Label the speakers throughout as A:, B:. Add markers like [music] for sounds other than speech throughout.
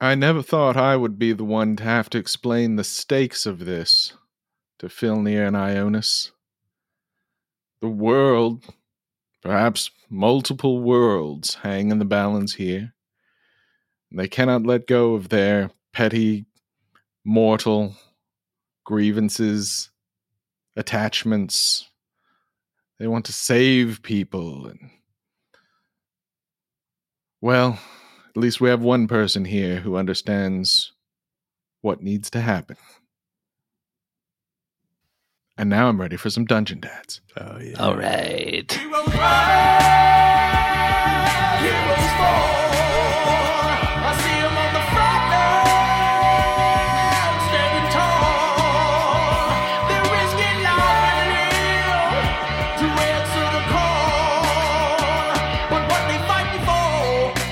A: I never thought I would be the one to have to explain the stakes of this to Philnir and Ionis. The world, perhaps multiple worlds, hang in the balance here. They cannot let go of their petty, mortal grievances, attachments. They want to save people and. Well, at least we have one person here who understands what needs to happen. And now I'm ready for some dungeon dads.
B: Oh yeah.
C: All right. [laughs]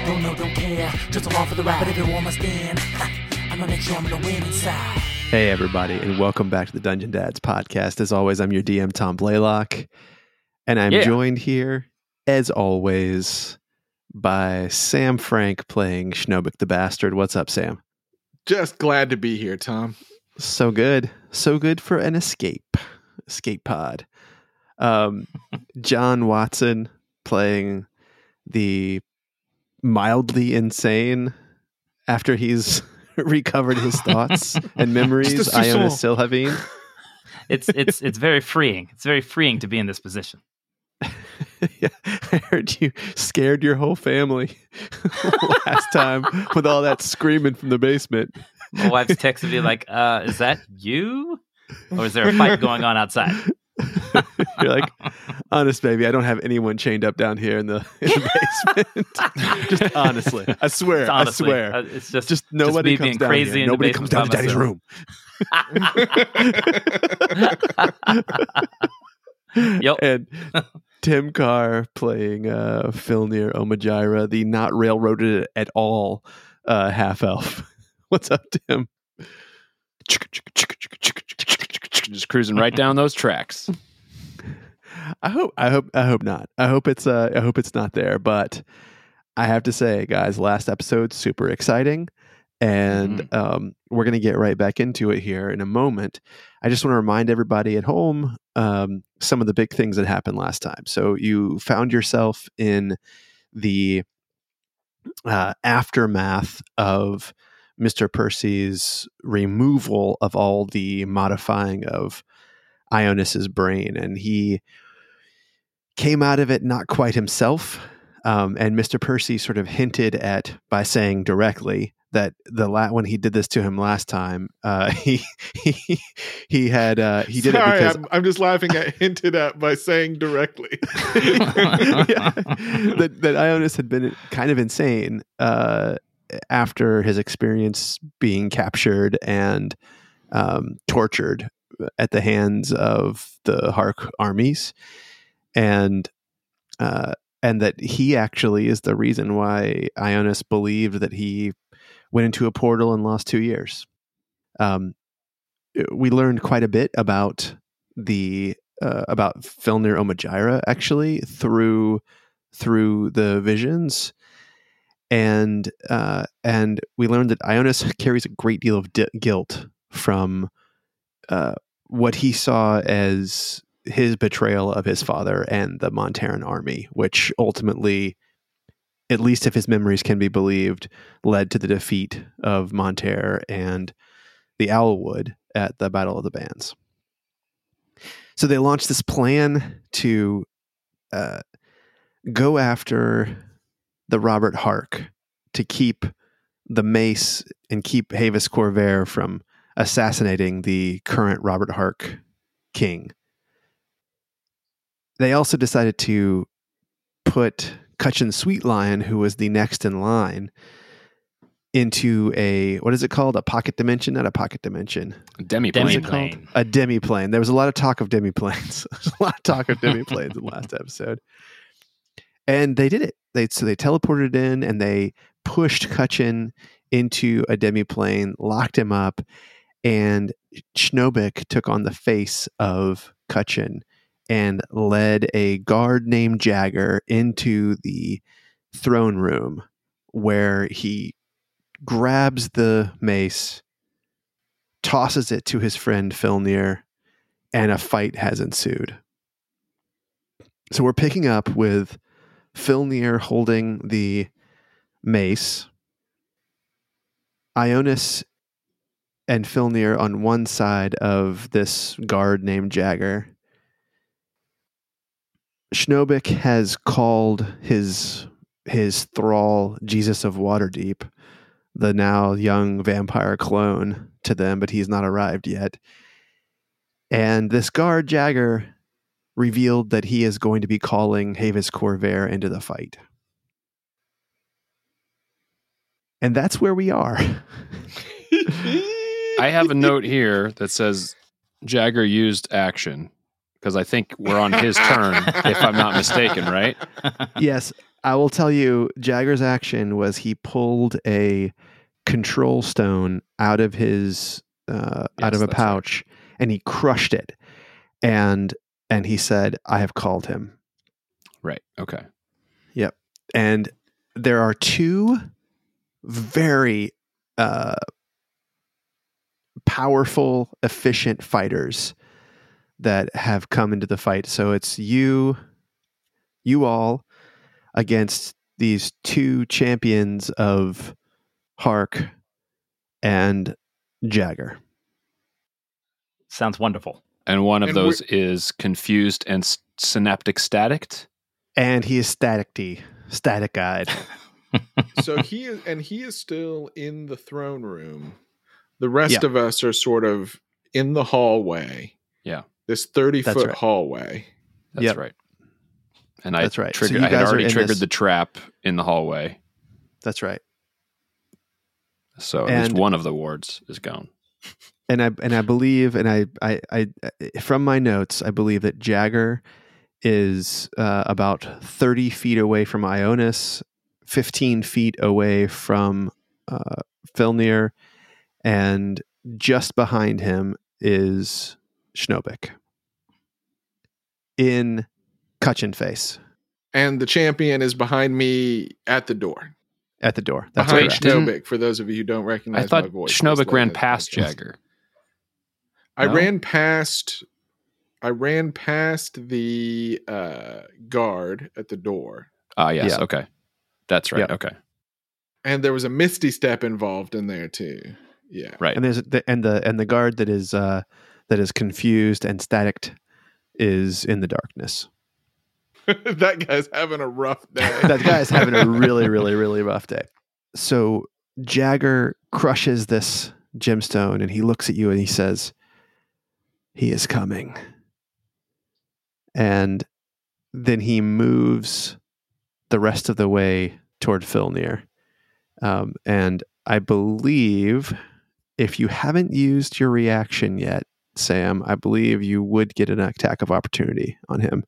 D: Don't know, don't care. Just along for the ride, but if it warm, I stand. I'ma make sure I'm gonna win inside.
B: Hey everybody, and welcome back to the Dungeon Dads podcast. As always, I'm your DM Tom Blaylock, and I'm
C: Yeah.
B: joined here, as always, by Sam Frank playing Schnobik the Bastard. What's up, Sam?
A: Just glad to be here, Tom.
B: So good, so good for an escape, escape pod.
A: [laughs]
B: Um, John Watson playing the mildly insane after he's [laughs] recovered his
A: [laughs]
B: thoughts and memories.
A: Just a
B: Iona
A: soul.
B: Silhavine.
C: It's it's it's very freeing. It's very freeing to be in this position.
B: yeah, [laughs] I heard you scared your whole family [laughs] last time with all that screaming from the basement.
C: My wife's texted me like, uh, "Is that you?" Or is there a fight going on
B: [laughs]
C: outside?
B: You're like, honest, baby, I don't have anyone chained up down here in the, in
C: [laughs]
B: the basement. just honestly, I swear,
C: It's honestly,
B: I swear.
C: uh, it's just [laughs]
B: just [laughs] nobody
C: me
B: comes
C: being
B: down
C: crazy
B: here.
C: in the
B: Nobody comes down
C: basement
B: to
C: by
B: daddy's room.
C: myself. Yep.
B: And Tim Carr playing uh, Filnir Omajira, the not railroaded at all uh, half elf. [laughs] What's up, Tim?
E: Just cruising right down those tracks.
B: I hope I hope I hope not. I hope it's uh I hope it's not there, but I have to say, guys, last episode super exciting and um we're going to get right back into it here in a moment. I just want to remind everybody at home um some of the big things that happened last time. So you found yourself in the uh, aftermath of Mr. Percy's removal of all the modifying of Ionis's brain, and he came out of it not quite himself. Um, and Mr. Percy sort of hinted at by saying directly that the la- when he did this to him last time, uh, [laughs] he, he he had uh, he did
A: Sorry,
B: it because
A: I'm, I'm just laughing at [laughs] hinted at by saying directly.
B: Yeah. [laughs] that that Ionis had been kind of insane uh, after his experience being captured and um, tortured at the hands of the Hark armies, and uh, and that he actually is the reason why Ionis believed that he went into a portal and lost two years. Um, we learned quite a bit about the uh, about Felnir Omajira actually through through the visions, and uh, and we learned that Ionis [laughs] carries a great deal of di- guilt from uh, what he saw as his betrayal of his father and the Montaran army, which ultimately, at least if his memories can be believed, led to the defeat of Monter and the Owlwood at the Battle of the Bands so they launched this plan to uh, go after the Robert Hark to keep the mace and keep Havis Corvair from assassinating the current Robert Hark king. They also decided to put Cutchin Sweet Lion, who was the next in line, into a what is it called? A pocket dimension? Not a pocket dimension
E: Demi
B: what is
E: plane.
B: it called?
C: Demiplane.
B: A demiplane. There was a lot of talk of [laughs] demiplanes. There was a lot of talk of demiplanes in the last episode. And they did it. They so they teleported in and they pushed Kutchin into a demiplane, locked him up, and Schnobik took on the face of Kutchin and led a guard named Jagger into the throne room where he grabs the mace, tosses it to his friend Filnir, and a fight has ensued. So we're picking up with Filnir holding the mace, Ionis and Filnir on one side of this guard named Jagger. Schnobik has called his his thrall Jesus of Waterdeep, the now young vampire clone, to them, but he's not arrived yet. And this guard Jagger revealed that he is going to be calling Havis Corvair into the fight. And that's where we are.
E: I have a note here that says Jagger used action because I think we're on his turn, if I'm not mistaken, right?
B: yes, I will tell you Jagger's action was he pulled a control stone out of his uh, out of
E: Yes,
B: a
E: that's right.
B: pouch and he crushed it. And and he said, "I have called him."
E: Right. Okay.
B: And there are two very uh powerful, efficient fighters that have come into the fight. So it's you, you all, against these two champions of Hark and Jagger.
C: [laughs] Sounds wonderful.
E: And one of
A: And
E: those is confused and s- synaptic staticked.
B: And he is static D, static eyed.
A: [laughs] so he is, and he is still in the throne room. The rest of us are sort of in the hallway.
E: Yeah.
A: This thirty
B: That's
A: foot
B: right.
A: hallway.
E: That's
B: Yep.
E: right. And I
B: That's right. So
E: triggered.
B: you
E: I had
B: guys are
E: already
B: in
E: triggered
B: this-
E: the trap in the hallway,
B: That's right.
E: so at least
B: And-
E: one of the wards is gone.
B: and I and I believe and I I, I from my notes I believe that Jagger is uh, about thirty feet away from Ionis, fifteen feet away from uh, Filnir, and just behind him is Schnobik in Cutchin face
A: And the champion is behind me at the door.
B: at the door. That's
A: behind
B: correct.
E: right. Didn't-
A: Schnobik, for those of you who don't recognize
E: I thought
A: my voice.
E: Schnobik
A: Just
E: ran
A: like that.
E: past Jagger.
A: I
E: No?
A: ran past I ran past the uh guard at the door.
E: Ah, yes.
B: Yeah.
E: Okay, that's right.
B: Yeah.
E: Okay,
A: And there was a misty step involved in there too. Yeah.
E: right.
B: And there's the, and the and the guard that is uh, that is confused and staticked is in the darkness.
A: that guy's having a rough
E: [laughs]
A: day.
B: that guy's
A: [laughs]
B: having [laughs] a really, really, really rough day. So Jagger crushes this gemstone and he looks at you and he says, He is coming. And then he moves the rest of the way toward Filnir. Um, and I believe if you haven't used your reaction yet, Sam, I believe you would get an attack of opportunity on him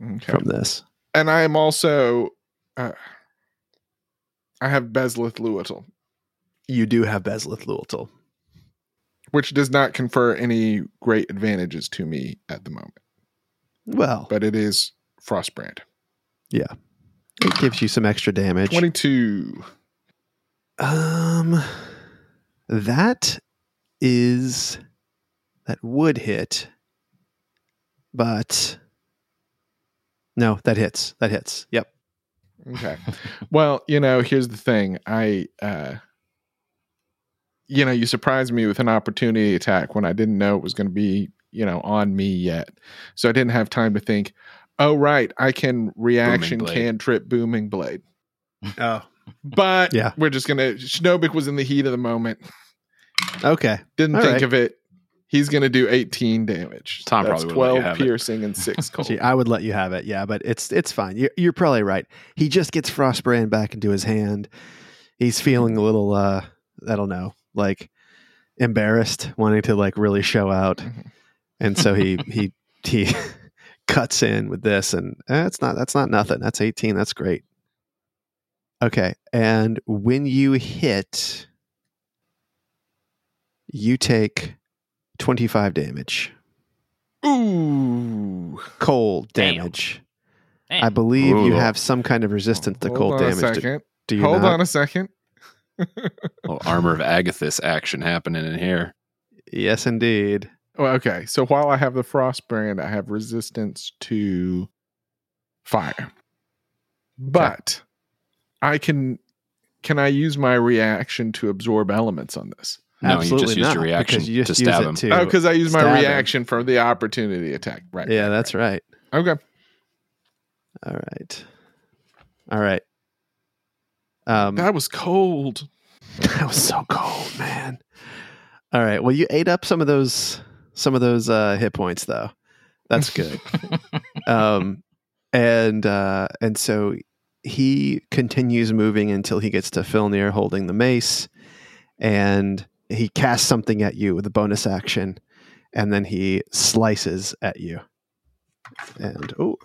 A: Okay.
B: from this.
A: and I am also uh, I have Bezleth Luatel,
B: You do have Bezleth Lultel.
A: which does not confer any great advantages to me at the moment,
B: Well,
A: but it is Frostbrand.
B: It gives you some extra damage.
A: 22.
B: Um, that is that would hit, but no, that hits. That hits. Yep.
A: Okay. well, you know, here's the thing. I uh you know, you surprised me with an opportunity attack when I didn't know it was going to be, you know, on me yet. So I didn't have time to think, "Oh right, I can reaction
E: Booming Blade.
A: cantrip booming blade."
B: Oh,
A: But
B: Yeah.
A: we're just going to Schnobik was in the heat of the moment.
B: okay.
A: Didn't
B: All
A: think
B: right.
A: of it. He's going to do 18 damage.
E: Tom
A: That's
E: probably wouldn't let you
A: 12
E: have it.
A: piercing and 6 cold.
B: Gee, I would let you have it. Yeah, but it's it's fine. You're, you're probably right. He just gets frostbrand back into his hand. He's feeling a little uh I don't know, like embarrassed, wanting to like really show out.
A: Mhm.
B: And so he he he [laughs] cuts in with this and eh, it's not that's not nothing. That's 18. That's great. Okay. And when you hit you take 25 damage.
A: Ooh.
B: Cold
C: Damn.
B: damage. I
C: Man,
B: believe you
E: Ooh.
B: have some kind of resistance to cold
A: Hold on
B: damage.
A: A
B: Do,
A: second.
B: do you
A: Hold
B: not?
A: on a second.
E: Little armor of Agathis action happening in here.
B: Yes, indeed.
A: Well, Oh, okay. So while I have the Frostbrand, I have resistance to fire. But I can can I use my reaction to absorb elements on this?
E: No,
B: Absolutely
E: you just used
B: not,
E: your reaction
B: because you
E: to
B: just use
E: stab
B: it
E: him.
B: to-
A: Oh, because I use my
B: stab him.
A: reaction for the opportunity attack. Right.
B: Yeah, Mm. that's right.
A: Okay.
B: All right. All right. Um, [laughs]
A: That was cold.
B: That was so cold, man. All right. Well, you ate up some of those some of those uh, hit points, though. That's [laughs] good. um, and uh, and so he continues moving until he gets to Filnir holding the mace, and he casts something at you with a bonus action, and then he slices at you. And oh,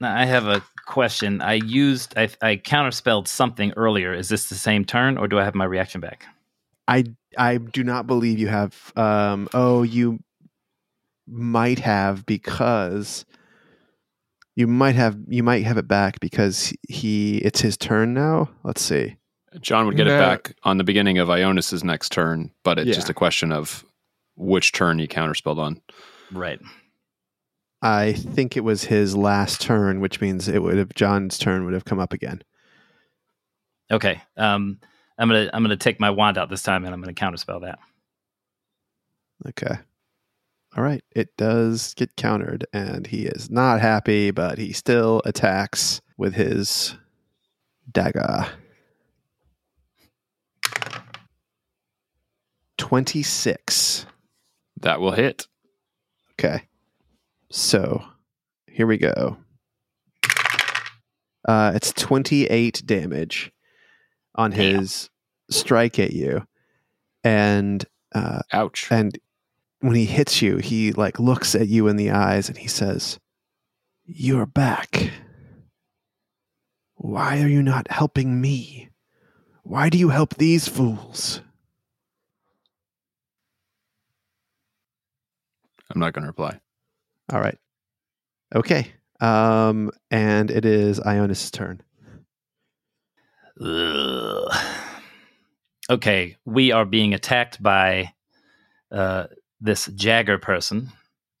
C: Now, I have a question. I used, I, I counterspelled something earlier. Is this the same turn, or do I have my reaction back?
B: I I do not believe you have. Um, oh, you might have because you might have you might have it back because he it's his turn now. Let's see.
E: John would get
A: No.
E: it back on the beginning of Ionis's next turn, but it's
A: Yeah.
E: just a question of which turn you counterspelled on.
C: Right.
B: I think it was his last turn, which means it would have John's turn would have come up again.
C: Okay. Um, I'm gonna I'm gonna take my wand out this time, and I'm gonna counterspell that.
B: Okay. All right. It does get countered, and he is not happy, but he still attacks with his dagger. 26.
E: That will hit.
B: Okay. So here we go. Uh, it's 28 damage on
C: Damn.
B: his strike at you. And uh,
E: Ouch.
B: and when he hits you, he like looks at you in the eyes and he says, "You're back. Why are you not helping me? Why do you help these fools?"
E: I'm not going to reply.
B: All right. Okay. Um and it is Ionis' turn.
C: Ugh. Okay, we are being attacked by uh, this Jagger person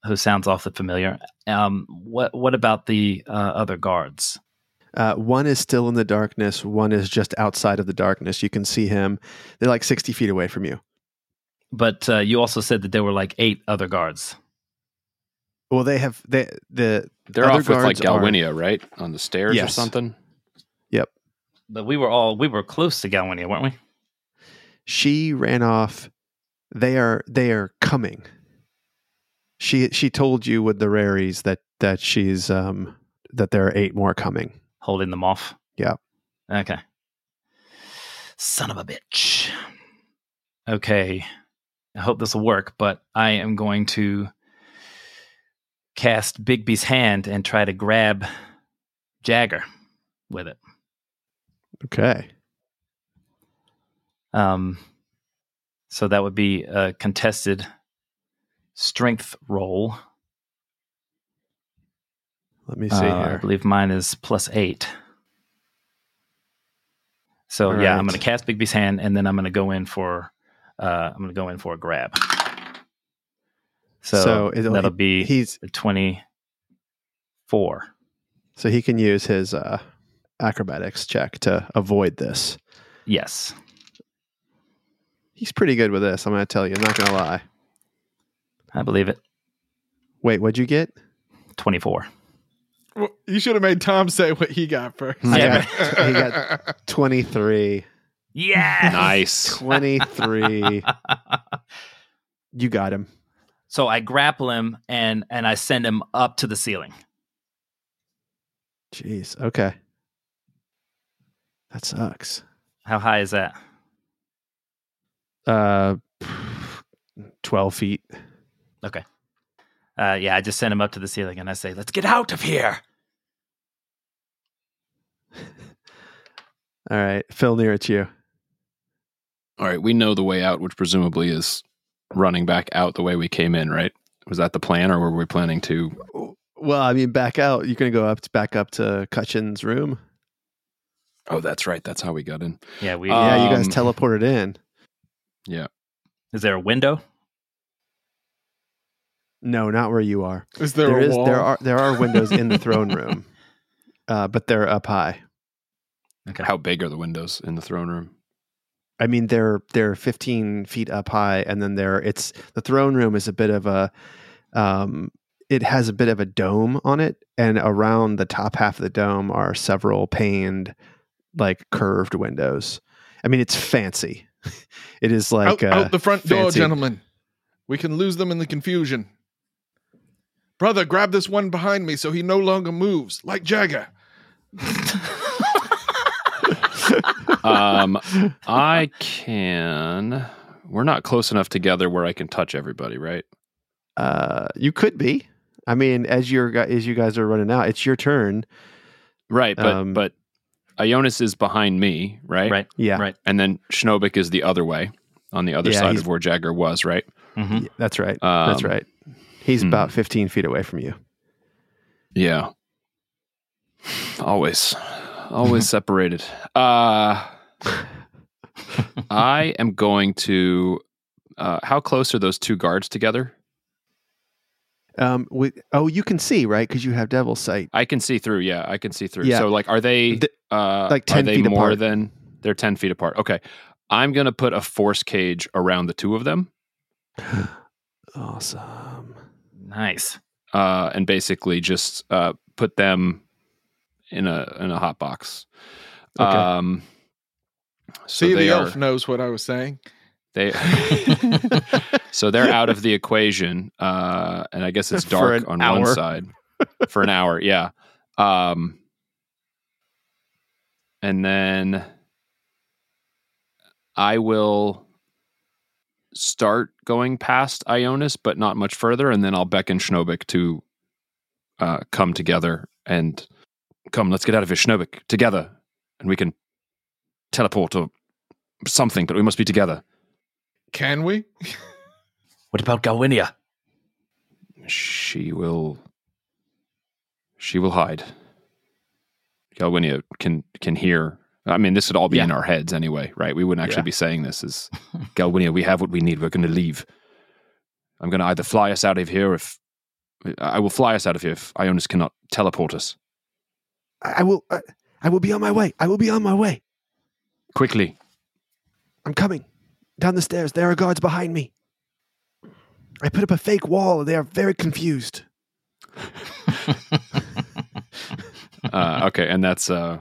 C: who sounds awfully familiar. Um, what what about the uh, other guards?
B: Uh, one is still in the darkness. One is just outside of the darkness. You can see him. They're like 60 feet away from you.
C: But uh, you also said that there were like eight other guards.
B: Well, they have they, the
E: They're
B: Other
E: off with like
B: guards are-
E: Galwinia, right? On the stairs or
B: Yes.
E: something.
C: But we were all we were close to Galwinia, weren't we?
B: she ran off they are they are coming she she told you with the raries that that she's um that there are eight more coming
C: Holding them off.
B: Yeah.
C: Okay. Son of a bitch. Okay. I hope this will work, but I am going to cast Bigby's hand and try to grab Jagger with it.
B: okay
C: Um, so that would be a contested strength roll.
B: let me see
C: Uh, I
B: here
C: believe mine is plus eight. So
B: All
C: yeah, I'm
B: right.
C: going to cast Bigby's hand, and then I'm going to go in for uh, I'm going to go in for a grab. So,
B: So it'll-
C: that'll be
B: he's
C: twenty four.
B: so he can use his uh acrobatics check to avoid this
C: Yes.
B: he's pretty good with this i'm gonna tell you i'm not gonna lie
C: I believe it.
B: wait what'd you get
C: Twenty four.
A: Well, you should have made Tom say what he got first. [laughs]
B: I
C: Yeah.
B: got- he got 23 [laughs]
C: Yeah.
E: Nice.
B: 23
C: [laughs]
B: you got him
C: So I grapple him and and I send him up to the ceiling.
B: Jeez. Okay. That sucks.
C: How high is that?
B: Uh, [sighs] twelve feet.
C: Uh, yeah, I just send him up to the ceiling and I say, "Let's get out of here."
B: All right, Phil, near at you.
E: All right, we know the way out, which presumably is running back out the way we came in, right? Was that the plan, or were we planning to?
B: Well, I mean, back out. You're gonna go up, back up to Cutchin's room.
E: Oh, that's right. That's how we got in.
C: Yeah, we.
E: Uh,
B: Yeah, you guys
E: Um,
B: teleported in.
C: is there a window?
B: No, not where you are.
A: Is there,
B: there
A: a
B: is
A: wall?
B: there are there are windows in the throne room, uh, but they're up high.
C: Okay.
E: How big are the windows in the throne room?
B: I mean, they're they're 15 feet up high, and then they're it's the throne room is a bit of a, um, it has a bit of a dome on it, and around the top half of the dome are several paned, like curved windows. I mean, it's fancy. [laughs] it is
A: out,
B: like uh,
A: out the front door,
B: fancy-
A: gentlemen. We can lose them in the confusion. Brother, grab this one behind me so he no longer moves, like Jagger.
B: [laughs]
E: Um, I can. We're not close enough together where I can touch everybody, right?
B: uh, you could be. I mean, as you're gu- as you guys are running out, it's your turn.
E: Right, but
B: Um,
E: but Ionis is behind me, right?
C: Right.
B: Yeah,
C: Right.
E: And then Schnobik is the other way on the other
B: Yeah,
E: side
B: he's-
E: of where Jagger was, right?
C: hmm
B: Yeah, that's right.
E: Um,
B: That's right. He's
E: hmm.
B: about 15 feet away from you.
E: Yeah. Always,
B: [laughs]
E: always separated. Uh,
B: [laughs]
E: I am going to. Uh, how close are those two guards together?
B: Um, we, oh, you can see, right? Because you have devil sight.
E: I can see through. Yeah, I can see through.
B: Yeah.
E: So, like, are they
B: Th-
E: uh,
B: like
E: are
B: 10
E: they
B: feet
E: more
B: apart.
E: than they're ten feet apart? Okay, I'm gonna put a force cage around the two of them,
B: Awesome.
C: Nice.
E: uh, and basically just uh, put them in a in a hot box.
B: Okay.
E: Um, so
A: See, the
E: they are
A: elf knows what I was saying.
E: they. so they're out of the equation, uh, and I guess
B: [laughs]
E: it's
B: For
E: dark
B: an
E: on one
B: hour.
E: side for an hour. Yeah, um, and then I will start going past Ionis, but not much further, and then I'll beckon Schnobik to uh, come together and come. Let's get out of here, Schnobik, together, and we can teleport or something. But we must be together.
A: Can we?
C: What about Galwinia?
E: she will she will hide galwinia can can hear i mean this would all be in our heads anyway right we wouldn't actually
B: Yeah.
E: be saying this is galwinia we have what we need we're going to leave i'm going to either fly us out of here if i will fly us out of here if ionis cannot teleport us
B: I, I will. I, I will be on my way. I will be on my way. [laughs]
E: quickly
B: I'm coming down the stairs. There are guards behind me. I put up a fake wall. They are very confused.
E: uh, okay and that's uh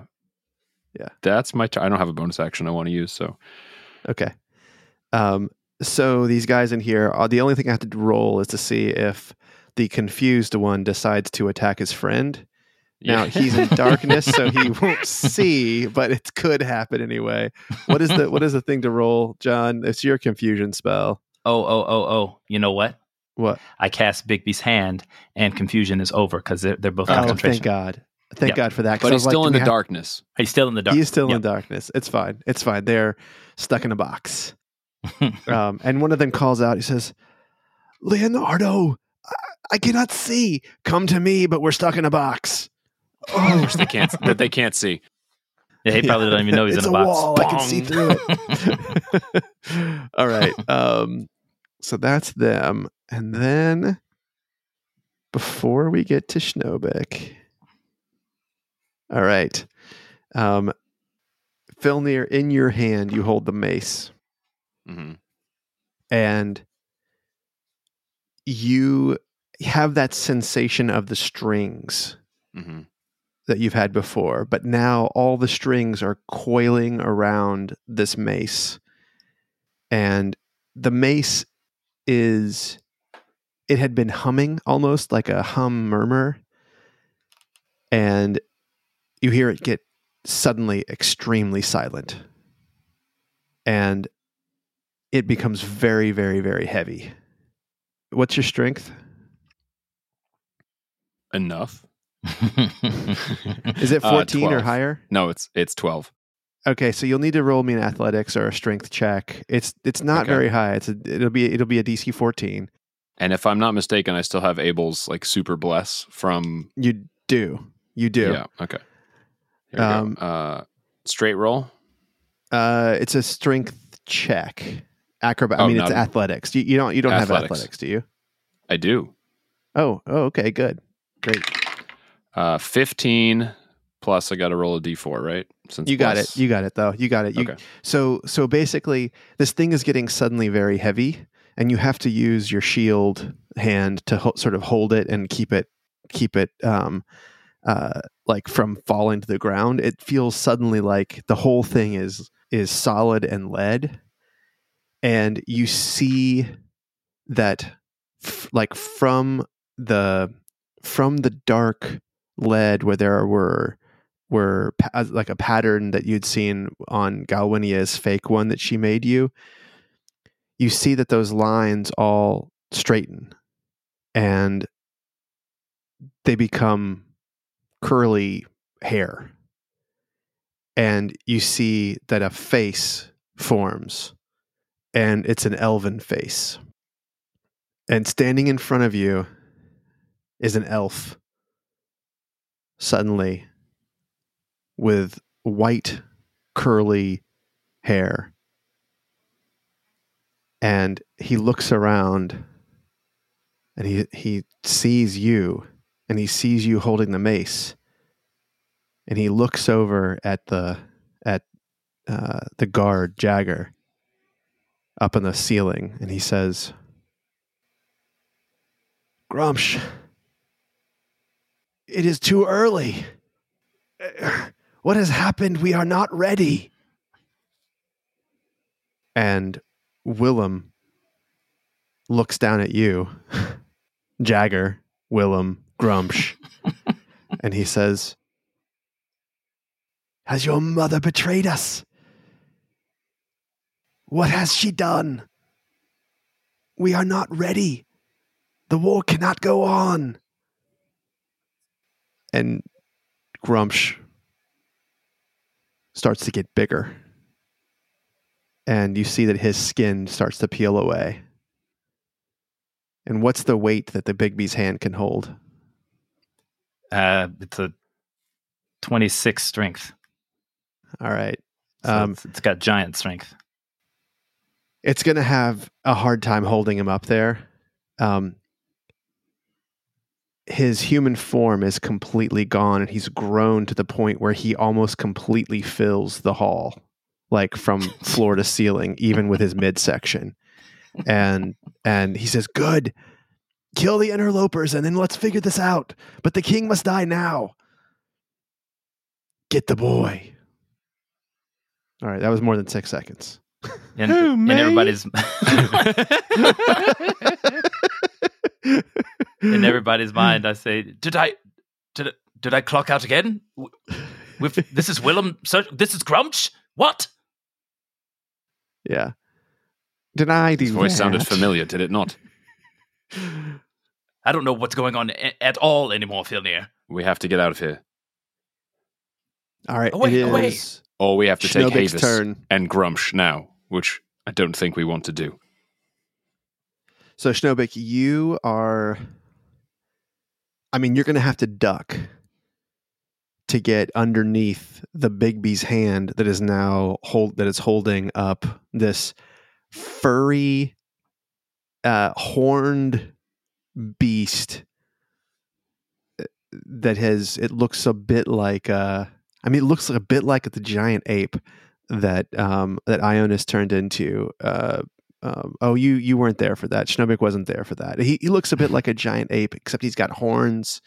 B: Yeah.
E: that's my turn i don't have a bonus action i want to use so
B: Okay. Um, so these guys in here are the only thing I have to roll is to see if the confused one decides to attack his friend. Now
E: Yeah.
B: he's in darkness, so he won't see, but it could happen anyway. What is the what is the thing to roll, John? It's your confusion spell.
C: Oh, oh, oh, oh. You know what?
B: What?
C: I cast Bigby's hand, and confusion is over because they're, they're both
B: Oh,
C: concentration.
B: thank God! Thank
C: Yeah.
B: God for that. 'cause
E: [laughs] but
B: I was
E: he's
B: like,
E: still
B: do
E: in
B: we
E: the
B: have- [laughs]
E: darkness
C: He's still in the dark.
B: He is still
C: Yeah.
B: in darkness. It's fine. It's fine. They're stuck in a
E: [laughs]
B: box. um, and one of them calls out. He says, "Leonardo, I, I cannot see. Come to me, but we're stuck in a
E: [laughs]
B: box. Oh,
E: they can't that they can't see
C: Yeah,
B: [laughs]
C: he probably doesn't even know he's
B: it's
C: in a box.
B: wall. I can see
E: Bong.
B: through it. [laughs] All right. Um, so that's them. And then before we get to Schnobik, all right. Um, Filnir, in your hand, you hold the mace
E: mm-hmm.
B: and you have that sensation of the strings
E: Mm-hmm.
B: that you've had before, but now all the strings are coiling around this mace. And the mace is, it had been humming almost like a hum murmur. And you hear it get suddenly extremely silent. And it becomes very, very, very heavy. What's your strength?
E: enough
B: Is it
E: Uh,
B: 14 or
E: 12.
B: higher?
E: No, it's it's twelve.
B: Okay, so you'll need to roll me an athletics or a strength check. It's it's not
E: Okay.
B: very high. It's a, it'll be it'll be a DC 14.
E: And if I'm not mistaken, I still have Abel's like super bless from
B: You do. You do.
E: yeah. Okay. Here we go.
B: Um,
E: Uh, Straight roll.
B: Uh, it's a strength check. Acrobat.
E: Oh,
B: I mean, it's
E: not-
B: athletics. You, you don't you don't have
E: Athletics.
B: athletics, do you?
E: I do.
B: Oh, oh, okay, good.
E: Uh, 15 plus I got to roll a d4, right? Since
B: You got
E: plus-
B: it. You got it though. You got it. You,
E: okay.
B: So so basically, this thing is getting suddenly very heavy, and you have to use your shield hand to ho- sort of hold it and keep it keep it um, uh, like from falling to the ground. It feels suddenly like the whole thing is is solid and lead, and you see that f- like from the from the dark lead where there were were pa- as- like a pattern that you'd seen on Galwinia's fake one that she made you, you see that those lines all straighten and they become curly hair. And you see that a face forms and it's an elven face. And standing in front of you is an elf. Suddenly, with white curly hair. And he looks around and he he sees you and he sees you holding the mace. And he looks over at the at uh, the guard Jagger up on the ceiling and he says Grumsh It is too early. What has happened? We are not ready. And Willem looks down at you, [laughs] Jagger, Willem, Grumsh, and he says, Has your mother betrayed us? What has she done? We are not ready. The war cannot go on. And Grumsh starts to get bigger. And you see that his skin starts to peel away. And what's the weight that the Bigby's hand can hold?
C: Uh, it's a 26 strength.
B: All right.
C: So
B: Um,
C: it's- it's got giant strength.
B: it's going to have a hard time holding him up there. Um, his human form is completely gone, and he's grown to the point where he almost completely fills the hall, like from floor to ceiling, even with his midsection. And and he says, "Good, kill the interlopers, and then let's figure this out. But the king must die now. Get the boy." All right, that was more than six seconds.
C: And,
A: Who,
C: and
A: me?
C: everybody's [laughs] in everybody's mind, I say, "Did I, did, I- did I clock out again? W- With this is Willem. So this is Grumch. What?
B: Yeah. Denied
E: His voice sounded familiar, did it not?
C: I don't know what's going on a- at all anymore, Filnir.
E: We have to get out of here.
B: All right.
C: Away,
B: it is
C: away.
E: Or we have to take
B: Schnobik's
E: Havis
B: turn.
E: and Grumsh now, which I don't think we want to do.
B: So Schnobik, you are I mean, you're gonna have to duck to get underneath the Bigby's hand that is now hold that is holding up this furry uh horned beast uh, that has it looks a bit like uh I mean it looks a bit like the giant ape that um that Ionis turned into uh um, oh, you you weren't there for that. Schnobik wasn't there for that. He, he looks a bit like [laughs] a giant ape, except he's got horns,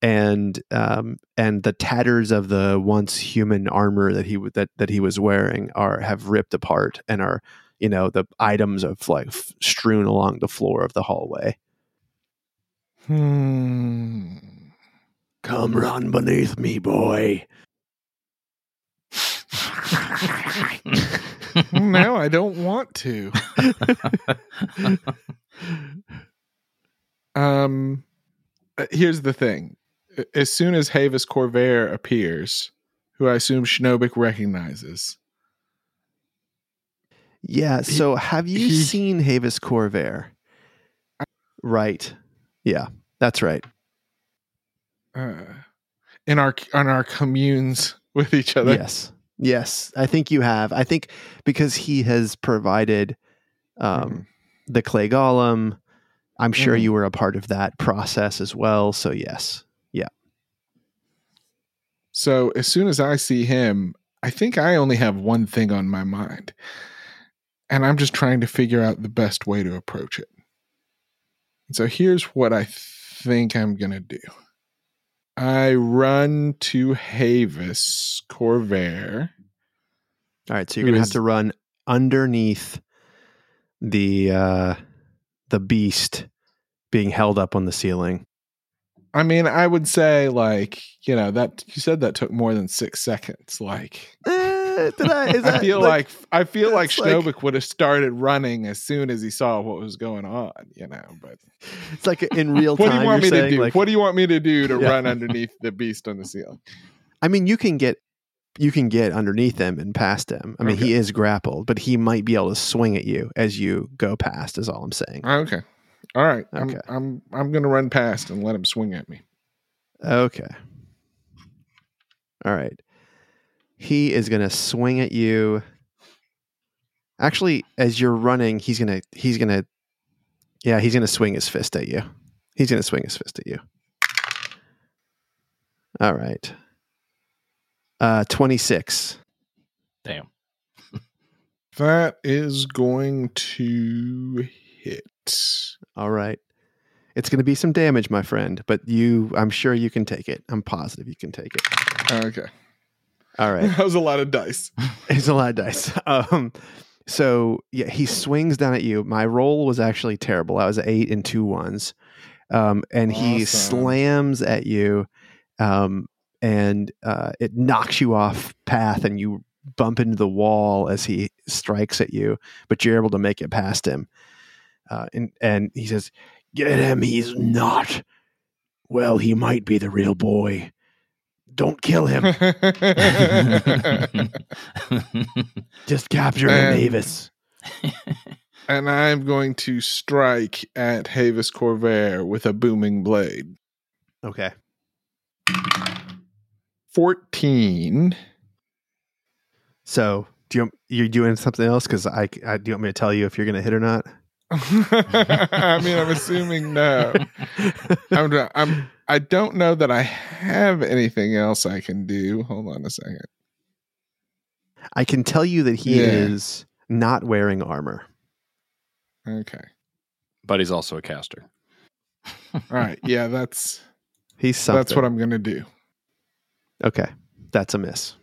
B: and um, and the tatters of the once human armor that he w- that that he was wearing are have ripped apart and are you know the items of like f- strewn along the floor of the hallway.
A: Hmm.
B: Come run beneath me, boy.
A: no, I don't want to. Um, uh, here's the thing: A- as soon as Havis Corvair appears, who I assume Schnobik recognizes,
B: Yeah.
A: He-
B: So have you
A: he-
B: seen Havis Corvair? Right. Yeah, that's right.
A: uh, in our in our communes [laughs] with each other?
B: Yes. Yes. I think you have. I think because he has provided um,
A: Mhm.
B: the clay golem. I'm sure
A: Mhm.
B: you were a part of that process as well. So, yes.
A: So as soon as I see him, I think I only have one thing on my mind. And I'm just trying to figure out the best way to approach it. So here's what I think I'm going to do I run to Havis Corvair.
B: All right. So, you're
A: Who
B: going to have
A: is-
B: to run underneath the uh, the beast being held up on the ceiling.
A: [laughs] I mean, I would say, like, you know, that you said that took more than six seconds. Like,
B: Eh, did I, is
A: I
B: that,
A: feel like, I feel like
B: that's like-
A: Schnobik would have started running as soon as he saw what was going on, you know, but
B: it's like in real time.
A: What do you want me
B: you're
A: to
B: saying,
A: do?
B: like-
A: what do you want me to do to
B: Yeah.
A: run underneath the beast on the [laughs] ceiling?
B: I mean, you can get you can get underneath him and past him. I mean,
A: Okay.
B: he is grappled, but he might be able to swing at you as you go past. Is all I'm saying.
A: Ah, Okay. All right.
B: Okay.
A: I'm I'm I'm gonna run past and let him swing at me.
B: Okay. All right. He is going to swing at you. Actually, as you're running, he's going to he's going to yeah, he's going to swing his fist at you. He's going to swing his fist at you. All right. Uh 26.
C: Damn.
A: That is going to hit.
B: All right. It's going to be some damage, my friend, but you I'm sure you can take it. I'm positive you can take it.
A: [laughs] Okay.
B: All right.
A: That was a lot of [laughs] dice.
B: It's a lot of dice. [laughs] Um, so yeah, he swings down at you. My roll was actually terrible. I was eight and two ones, um, and he
A: Awesome.
B: slams at you, um, and uh, it knocks you off path, and you bump into the wall as he strikes at you. But you're able to make it past him, uh, and and he says, "Get him. He's not. Well, he might be the real boy. Don't kill
A: [laughs]
B: him. Just capture him,
A: Um,
B: Avis."
A: and I'm going to strike at Havis Corvair with a booming blade.
B: Okay.
A: 14.
B: So do you you're doing something else? Because I, I do you want me to tell you if you're going to hit or not?
A: [laughs]
B: [laughs]
A: I mean, I'm assuming [laughs] no. I'm, I'm I don't know that I have anything else I can do. Hold on a second.
B: I can tell you that he
A: Yeah.
B: is not wearing armor.
A: Okay.
E: But he's also a caster.
A: All right. Yeah, that's
B: He's something.
A: that's what I'm gonna do.
B: Okay, that's a miss.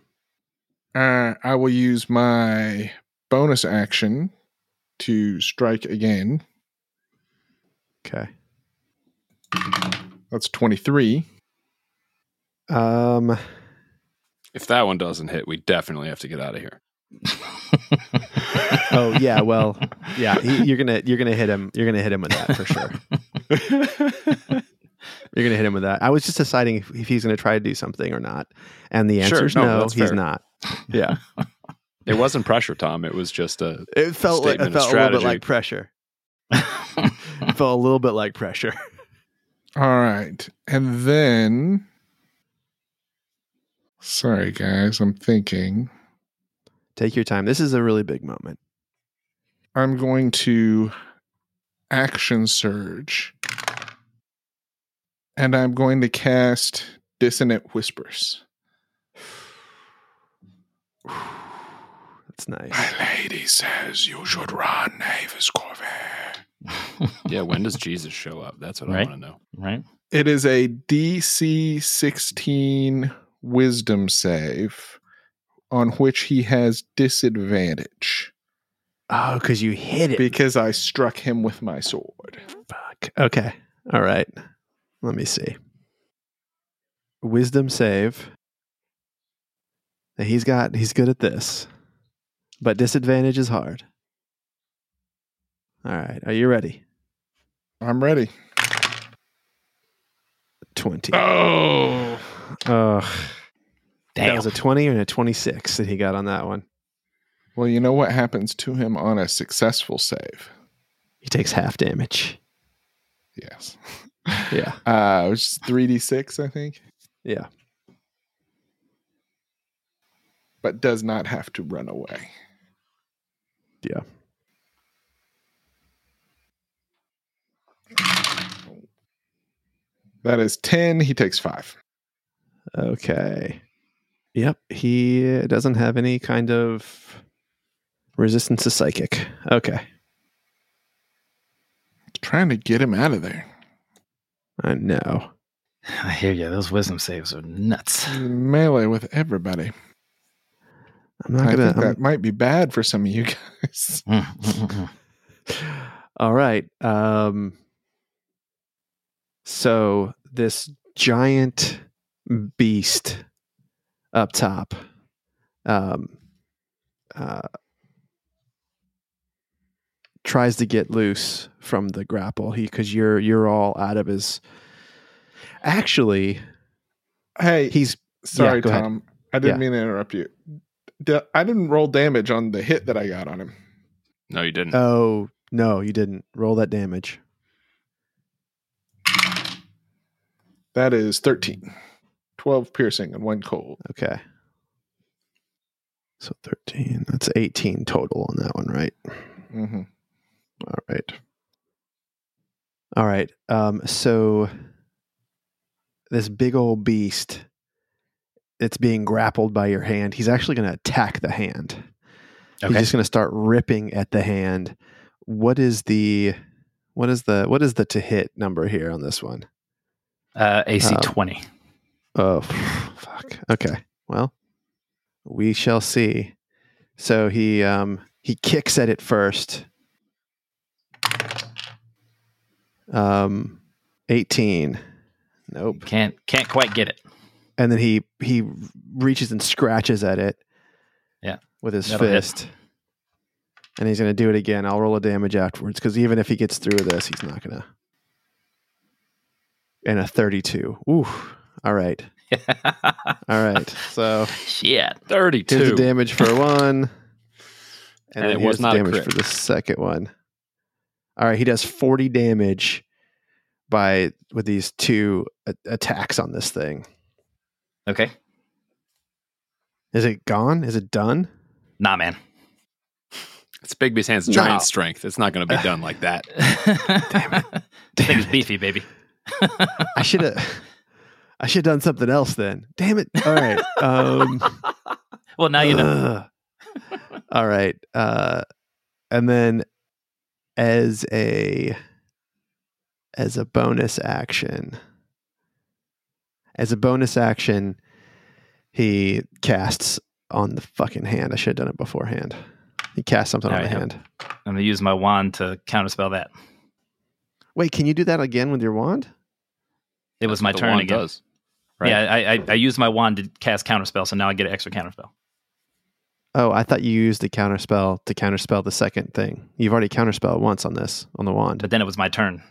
A: Uh, I will use my bonus action to strike again.
B: Okay.
A: That's 23.
B: Um.
E: If that one doesn't hit, we definitely have to get out of here.
B: Oh yeah. Well. Yeah. He, you're gonna you're gonna hit him. You're gonna hit him with that for sure. You're gonna hit him with that. I was just deciding if, if he's gonna try to do something or not, and the
E: Sure,
B: answer is
E: no,
B: no.
E: that's
B: he's
E: fair.
B: not. Yeah.
E: It wasn't pressure, Tom. It was just uh, a
B: It felt like, it
E: Statement of
B: felt a little bit
E: strategy.
B: like [laughs] pressure. It felt a little bit like pressure.
A: All right. And then sorry guys, I'm thinking.
B: Take your time. This is a really big [sighs] moment.
A: I'm going to action surge. And I'm going to cast Dissonant Whispers.
B: That's nice.
A: My lady says you should run, Avis Corvair.
E: yeah. When does Jesus show up? That's what I
C: Right.
E: want to know.
C: [laughs] right?
A: It is a DC 16 wisdom save on which he has disadvantage
B: Oh, because you hit it.
A: because I struck him with my sword.
B: Fuck. Okay. All right. Let me see. Wisdom save. Now, He's got he's good at this. But disadvantage is hard. All right. Are you ready?
A: I'm ready.
B: 20.
A: Oh.
B: Ugh. that
C: Damn.
B: was a 20 and a 26 that he got on that one.
A: Well, you know what happens to him on a successful save?
B: He takes half damage.
A: Yes.
B: Yeah.
A: Uh, it was 3d6, I think.
B: Yeah.
A: but does not have to run away.
B: Yeah.
A: That is 10. He takes five.
B: Okay. Yep. He doesn't have any kind of resistance to psychic. Okay.
A: Trying to get him out of there.
B: I know.
C: I hear you. Those wisdom saves are nuts.
A: He's in melee with everybody.
B: I'm not
A: I
B: gonna. um,
A: think
B: I'm-
A: that might be bad for some of you guys. [laughs]
C: Mm, mm, mm,
B: All right. Um, so this giant beast up top, um, uh, tries to get loose from the grapple. He because you're you're all out of his. Actually,
A: hey,
B: he's
A: sorry,
B: go ahead.
A: Tom. I didn't
B: Yeah.
A: mean to interrupt you. D- I didn't roll damage on the hit that I got on him.
E: No, you didn't.
B: oh no, you didn't roll that damage.
A: That is 13. 12 piercing and one cold.
B: Okay. So 13, that's 18 total on that one, right?
A: hmm
B: All right. All right. Um, so this big old beast that's being grappled by your hand, he's actually going to attack the hand.
C: Okay.
B: He's just going to start ripping at the hand. What is the what is the what is the to hit number here on this one?
C: uh, AC
B: Um,
C: 20.
B: Oh, [laughs] fuck. Okay. Well, we shall see. So he um he kicks at it first. Um, eighteen. Nope.
C: Can't can't quite get it.
B: And then he he reaches and scratches at it.
C: Yeah.
B: With his
C: That'll hit.
B: fist. And he's gonna do it again. I'll roll a damage afterwards because even if he gets through this, he's not gonna. And a thirty-two. Ooh. All right. All right. So
C: [laughs] Shit.
B: here's the
E: 32.
B: damage
E: [laughs]
B: for one.
E: And
B: then
E: it was
B: here's the
E: not a
B: damage
E: crit.
B: for the second one. All right, he does 40 damage by with these two a- attacks on this thing.
C: Okay.
B: Is it gone? Is it done?
C: Nah, man.
E: It's Bigby's hands,
B: No.
E: giant strength. It's not going [laughs] to be done like that.
C: [laughs] This thing's beefy, baby.
B: I should have [laughs] I should have done something else then. Damn it. All
E: [laughs]
B: right. Um
C: Well, now you know.
B: Ugh. All right. Uh, and then as a as a bonus action, as a bonus action, he casts on the fucking hand. I should have done it beforehand. He casts something
C: All
B: on the
C: right, yep.
B: hand.
C: I'm going to use my wand to counterspell that.
B: Wait, can you do that again with your wand?
C: It was my
E: The
C: turn
E: wand
C: again.
E: does. right?
C: Yeah, I, I, I used my wand to cast counterspell, so now I get an extra counterspell.
B: Oh, I thought you used the counterspell to counterspell the second thing. You've already counterspelled once on this on the wand.
C: But then it was my turn.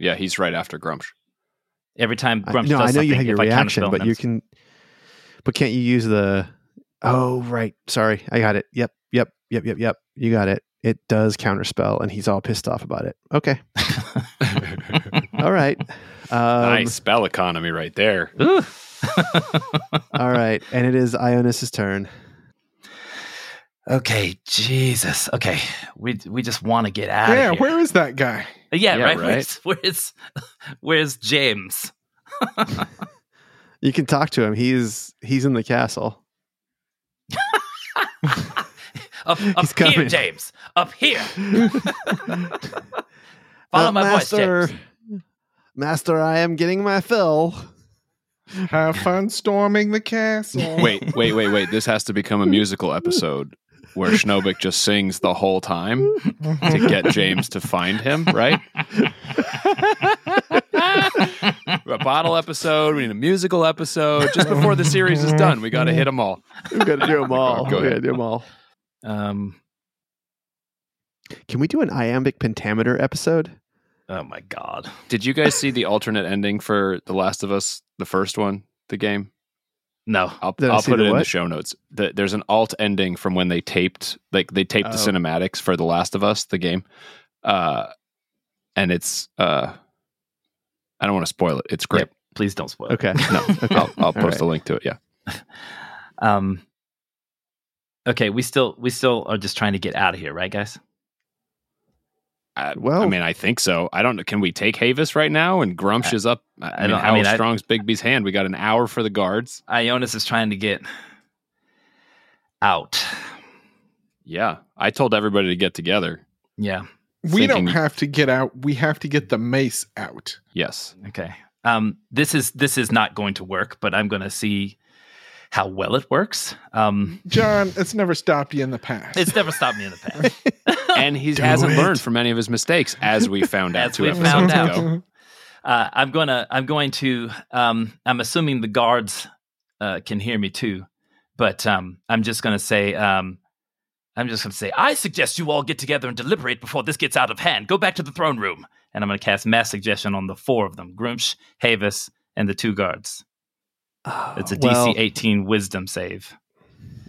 E: Yeah, he's right after Grumsh. [laughs]
C: Every time
B: I-
C: Grumps
B: no, I
C: does
B: know you
C: something,
B: have your
C: if I
B: reaction,
C: counterspell
B: but
C: them,
B: you can. But can't you use the? Oh right, sorry, I got it. Yep, yep, yep, yep, yep. You got it. It does counterspell, and he's all pissed off about it.
C: [laughs]
B: Okay, all right, um,
E: nice spell economy right there.
C: Ooh.
B: [laughs] all right. And it is Ionis's turn.
C: [laughs] okay, Jesus. Okay, we we just want to get out
A: Yeah,
C: of here.
A: where is that guy?
C: yeah,
E: Yeah,
C: right.
E: right.
C: Where's, [laughs] where's where's James?
B: You can talk to him. He's he's in the castle. [laughs]
C: Up, up
B: He's
C: here,
B: coming.
C: James. Up
B: [laughs]
C: here. Follow
B: Uh,
C: my
B: master,
C: voice, James.
B: Master, I am getting my fill.
A: Have fun storming the castle.
E: [laughs]
C: [laughs]
E: Wait, wait, wait, wait. This has to become a musical episode where Schnobik just sings the whole time to get James to find him, right?
B: [laughs]
E: a bottle episode. We need a musical episode. Just before the series is done, we got to hit them all.
B: We've got to
C: [laughs]
B: do them all.
E: Go
B: We've got to
E: ahead.
B: do them all.
C: Um.
B: Can we do an iambic pentameter episode?
C: Oh my God.
E: Did you guys see the alternate ending for The Last of Us, the first one, the game?
C: No.
E: I'll,
B: Did I
E: I'll
B: see
E: put
B: the
E: it in the
B: what?
E: show notes. The, there's an alt ending from when they taped, like they taped the
B: Oh.
E: cinematics for The Last of Us, the game, uh, and it's. Uh, I don't want to spoil it. It's great.
B: [laughs]
C: Please don't spoil. it.
B: Okay.
E: No, I'll, I'll
B: All
E: post a link to it. Yeah,
C: [laughs] Um. Okay, we still we still are just trying to get out of here, right, guys?
E: I,
B: Well-
E: I mean, I think so. I don't know. Can we take Havis right now? And Grumsh is up. I,
C: I
E: mean,
C: don't- I
E: how
C: mean, I-
E: strong's Bigby's hand? We got an hour for the guards.
C: Ionis is trying to get out.
E: Yeah, I told everybody to get together.
C: Yeah.
A: We don't
E: Thinking-
A: have to get out. We have to get the mace out.
E: Yes.
C: Okay. Um, this is this is not going to work, but I'm going to see how well it works. Um,
A: John, it's never stopped you in the past.
C: [laughs] it's never stopped me in the past.
E: And he
B: Do
E: hasn't
B: it.
E: learned from any of his mistakes, as we found out
C: As
E: two
C: we
E: episodes
C: found out.
E: ago.
C: [laughs] Uh, I'm gonna I'm going to um, I'm assuming the guards uh, can hear me too, but um, I'm just gonna say um, I'm just gonna say I suggest you all get together and deliberate before this gets out of hand. Go back to the throne room, and I'm gonna cast mass suggestion on the four of them: Grumsh, Havis, and the two guards. It's a DC
B: Well,
C: 18 Wisdom save.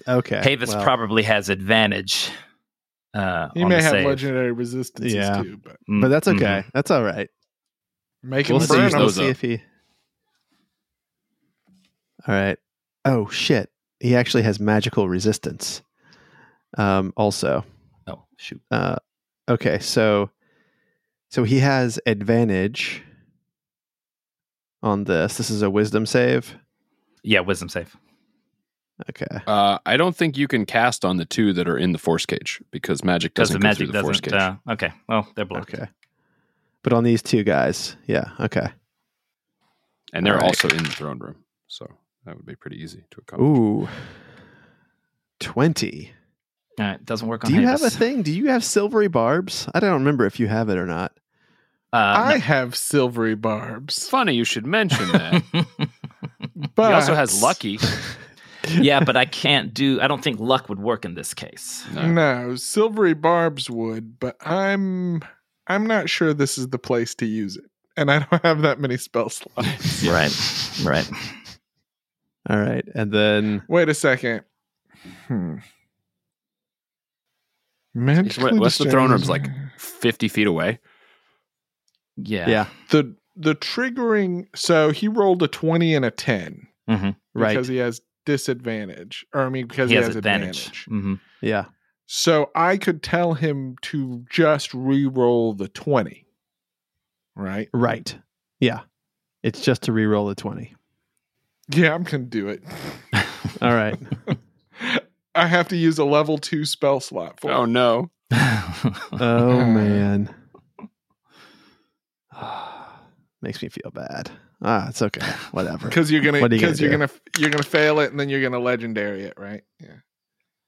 B: Okay.
C: Havis
B: well,
C: probably has advantage. Uh,
A: he
C: on
A: may
C: the
A: have
C: save.
A: legendary resistances
B: Yeah.
A: too, but
C: Mm,
E: Hmm.
B: But that's
C: mhm.
B: okay. That's all right.
A: make
E: We'll
A: him
E: see.
A: burn
E: Use
A: him.
B: We'll
E: those
B: see
E: up.
B: if he. All right. Oh shit! He actually has magical resistance. Um. Also.
C: Oh shoot.
B: Uh. Okay. So. So he has advantage. On this, this is a wisdom save.
C: Yeah, Wisdom save.
B: Okay.
E: Uh, I don't think you can cast on the two that are in the force cage because magic
C: Because
E: doesn't
C: the
E: go through
C: magic
E: the force
C: doesn't.
E: cage.
C: Uh, okay. Well, they're blocked.
B: Okay. But on these two guys, yeah. Okay.
E: and they're
B: All right.
E: also in the throne room. So that would be pretty easy to accomplish.
B: Ooh. Twenty.
C: All right, doesn't work on.
B: Do you have a
C: Havis.
B: thing? Do you have silvery barbs? I don't remember if you have it or not.
A: I
C: Uh,
A: have silvery
E: It's
A: barbs,
E: funny you should mention
C: [laughs]
E: that.
C: no. [laughs]
A: but
E: he also has lucky.
C: yeah, but I can't do. I don't think luck would work in this case.
A: No, silvery barbs would, but I'm I'm not sure this is the place to use it, and I don't have that many spell slots.
E: [laughs]
C: Right. Right.
B: All right. And then
A: Wait a second. Hmm. Magically
E: what's the throne room's
A: distracted.
E: 50 feet away.
C: Yeah.
B: yeah,
A: The the triggering. So he rolled a twenty and a ten
C: Mhm.
B: right.
A: because he has disadvantage, or I mean because
C: He, has, advantage.
A: advantage.
C: Mhm.
B: yeah.
A: So I could tell him to just re-roll the twenty, right?
B: Right. Yeah. It's just to re-roll the 20.
A: Yeah, I'm gonna do it.
B: All
E: [laughs]
B: right.
A: I have to use a level two spell slot for.
E: Oh,
A: it.
E: no.
C: Mm-hmm. [laughs]
B: oh
A: Uh.
B: man. [sighs] Makes me feel bad. Ah, it's
E: [laughs]
B: okay. Whatever.
A: because you're gonna
B: What are you gonna
A: because you are
B: do?
A: gonna you're gonna fail it and then you're gonna legendary it, right? Yeah,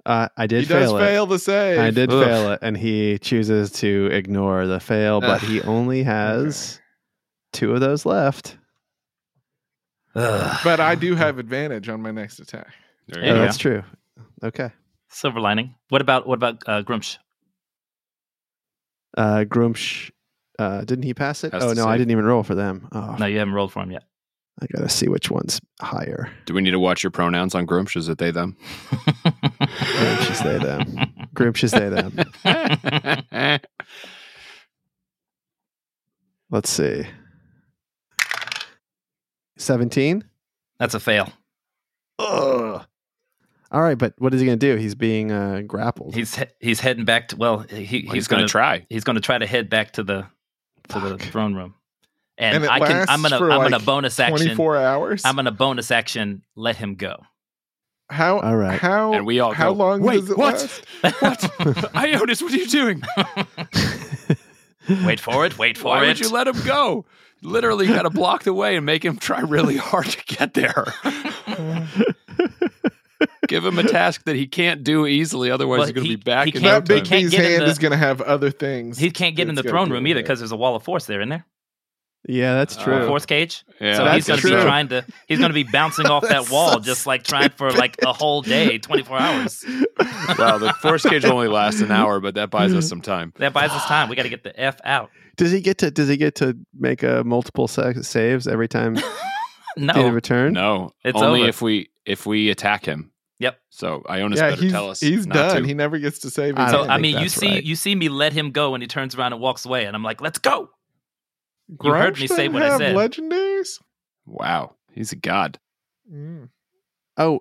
B: Uh, I did
A: he does
B: fail it.
A: fail the save.
B: I did
E: Ugh.
B: fail it, and he chooses to ignore the fail, but he only has two of those left.
C: Ugh.
A: but I do have advantage on my next attack.
E: There
C: Yeah.
B: Oh,
E: you go.
B: that's true. Okay.
C: silver lining. What about what about uh, Grumsh?
B: Uh, Grumsh, uh, didn't he pass it?
E: Has
B: oh
E: to
B: no, I
E: save.
B: didn't even roll for them. Oh,
C: No, you haven't rolled for him yet.
B: I gotta see which one's
E: [laughs]
B: higher.
E: Do we need to watch your pronouns on Grumsh? Is it they, them?
B: Grumsh is
C: [laughs]
B: they them. Grumsh is they them.
E: [laughs]
B: Let's see. Seventeen.
C: That's a fail.
B: Ugh. All right, but what is he gonna do? He's being uh, grappled.
C: He's he- he's heading back to. Well, he, he's,
E: He's
C: gonna,
E: going to try.
C: he's going to try to head back to the to the
B: Fuck.
C: throne room. And,
A: And it
C: I can. I'm
A: lasts
C: gonna.
A: for,
C: I'm gonna
A: like,
C: bonus
A: Twenty
C: action.
A: four hours.
C: I'm gonna bonus action. Let him go.
A: how
B: All right.
A: how
E: And we all
A: how
E: go,
A: long
E: Wait,
A: does it
E: what?
A: last?
E: What? [laughs] Ionis, what are you doing?
C: [laughs] Wait for it. Wait for
E: Why
C: it.
E: would you let him go? Literally got to block the way and make him try really hard to get there. [laughs] Give him a task that he can't do easily, otherwise
C: Well,
E: he's going to
C: he-
E: be back
C: he
E: in no
C: can't-
A: That
E: time.
A: big
C: can't
A: B's
C: get in
A: hand
C: the-
A: is gonna have other things.
C: he can't get in the
A: It's
C: throne
A: gotta
C: room
A: be
C: either
A: there.
C: because there's a wall of force there, in there?
B: yeah, that's
E: Uh,
C: A
B: true.
C: force cage.
E: Yeah,
C: so
E: that's
C: he's going to be
E: true.
C: trying to. He's going to be bouncing off that
A: That's
C: wall,
A: so
C: just like trying for like a whole day, 24 hours.
E: Wow, the force cage only lasts an hour, but that buys us some time.
C: That buys us time. We got to get the f out.
B: [laughs] does he get to? Does he get to make a multiple sa- saves every time in a
C: No,
B: return?
E: No,
C: Mm-hmm. It's
E: only
C: over.
E: if we if we attack him.
C: Yep.
E: So Ionis
A: yeah,
E: better
A: he's,
E: tell us.
A: he's
E: not
A: done.
E: to.
A: He never gets to save.
B: I
A: his
B: don't
C: so
A: hand.
C: I
B: think
C: mean, you
B: that's
C: see,
B: right.
C: you see me let him go, and he turns around and walks away, and I'm like, "Let's go." You heard
A: Grudge
C: me say
A: doesn't
C: what I
A: have
C: said.
A: Legendaries.
E: Wow, he's a god.
A: Mm.
B: Oh,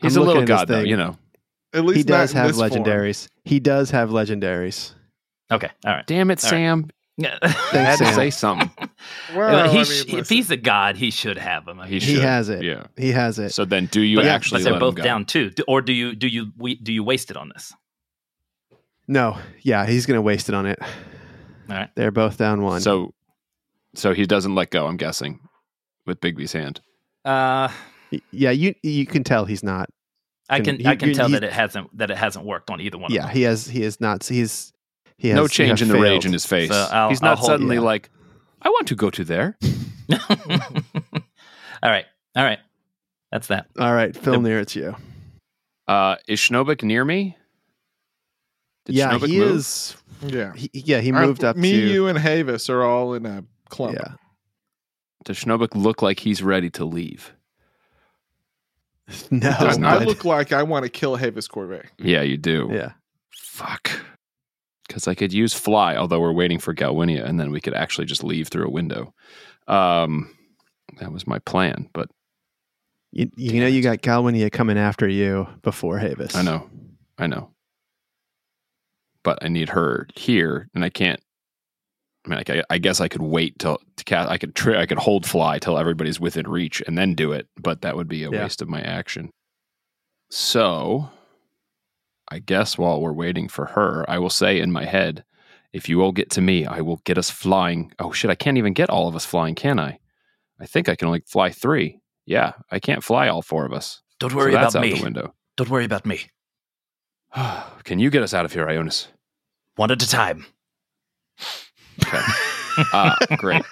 E: He's
B: I'm
E: a little
B: Oh, looking at this
E: god, though.
B: thing.
E: You know,
A: At least
B: he does
A: not in
B: have
A: this form.
B: legendaries. He does have legendaries.
C: Okay. All right.
E: Damn it,
C: All right.
E: Sam!
C: Yeah. [laughs]
E: I had
B: Thanks,
E: to
B: Sam.
E: say something.
A: Well,
C: he
A: I
C: sh-
A: mean,
C: if
A: listen.
C: he's a god, he should have them. I mean,
E: He
B: He
E: should.
B: has it.
E: Yeah.
B: He has it.
E: So then, do you
C: but,
E: actually?
C: but they're
E: let
C: both
E: him go?
C: down too. Do, or do you do you we, do you waste it on this?
B: no, yeah, he's gonna waste it on it.
C: right.
B: They're both down one.
E: So, so he doesn't let go. I'm guessing with Bigby's hand.
C: Uh,
B: Y- yeah, you you can tell he's not.
C: I
B: Can-
C: can
B: he-
C: I can
B: you-
C: tell
B: he-
C: that it hasn't that it hasn't worked on either one.
B: Yeah,
C: of
B: he has he is not. He's he has
E: no
B: you
E: change
B: have
E: in the rage
B: failed.
E: in his face.
C: So I'll-
E: He's
C: I'll
E: not
C: hold-
E: suddenly
B: yeah.
E: like, I want to go to there.
C: them. [laughs] all right, all right, that's that.
B: All right, Phil,
E: The-
B: near it's you.
E: Uh, is Schnobik near me? Did
B: yeah,
E: Schnobik
B: he
E: move?
B: is.
A: yeah.
B: He, yeah, he
A: Aren't
B: moved up
A: Me,
B: to.
A: you, and Havis are all in a clump.
B: yeah, [laughs]
E: Does Schnobik look like he's ready to leave?
B: no,
E: Does
A: I, I
E: not.
B: but-
A: look like I want to kill Havis Corvette.
C: Mm-hmm.
E: Yeah, you do.
B: Yeah,
E: Fuck. Because I could use fly, although we're waiting for Galwinia, and then we could actually just leave through a window. Um, that was my plan, but
B: you, you know you got Galwinia coming after you before Havis.
E: I know, I know. But I need her here, and I can't. I mean, I, ca- I guess I could wait till to cast. I could tri- I could hold fly till everybody's within reach, and then do it. But that would be a
B: Yeah.
E: waste of my action. So, I guess while we're waiting for her, I will say in my head, "If you all get to me, I will get us flying." Oh shit! I can't even get all of us flying, can I? I think I can only fly three. Yeah, I can't fly all four of us.
C: Don't
E: So that's out the window.
C: Don't worry about me.
E: [sighs] Can you get us out of here, Ionis?
C: One at a time. [laughs]
E: Ah, great.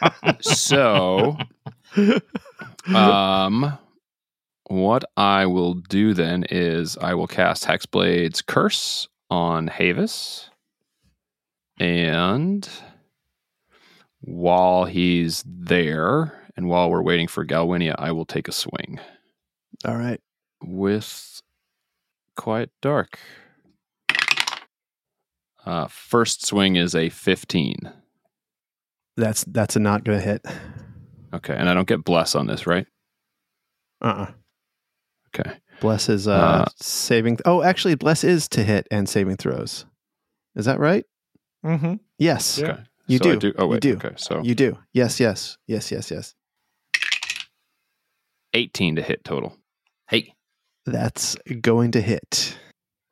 E: So, um, what I will do then is I will cast Hexblade's Curse on Havis, and while he's there, and while we're waiting for Galwinia, I will take a swing
B: [laughs] All right.
E: with Quiet Dark. Uh, first swing is a 15.
B: That's that's a not gonna hit.
E: Okay, and I don't get bless on this, right?
B: Uh. uh
E: Okay.
B: Bless is uh,
E: Uh,
B: saving. oh, actually, bless is to hit and saving throws. Is that right?
A: Mm-hmm.
B: Yes,
A: Yeah.
E: Okay.
B: You
E: so I
B: do.
E: Oh
B: You
E: wait.
B: do.
E: Okay. So
B: you do. Yes, yes, yes, yes, yes.
E: 18 to hit
B: [laughs]
E: total. [laughs]
C: Hey,
B: That's going to hit.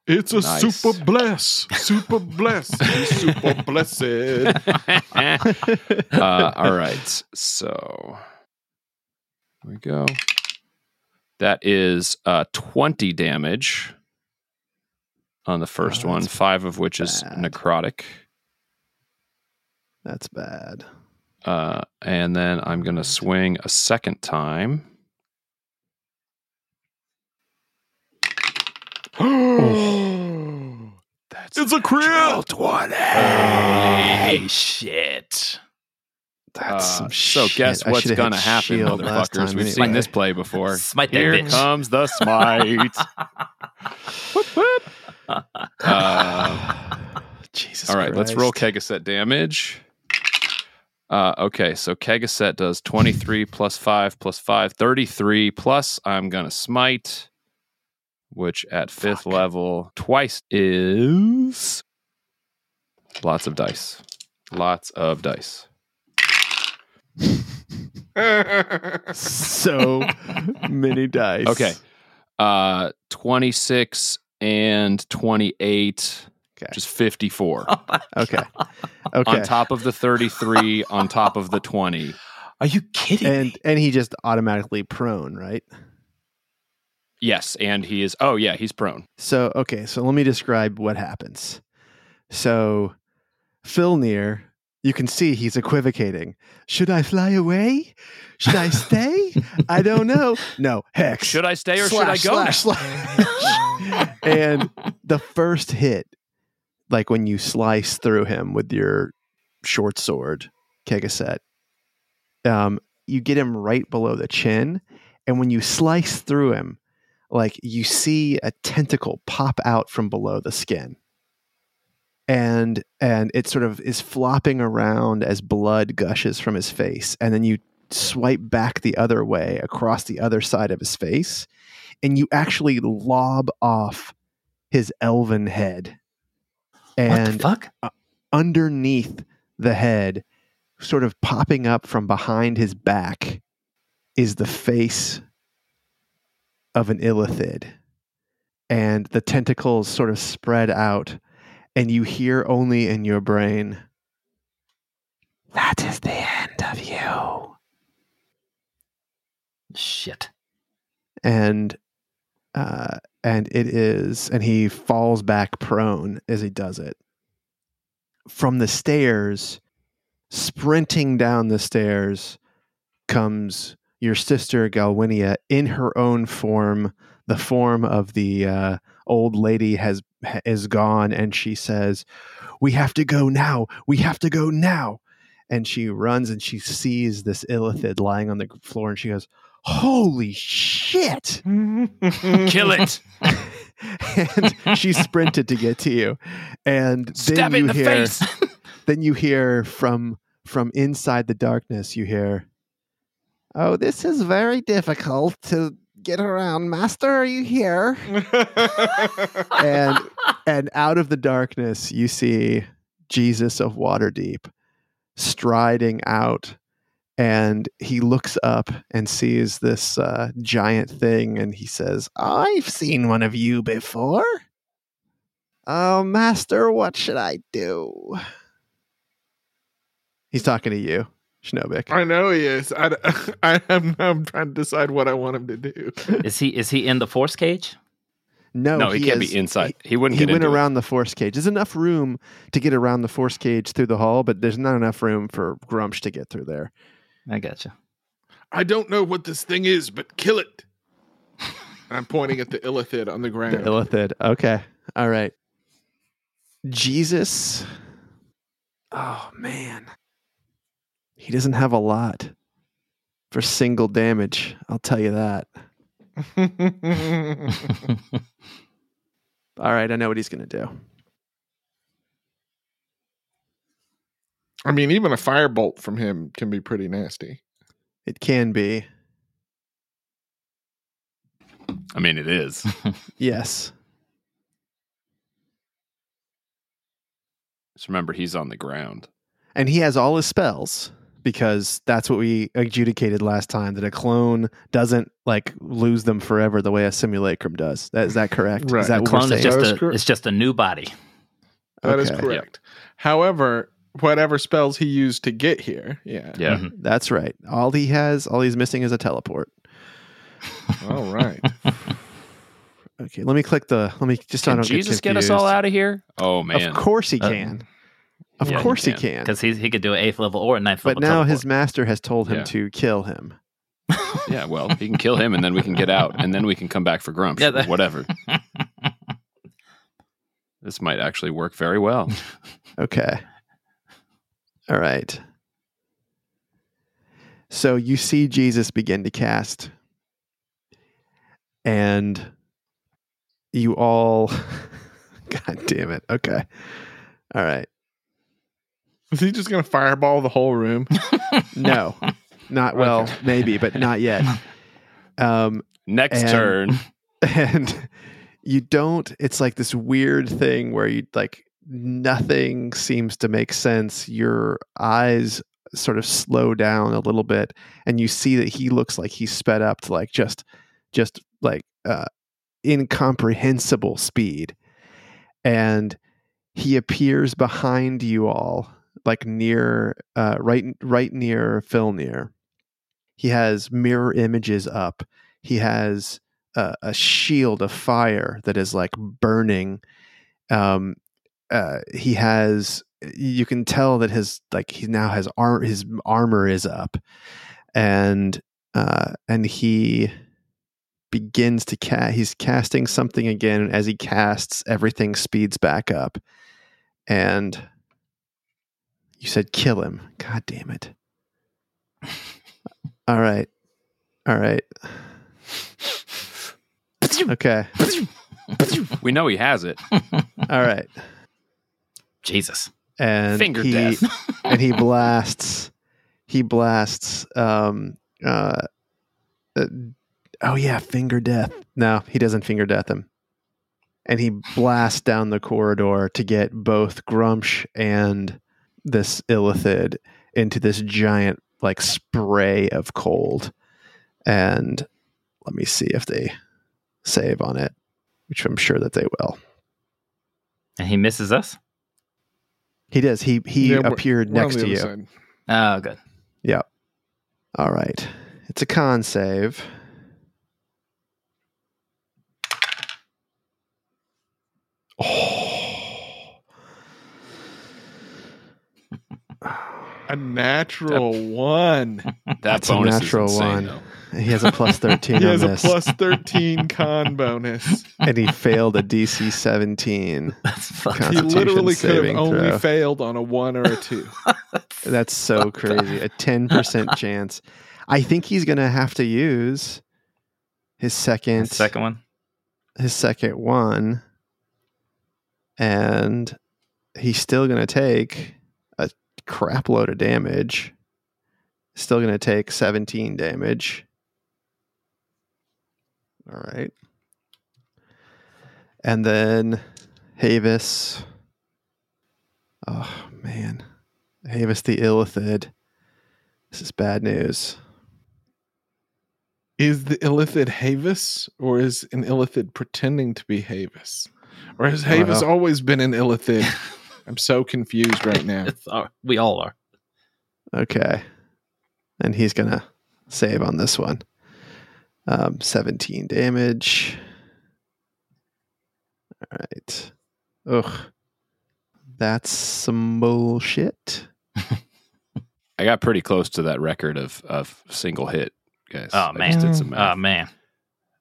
A: It's a
E: Nice.
A: super bless, super bless, super
B: [laughs]
A: blessed.
E: uh, all right. So there we go. That is uh, 20 damage on the first
B: Oh,
E: one,
B: that's
E: five of which is
B: bad.
E: necrotic.
B: That's bad.
E: Uh, and then I'm going to swing a second time. That's
A: It's a crit.
E: 20.
C: hey, shit.
B: That's some
E: Uh, so
B: shit.
E: guess
B: I
E: what's
B: should've hit
E: going to happen,
B: shield last time
E: motherfuckers? We've
B: anyway.
E: seen this play before.
C: Smite that
E: Here
C: bitch.
E: comes the smite. Whoop, whoop. Uh,
B: Jesus.
E: all right, let's roll
B: Christ.
E: Kegaset damage. Uh, okay, so Kegaset does 23 plus 5 plus 5, 33 plus I'm going to smite, which at fifth level twice is lots of dice. Lots of dice.
B: [laughs] So many dice.
E: Okay. Uh, 26 and 28,
B: Okay.
E: just 54.
B: Okay. Okay.
E: [laughs] On top of the 33, on top of the 20.
C: Are you kidding
B: and and he just automatically prone, right?
E: Yes, and he is. Oh, yeah, he's prone.
B: So okay, so let me describe what happens. So Filnir, you can see he's equivocating. Should I fly away? Should I stay? I don't know. No, hex.
E: Should I stay or
B: slash,
E: should I go?
B: slash, slash. and the first hit, like when you slice through him with your short sword, Kegaset, um, you get him right below the chin. And when you slice through him, like you see a tentacle pop out from below the skin. And and it sort of is flopping around as blood gushes from his face. And then you swipe back the other way across the other side of his face, and you actually lob off his elven head.
C: what the
B: And
C: fuck?
B: underneath the head, sort of popping up from behind his back, is the face of an illithid. And the tentacles sort of spread out, and you hear only in your brain, That is the end of you.
C: Shit.
B: And uh, and it is, and he falls back prone as he does it. From the stairs, sprinting down the stairs, comes your sister Galwinia in her own form. The form of the uh, old lady has ha- is gone, and she says, "We have to go now. We have to go now." And she runs and she sees this illithid lying on the floor, and she goes, "Holy shit!" [laughs]
E: Kill it.
B: and she sprinted to get to you. And then
E: Stab it
B: you
E: in the
B: hear,
E: face.
B: then you hear from from inside the darkness, you hear, "Oh, this is very difficult to get around, Master. Are you here?" and and out of the darkness, you see Jesus of Waterdeep striding out. And he looks up and sees this uh, giant thing, and he says, "I've seen one of you before." Oh, master, what should I do? He's talking to you, Schnobik.
A: I know he is. I, [laughs] I, am I'm trying to decide what I want him to do.
C: Is he is he in the force cage?
B: [laughs] No,
E: no, he, can't
B: is-
E: be inside. He, wouldn't
B: He
E: get
B: went
E: into it.
B: around the force cage. There's enough room to get around the force cage through the hall, but there's not enough room for Grumsh to get through there. [laughs]
C: I gotcha.
A: I don't know what this thing is, but kill it. I'm pointing at the illithid on the ground.
B: The Illithid. Okay. All right. Jesus. Oh, man. He doesn't have a lot for single damage. I'll tell you that. All right. I know what he's going to do.
A: I mean, even a firebolt from him can be pretty nasty.
B: It can be.
E: I mean, it is.
B: Yes.
E: Just remember, he's on the ground.
B: and he has all his spells because that's what we adjudicated last time that a clone doesn't like lose them forever the way a simulacrum does. That is that correct?
A: Right.
B: Is that
A: A
B: what
C: Clone
B: we're saying?
C: is just
A: That was
C: a
A: correct.
C: it's just a new body.
A: That is
B: Okay.
A: correct. However, whatever spells he used to get here, yeah.
B: Mm-hmm.
E: Yeah.
C: Mhm.
B: That's right. All he has, all he's missing is a teleport.
A: All
B: [laughs]
A: right.
B: Okay, let me click the. Let me just. so I
E: Can
B: don't
E: Jesus
B: get,
E: get us all
B: confused.
E: out of here? Oh man.
B: Of course he
C: Uh,
B: can. of
E: yeah, he
B: course he
E: can.
B: can.
C: Because he he could do an eighth level or a ninth
B: But
C: level.
B: now
C: teleport.
B: his master has told him
E: Yeah.
B: to kill him.
C: [laughs]
B: [laughs]
E: Yeah, well, he can kill him and then we can get out and then we can come back for
B: [laughs]
E: Grumps.
C: Yeah,
E: or
C: that-
E: whatever. this might actually work very well.
B: Okay. All right. So you see Jesus begin to cast, and you all. [laughs] God damn it. Okay. All right.
A: is he just going to fireball the whole room?
B: No, not well, maybe, but not yet. Um,
E: Next
B: And-
E: turn.
B: [laughs] and you don't it's like this weird thing where you like nothing seems to make sense your eyes sort of slow down a little bit and you see that he looks like he's sped up to like just just like uh incomprehensible speed and he appears behind you all like near uh right right near Filnir he has mirror images up he has a, a shield of fire that is like burning. Um, uh, he has you can tell that his like he now has arm his armor is up, and uh, and he begins to cast. He's casting something again. and As he casts, everything speeds back up, and you said kill him. God damn it! All right, all right. Okay.
E: We know he
B: [laughs]
E: has it.
B: All right.
C: [laughs] Jesus.
B: And
E: Finger
B: he,
E: death.
B: [laughs] and he blasts he blasts um uh, uh, oh yeah, finger death. No, he doesn't finger death him. and he blasts down the corridor to get both Grumsh and this Illithid into this giant like spray of cold. And let me see if they save on it, which I'm sure that they will.
C: And he misses us?
B: He does. He he
A: Yeah, we're-
B: appeared
A: We're on
B: next
A: the
B: to
A: other
B: you.
A: side.
C: Oh, good. [laughs]
B: All right. It's a con save. Oh.
A: A natural one.
B: [laughs]
E: That
B: That's a
E: bonus is
B: natural
E: insane,
B: one.
E: though.
B: He has
A: [laughs]
B: a plus 13
A: He
B: on
A: has a
B: this.
A: plus
B: [laughs]
A: 13 con bonus.
B: And he failed
A: [laughs]
B: a DC 17.
C: That's
B: Con-
C: fucking.
A: He
B: Constitution
A: literally could have
B: saving
A: only
B: throw.
A: failed on a one or a two.
B: That's so crazy. A 10% chance. I think he's going to have to use his second
C: Second one.
B: his second one, and he's still going to take a crap load of damage. Still going to take 17 damage. All right. And then Havis. Oh, man. Havis the Illithid. This is bad news.
A: Is the Illithid Havis, or is an Illithid pretending to be Havis? Or
E: Oh,
A: has
B: I don't
A: Havis
B: know.
A: always been an
E: [laughs]
A: Illithid? I'm so confused right now.
C: It's all, we all are.
B: Okay. And he's going to save on this one. Um, 17 damage. All right. Ugh. That's some bullshit.
E: I got pretty close to that record of of single hit, guys.
C: Oh,
E: I just
C: man.
E: did some
C: Oh,
E: math.
C: man.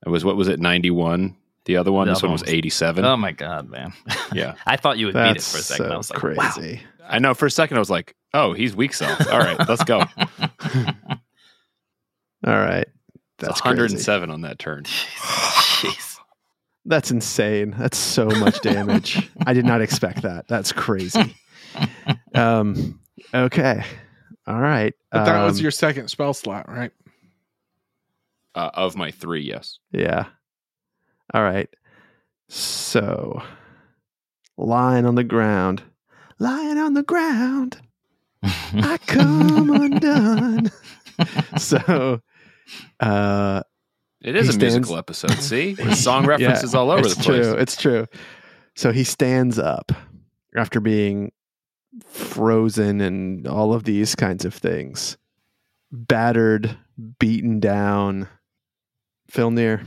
E: it was what was it ninety one? The other one,
C: The
E: this
C: other
E: one was
C: one was-
E: eighty seven.
C: Oh, my God, man. [laughs]
E: yeah,
C: I thought you would beat it
B: That's
C: for a second.
B: so
C: I was like,
B: crazy.
C: wow.
E: I know. For a second, I was like, "Oh, he's weak sauce."
C: [laughs]
E: All right, let's go.
B: All right.
E: That's
B: That's
E: one hundred
B: crazy.
E: and seven on that
C: [laughs]
E: turn.
C: Jeez.
B: That's insane. That's so
C: [laughs]
B: much damage. I did not expect that. That's crazy. Um, okay. All right.
A: But that was
B: Um,
A: your second spell slot, right?
E: Uh, of my three, yes.
B: Yeah. All right. So, lying on the ground, lying on the ground, I come undone. [laughs] So, uh,
E: It is
B: He
E: a
B: stands- [laughs]
E: musical episode. See, With song references all over
B: it's
E: the place.
B: true. It's true. So he stands up after being frozen and all of these kinds of things, battered, beaten down. Filnir,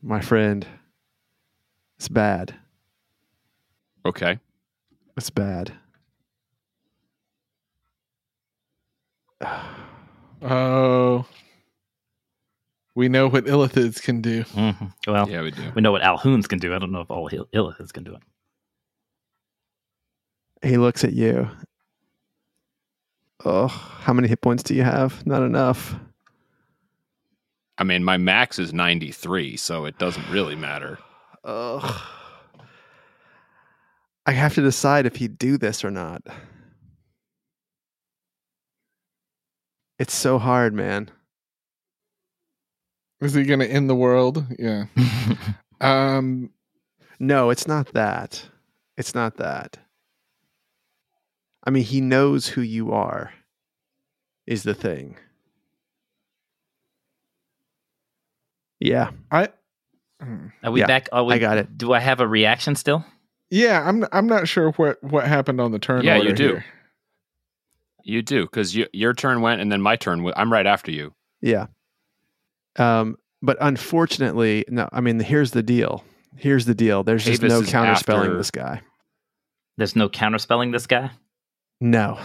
B: my friend, it's bad.
E: Okay,
B: It's bad.
A: Oh. We know what Illithids can do.
C: Mhm. [laughs] Well,
E: yeah, we do.
C: we know what Alhoons can do. I don't know if all Ill- Illithids can do it.
B: He looks at you. Oh, how many hit points do you have? Not enough.
E: I mean, my max is ninety three, so it doesn't really matter.
B: Ugh. I have to decide if he'd do this or not. It's so hard, man.
A: Is he going to end the world? Yeah.
B: [laughs]
A: Um,
B: No, it's not that. It's not that. I mean, he knows who you are, is the thing. Yeah,
A: I. Hmm.
C: Are we
B: Yeah,
C: back? Are we,
B: I got it.
C: Do I have a reaction still?
A: Yeah, I'm. I'm not sure what what happened on the turn.
E: Yeah, you
A: order
E: do.
A: here.
E: You do because you, your turn went, and then my turn. went. I'm right after you.
B: yeah. Um, but unfortunately, no, I mean, here's the deal. Here's the deal. There's just
E: Avis
B: no
E: is
B: counterspelling
E: after-
B: this guy.
C: There's no counterspelling this guy?
B: No,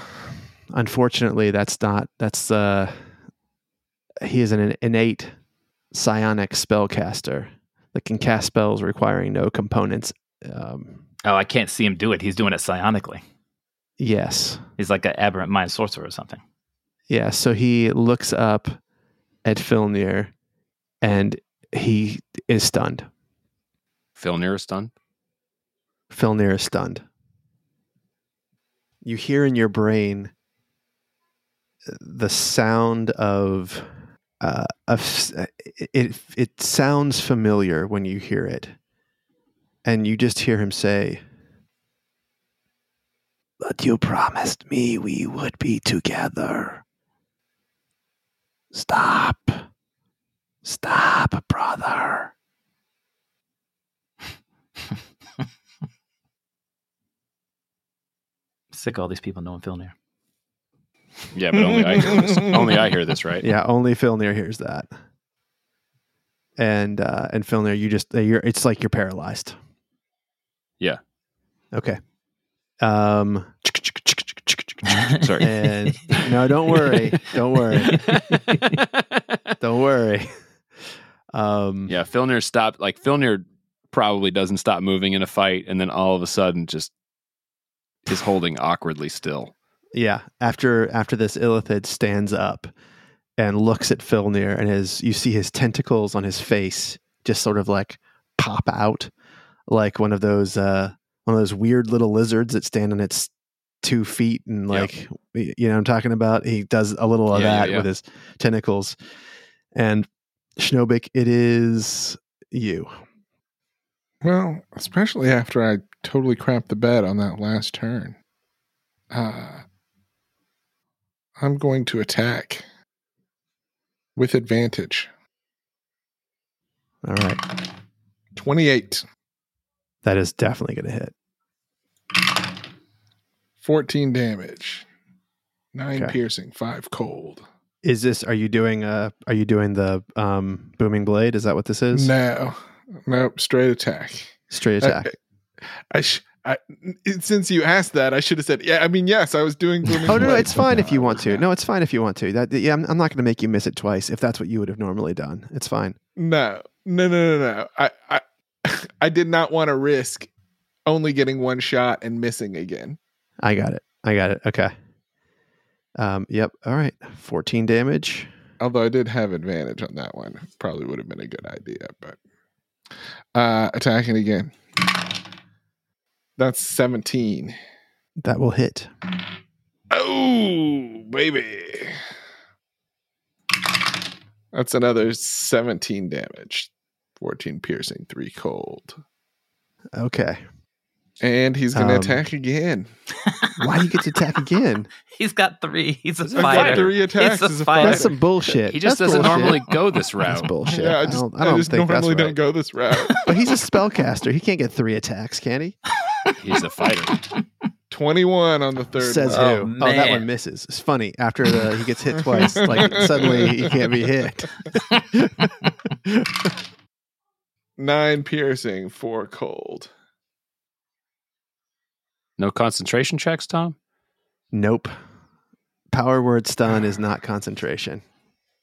B: unfortunately, that's not. That's uh, he is an innate psionic spellcaster that can cast spells requiring no components. Um,
C: Oh, I can't see him do it. He's doing it psionically.
B: yes,
C: He's like an aberrant mind sorcerer or something.
B: yeah. So he looks up at Filnir, and he is stunned.
E: Phil near is done.
B: Filnir is stunned. You hear in your brain uh, the sound of uh, of it. It sounds familiar when you hear it, and you just hear him say, But you promised me we would be together. Stop. Stop, brother.
C: Sick of all these people knowing Filnir.
E: Yeah, but only I
B: [laughs]
E: hear this. Only I hear this, right?
B: Yeah, only Filnir hears that. And uh and Filnir, you just you're it's like you're paralyzed.
E: Yeah.
B: Okay. Um [laughs]
E: Sorry.
B: and Uh, no, don't worry. Don't worry. Don't worry. Um
E: Yeah, Filner stopped. Like Filner probably doesn't stop moving in a fight, and then all of a sudden just is holding awkwardly still.
B: yeah, after after this Illithid stands up and looks at Filnir and his you see his tentacles on his face just sort of like pop out like one of those uh one of those weird little lizards that stand on its two feet and
E: Yep.
B: like y- you know what I'm talking about he does a little of
E: Yeah, yeah,
B: that
E: yeah.
B: with his tentacles and Schnobik it is you
A: Well, especially after I totally crapped the bed on that last turn. Uh, I'm going to attack with advantage.
B: all right
A: 28,
B: that is definitely going to hit
A: 14 damage, 9
B: Okay.
A: piercing, 5 cold.
B: is this are you doing uh are you doing the um booming blade is that what this is
A: No, nope, straight attack.
B: Straight attack.
A: I, sh- I since you asked that, I should have said, yeah, I mean, yes, I was
B: [laughs]
A: doing Blooming
B: oh no, no,
A: Blade.
B: it's fine if you want to.
A: Yeah.
B: No, it's fine if you want to. That yeah, I'm, I'm not going to make you miss it twice if that's what you would have normally done. It's fine.
A: No, no, no, no, no. I, I, I [laughs] did not want to risk only getting one shot and missing again.
B: I got it. I got it. Okay. Um. Yep. All right. 14 damage.
A: Although I did have advantage on that one, probably would have been a good idea. But uh attacking again. That's seventeen.
B: That will hit.
A: Oh, baby. That's another 17 damage. 14 piercing, 3 cold.
B: Okay.
A: And he's going to
B: Um,
A: attack again.
B: Why do you get to attack again?
C: [laughs] He's got three. He's a
E: a
A: I've got
E: fighter.
C: spider.
A: three attacks
C: a
A: as a
C: fighter.
A: fighter.
B: That's some bullshit.
E: He just
B: That's
E: doesn't
B: bullshit.
E: normally go
A: [laughs]
E: this
B: That's
E: route.
B: bullshit.
A: Yeah,
B: I
A: I just,
B: don't. I don't
A: just
B: think that's
A: normally don't
B: right.
A: go this
B: [laughs]
A: route.
B: But he's a spellcaster. He can't get three attacks, can he?
E: He's a fighter.
A: 21 on the third
B: Says
A: one.
B: who?
C: one. Oh,
B: Oh, that
C: man.
B: one misses. It's funny. After the, he gets hit twice, like suddenly he can't be hit.
A: 9 piercing, 4 cold.
E: No concentration checks, Tom.
B: Nope. Power word stun is not concentration.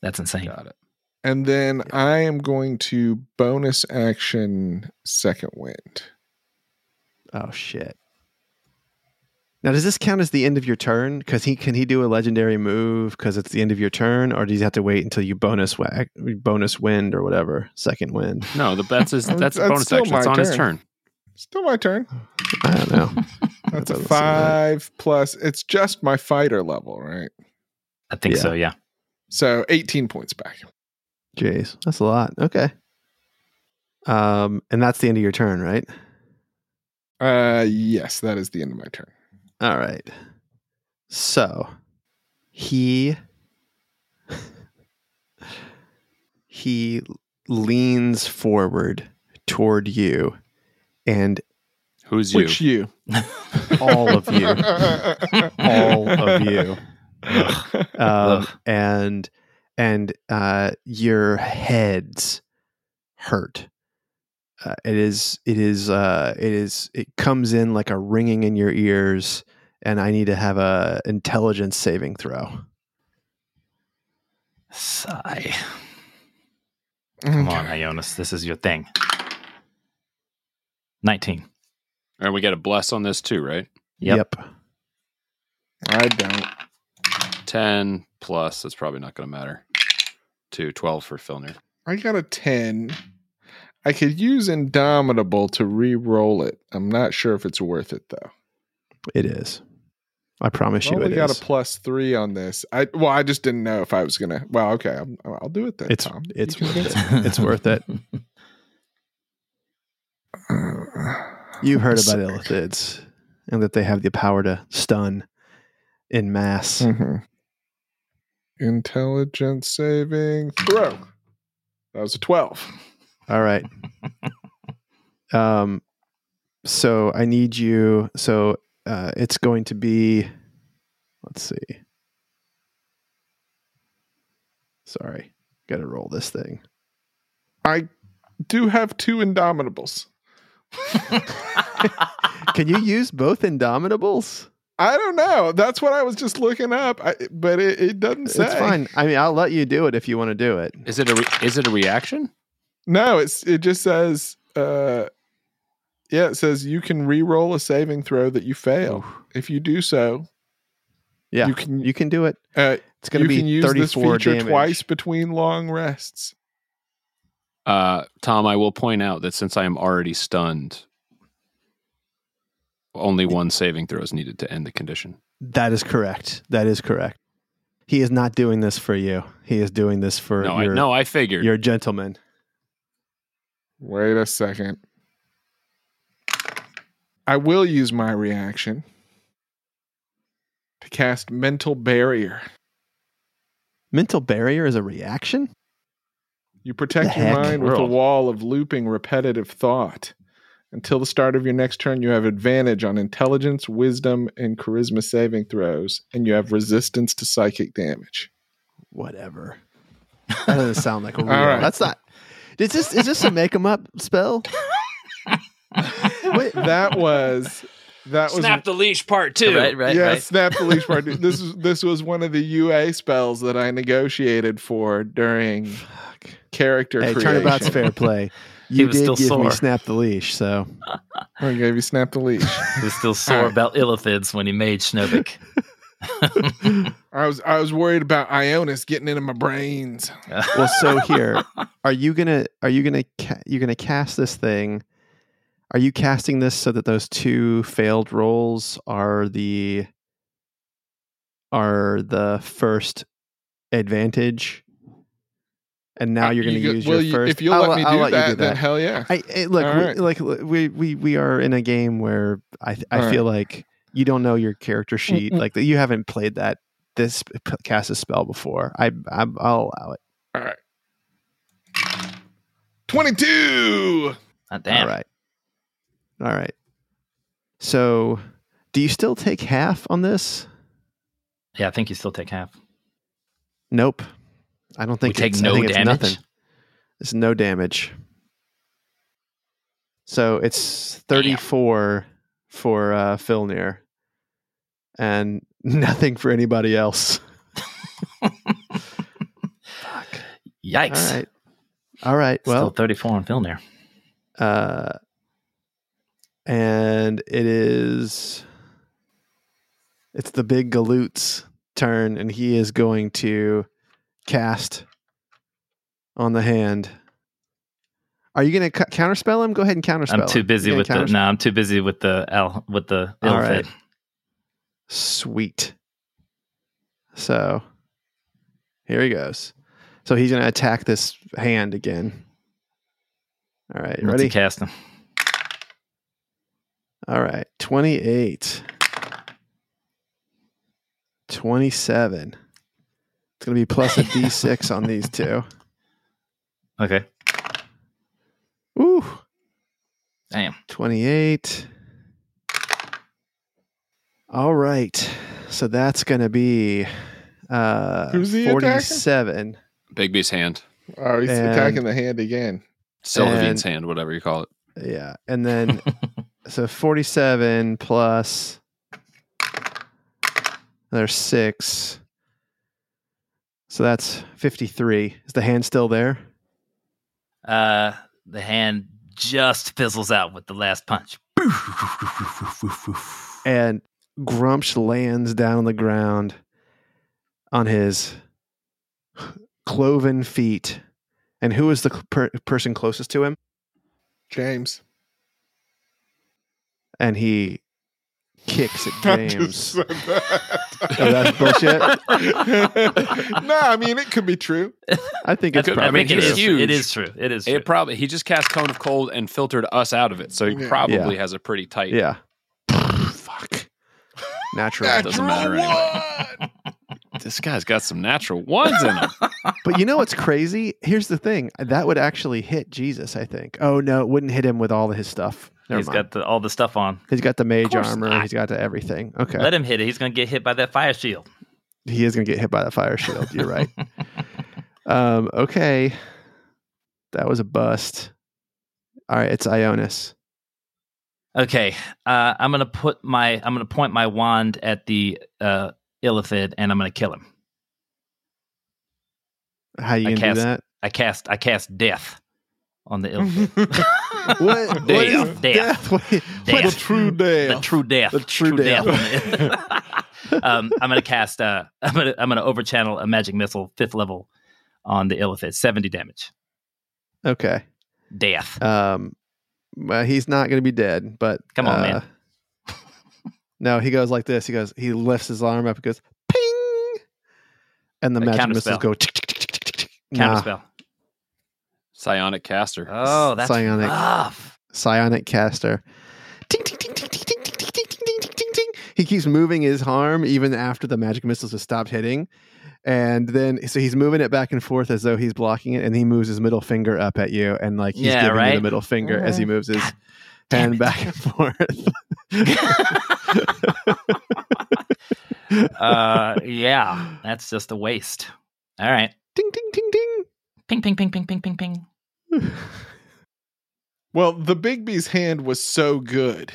C: That's insane.
E: Got it.
A: And then I am going to bonus action second wind.
B: Oh shit. Now does this count as the end of your turn? Because he can he do a legendary move because it's the end of your turn, or does he have to wait until you bonus whack, bonus wind or whatever second wind?
E: No, the, that's
A: [laughs]
E: his. That's a
A: That's
E: bonus
A: still
E: action.
A: my
E: It's on his
A: turn.
E: turn.
A: Still my turn.
B: I don't know.
A: That's
B: [laughs] That
A: a
B: doesn't seem right.
A: five plus. It's just my fighter level, right?
C: I think
B: Yeah.
C: so. Yeah.
A: So 18 points back.
B: Jeez, that's a lot. Okay. Um, and that's the end of your turn, right?
A: Uh, yes, that is the end of my turn.
B: All right. So he [laughs] he leans forward toward you and
E: Who's you?
A: Which you?
B: [laughs] all of
C: [laughs]
B: you, all of you, um,
C: Ugh.
B: and and uh, your heads hurt. Uh, it is it is uh, it is it comes in like a ringing in your ears, and I need to have a intelligence saving throw.
C: Sigh. Come on,
A: Okay.
C: Ionis. This is your thing. 19.
E: and we get a bless on this too, right?
C: Yep.
A: I don't.
E: Ten plus. That's probably not going to matter. Two, 12 for Filner.
A: I got a 10. I could use Indomitable to re roll it. I'm not sure if it's worth it, though.
B: it is. I promise
A: I
B: you,
A: only
B: it
A: got
B: is.
A: a plus three on this. I Well, I just didn't know if I was going to. Well, okay. I'm, I'll do it then.
B: It's-
A: Tom. [laughs]
B: it's
A: You can
B: worth
A: get
B: it. It's worth it.
A: Uh,
B: [sighs] You've heard about
A: Sorry.
B: illithids and that they have the power to stun in mass.
A: Mhm. Intelligence saving throw. That was a 12.
B: All
A: [laughs]
B: right. um, so I need you. So uh, it's going to be. Let's see. Sorry, got to roll this thing.
A: I do have two Indomitables.
B: Can
A: [laughs]
B: you use both Indomitables?
A: I don't know. That's what I was just looking up, I, but it, it doesn't say.
B: It's fine. I mean, I'll let you do it if you want to do it.
E: Is it a re- is it a reaction?
A: No, it's it just says, uh, yeah, it says you can re-roll a saving throw that you fail. If you do so,
B: Yeah,
A: you can.
B: you can do it.
A: uh,
B: It's going to
A: you
B: be
A: can use this
B: 34
A: feature
B: damage.
A: twice between long rests.
E: Uh, Tom, I will point out that since I am already stunned, only one saving throw is needed to end the condition.
B: That is correct. That is correct. He is not doing this for you. He is doing this for
E: No, I,
B: your,
E: no, I figured.
B: your gentleman.
A: Wait a second. I will use my reaction to cast mental barrier.
B: Mental barrier is a reaction?
A: You protect
B: The
A: your
B: heck?
A: mind with a
E: World.
A: wall of looping repetitive thought. Until the start of your next turn, you have advantage on intelligence, wisdom, and charisma saving throws, and you have resistance to psychic damage.
B: Whatever. That doesn't
A: [laughs]
B: sound like a real.
A: right.
B: That's not. Is this is this a make 'em up spell? Wait,
A: That was that was
F: Snap the leash part two.
C: right, right,
A: yeah,
C: right.
A: snap the
C: [laughs]
A: leash part. This is this was one of the UA spells that I negotiated for during
B: fuck.
A: character
B: Hey,
A: creation.
B: turnabout's fair play. You
C: was
B: did
C: still
B: give me
C: sore.
B: snap the leash, so
A: I gave you snap the leash.
C: He was still sore about illithids when he made Schnobik.
A: I was I was worried about Ionis getting into my brains.
B: [laughs] well so
A: [laughs]
C: [laughs]
B: here are you gonna are you gonna ca- you're gonna cast this thing are you casting this so that those two failed rolls are the are the first advantage and now
A: Uh,
B: you're gonna
A: you go-
B: use
A: will
B: your
A: you-
B: first
A: If you'll
B: I'll-
A: let me
B: I'll
A: do, that,
B: you do
A: then
B: that.
A: hell yeah.
B: I, I- look,
A: All
B: we,
A: right.
B: like we, we we are in a game where I th- I
A: All
B: feel like you don't know your character sheet,
A: Mm-mm.
B: like you haven't played that this p- cast a spell before. I, I I'll allow it.
A: All right. 22.
C: God Ah, damn.
B: All right, all right. So, do you still take half on this?
C: Yeah, I think you still take half.
B: Nope. I don't think
C: We take
B: it's, I
C: no
B: think it's
C: damage?
B: nothing. It's no damage. So it's 34 for uh, Filnir and [laughs] nothing for anybody else.
C: Yikes.
B: All right. All right.
C: still
B: Well,
C: 34 on Filner.
B: uh, and it is it's the big galoot's turn and he is going to cast on the hand are you going to c- counterspell him go ahead and counterspell
C: I'm too
B: him.
C: busy
B: You gonna
C: with the
B: counters-
C: no. I'm too busy with the L with the
B: All
C: illithid.
B: right. sweet so here he goes so he's going to attack this hand again all right
C: Once he
B: ready
C: Cast him.
B: All right, 28. 27. It's going to be
A: [laughs]
B: plus a d6 on these two.
C: Okay.
B: Ooh,
C: Damn.
B: 28. All right. So that's going to be uh
A: Who's he attacking?
B: 47.
E: Bigby's hand,
A: Oh, he's
B: And-
A: attacking the hand again.
E: Sylvain's hand, whatever you call it.
B: Yeah. And then so 47 plus there's 6. So that's 53. Is the hand still there?
C: Uh, the hand just fizzles out with the last punch.
B: And Grumsh lands down on the ground on his cloven feet. And who is the cl- per- person closest to him?
A: [laughs] James.
B: And he
A: [laughs]
B: kicks at
A: I
B: James.
A: just said that.
B: Oh, that's bullshit?
A: [laughs] no, I mean it could be
C: [laughs]
A: true.
B: I think it's
E: That's-
B: probably
E: I mean,
C: it
E: he's
C: is.
E: huge.
C: It is true. It is. True.
E: It probably he just cast cone of cold and filtered us out of it, so he
A: Yeah.
E: probably has a pretty tight.
B: yeah. Fuck. Natural.
E: doesn't matter anyway.
A: one!
E: This guy's got some natural ones in him.
B: But you know what's crazy? Here's the thing. That would actually hit Jesus, I think. Oh no, it wouldn't hit him with all of his stuff. Never
C: He's
B: mind.
C: got the, all the stuff on.
B: he's got the mage
E: course
B: armor.
E: not.
B: He's got the everything. Okay.
C: Let him hit it. He's going to get hit by that fire shield.
B: he is going to get hit by the fire shield. You're
C: [laughs]
B: right. um, okay. That was a bust. All right, it's Ionis.
C: Okay, uh, I'm going to put my I'm going to point my wand at the uh, Illithid and I'm going to kill him.
B: How you
C: I
B: going to do
C: cast-
B: that?
C: I cast I cast death on the Illithid.
B: [laughs] What, what
C: [laughs] Death.
B: [laughs] is
C: Death.
B: What-
A: The
C: Death.
A: true
C: the
A: death.
C: true death.
B: The true
C: [laughs] um, I'm gonna cast. Uh, [laughs] I'm gonna I'm gonna overchannel a magic missile fifth level on the Illithid. Seventy damage.
B: Okay.
C: Death.
B: Um, well, he's not going to be dead, but
C: Come on,
B: uh,
C: man.
B: [laughs] no, he goes like this. He goes. He lifts his arm up. He goes ping, and the
C: A
B: magic
C: counter
B: missiles
C: spell.
B: go. tick, tick, tick, tick, tick, tick.
C: Counter
B: Nah,
C: spell.
E: Psionic caster.
C: Oh, that's
B: psionic.
C: rough.
B: psionic caster. Ting, ting, ting, ting, ting, ting, ting, ting, ting, ting, ting, ting, ting, ting. He keeps moving his arm even after the magic missiles have stopped hitting. And then, so he's moving it back and forth as though he's blocking it, and he moves his middle finger up at you, and like he's
C: Yeah,
B: giving you the
C: right?
B: middle finger as he moves his
C: damn
B: hand
C: it.
B: back and forth.
C: [laughs] uh, yeah, that's just a waste. All right. [laughs]
B: ding, ding, ding, ding.
C: Ping, ping, ping, ping, ping, ping, ping.
A: Well, the Bigby's hand was so good.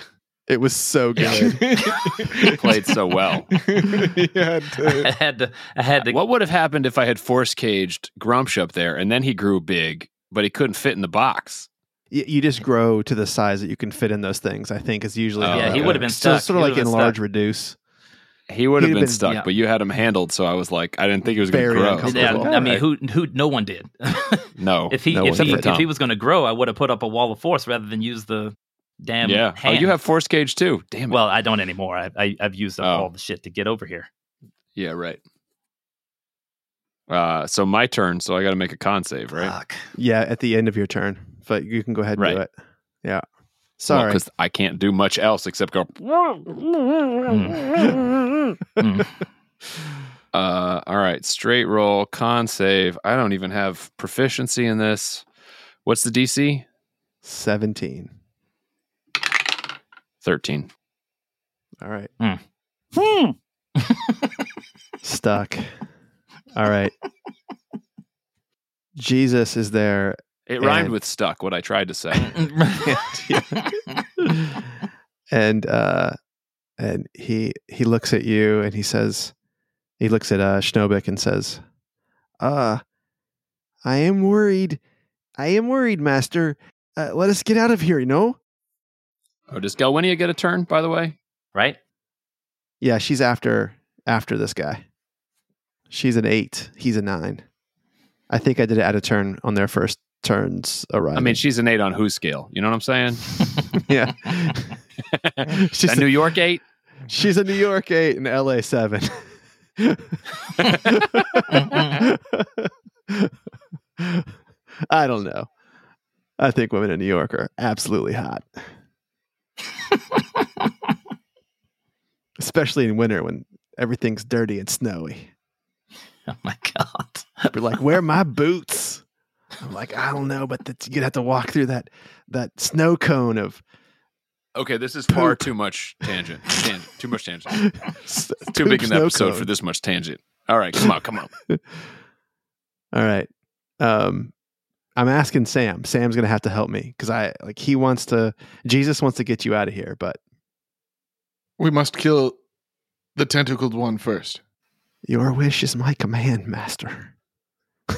B: It was so good.
E: He played so well.
A: [laughs] he had
C: I [laughs]
A: to,
C: had to. I had to.
E: What would have happened if I had force caged Grumsh up there and then he grew big, but he couldn't fit in the box?
B: Y- you just grow to the size that you can fit in those things. I think is usually how
E: Yeah,
B: that
E: he
C: would've been
B: works. So it's
C: stuck.
B: sort of
C: Oh, He
B: like
C: would've been
B: enlarge,
C: stuck.
B: reduce.
E: He would have
B: He'd
E: been,
B: have been-
E: stuck,
C: yeah.
E: but you had him handled, so I was like, I didn't think he was going to
B: Very
E: grow.
B: uncomfortable.
C: Yeah,
B: All
C: I mean,
E: right.
C: who, who? No one did. [laughs]
E: No.
C: if he,
B: No
C: if
B: one
C: he,
B: did.
C: if he was going to grow, I would have put up a wall of force rather than use the damn.
E: yeah.
C: Hand.
E: Oh, you have [laughs] force cage too. Damn it.
C: Well, I don't anymore. I, I I've used up
E: Oh.
C: all the shit to get over here.
E: yeah, right. Uh, so my turn, so I got to make a con save,
B: Ah,
E: right?
C: Fuck.
B: Yeah, at the end of your turn, but you can go ahead and do
E: Right.
B: it. Yeah. Sorry.
E: because I can't do much else except go.
C: Hmm.
E: Uh, all right, straight roll, con save. I don't even have proficiency in this. What's the DC?
B: 17.
E: Thirteen.
B: All right.
C: Hmm.
B: Stuck. All right. Jesus is there.
E: It rhymed
B: And-
E: with stuck. What I tried to say.
B: and uh and he he looks at you and he says he looks at uh Schnobik and says, Uh I am worried. I am worried, master. Uh, let us get out of here, you know?
E: oh, does Galwinia get a turn? By the way,
C: right? [laughs]
B: Yeah, she's after after this guy. She's an eight. He's a nine. I think I did it at a turn on their first turns arriving.
E: I mean, she's an eight on who scale? You know what I'm saying?
B: yeah.
E: a
B: [laughs] she's,
E: New York eight.
B: she's a New York eight and LA seven. [laughs]
C: Oh
B: I don't know. I think women in New York are absolutely hot. Especially in winter when everything's dirty and snowy.
C: Oh my god.
B: They're like, "Where are my boots?" I'm like, "I don't know, but that's you'd have to walk through that that snow cone of [laughs]
E: Okay, this is far
B: Poop.
E: too much tangent. tangent. Too much tangent.
B: s-
E: Too
B: poop
E: big an
B: snow
E: episode
B: cone."
E: for this much tangent. All right, come on, come on.
B: All right. Um, I'm asking Sam. Sam's gonna have to help me because I like he wants to. Jesus wants to get you out of here, but
A: we must kill the tentacled one first.
B: your wish is my command, Master. [laughs] All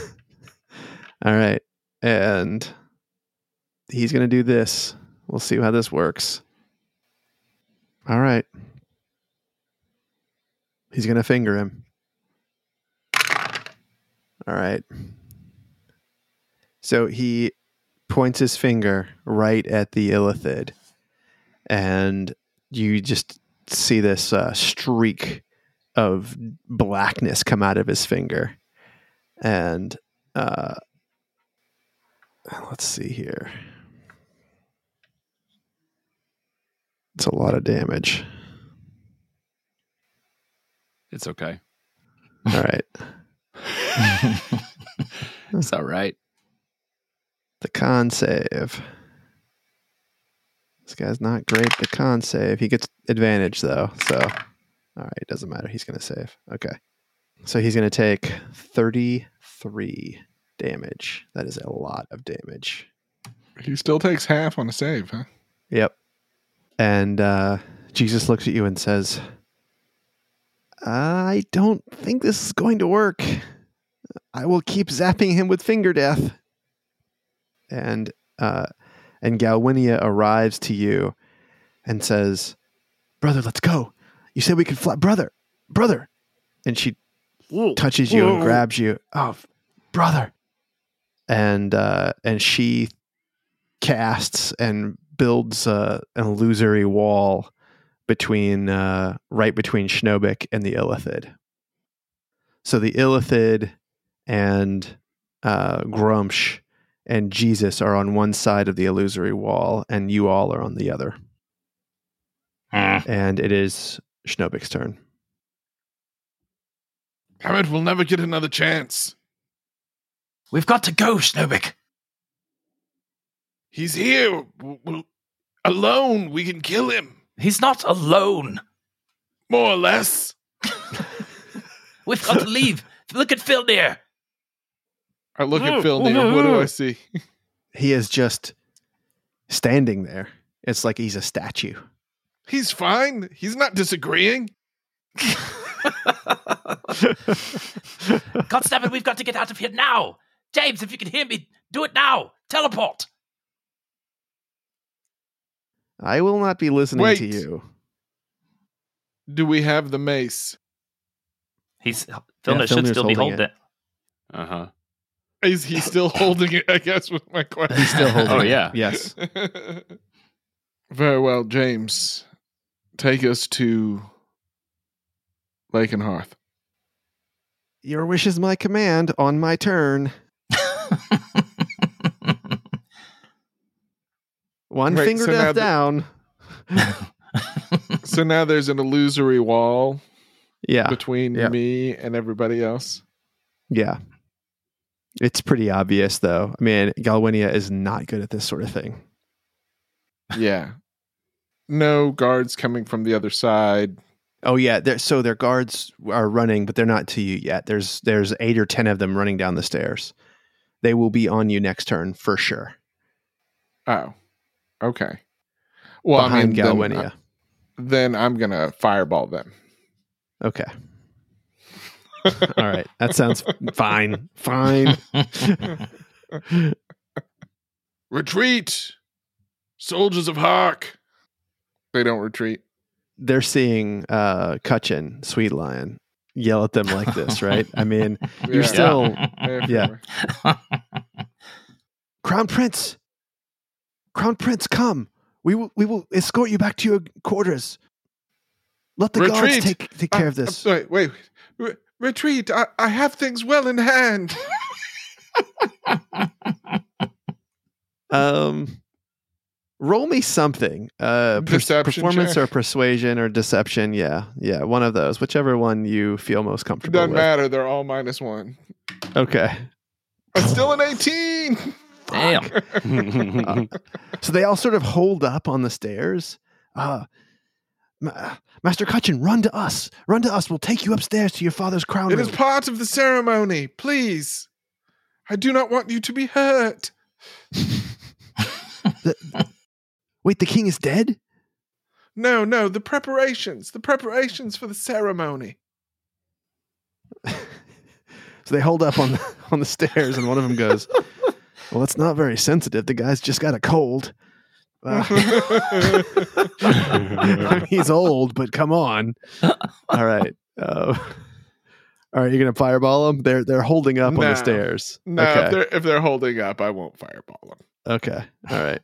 B: right, and he's gonna do this. We'll see how this works. All right. He's gonna finger him. All right. So he points his finger right at the illithid, and you just see this uh, streak of blackness come out of his finger, and uh, let's see here. It's a lot of damage.
E: It's okay.
B: All right,
E: It's all right.
B: the con save. This guy's not great. The con save. He gets advantage though, so all right, doesn't matter. He's gonna save. Okay, so he's gonna take thirty-three damage. That is a lot of damage.
A: He still takes half on a save, huh?
B: Yep. And uh, Jesus looks at you and says, I don't think this is going to work. I will keep zapping him with finger death. And uh, and Galwinia arrives to you and says, Brother, let's go. You said we could fly. Brother, brother. And she touches you and grabs you. Oh, brother. And uh, and she casts and builds uh, an illusory wall between uh, right between Schnobik and the Illithid. So the Illithid and uh, Grumsh and Jesus are on one side of the illusory wall, and you all are on the other.
C: Mm.
B: And it is Schnobik's turn.
A: Damn it, we'll never get another chance.
C: We've got to go, Snowbick.
A: He's here. W- w- alone, we can kill him.
C: He's not alone.
A: More or less.
C: We've got to leave. Look at Filnir.
A: I look at Filnir. What do I see?
B: He is just standing there. It's like he's a statue.
A: [laughs] He's fine. He's not disagreeing.
C: God damn it, we've got to get out of here now. James, if you can hear me, do it now. Teleport.
B: I will not be listening to
A: Wait.
B: you.
A: Do we have the mace?
C: He's Filnir should
B: Filner's
C: still be
B: holding
C: holding
B: it.
C: it.
E: Uh huh.
A: Is [laughs] he still holding it? I guess was my question.
B: He's still holding.
E: Oh,
B: it.
E: yeah.
B: Yes.
A: [laughs] Very well, James. Take us to Lake and
B: [laughs]
A: Hearth.
B: Your wish is my command on
A: [laughs]
B: my turn. One
A: Right,
B: finger
A: so now
B: death
A: the-
B: down.
A: So now there's an illusory wall
B: Yeah.
A: between
B: Ah, Yeah.
A: me and everybody else.
B: Yeah. It's pretty obvious, though. I mean, Galwinia is not good at this sort of thing.
A: Yeah. No guards coming from the other side.
B: Oh yeah, they're, so their guards are running, but they're not to you yet. There's there's eight or ten of them running down the stairs. They will be on you next turn for sure.
A: Oh, okay. Well, I mean,
B: behind
A: then, uh,
B: Galwinia.
A: then I'm gonna fireball them. [laughs]
B: Okay. All right. That sounds fine. Fine.
A: Retreat, soldiers of Hark. They don't retreat.
B: they're seeing uh Cutchin, Sweet Lion, yell at them like this, right? I mean,
A: [laughs] Yeah.
B: you're still
C: [laughs]
A: They're
B: yeah.
A: everywhere.
B: Crown Prince. Crown Prince, come. We will we will escort you back to your quarters. Let the
A: Retreat!
B: guards take take care of
A: I- I'm [laughs]
B: this.
A: sorry, wait, wait. Re- retreat. I, I have things well in
B: [laughs]
A: hand.
B: Um roll me something. Uh per-
A: Deception
B: performance
A: check.
B: or persuasion or deception. Yeah. Yeah, one of those. Whichever one you feel most
A: It
B: comfortable
A: doesn't
B: with.
A: matter. They're all minus one.
B: Okay.
A: It's still an
B: [sighs]
A: 18.
C: Damn.
E: [laughs]
B: So they all sort of hold up on the stairs. Uh, Ma- Master Cutchin, run to us. Run to us. We'll take you upstairs to your father's crown.
A: It
B: room.
A: is part of the ceremony. Please. I do not want you to be hurt.
B: Wait, the king is dead?
A: No, no, the preparations, the preparations for the ceremony.
B: So they hold up on the, [laughs] on the stairs, and one of them goes, Well, that's not very sensitive. The guy's just got a cold. Uh,
A: Mm-hmm.
B: [laughs] he's old, but come on. All right. Uh, all right, you're gonna fireball them. They're they're holding up on
A: No.
B: the stairs.
A: [laughs] no, if,
B: okay.
A: they're, if they're holding up, I won't fireball
B: Okay. All right.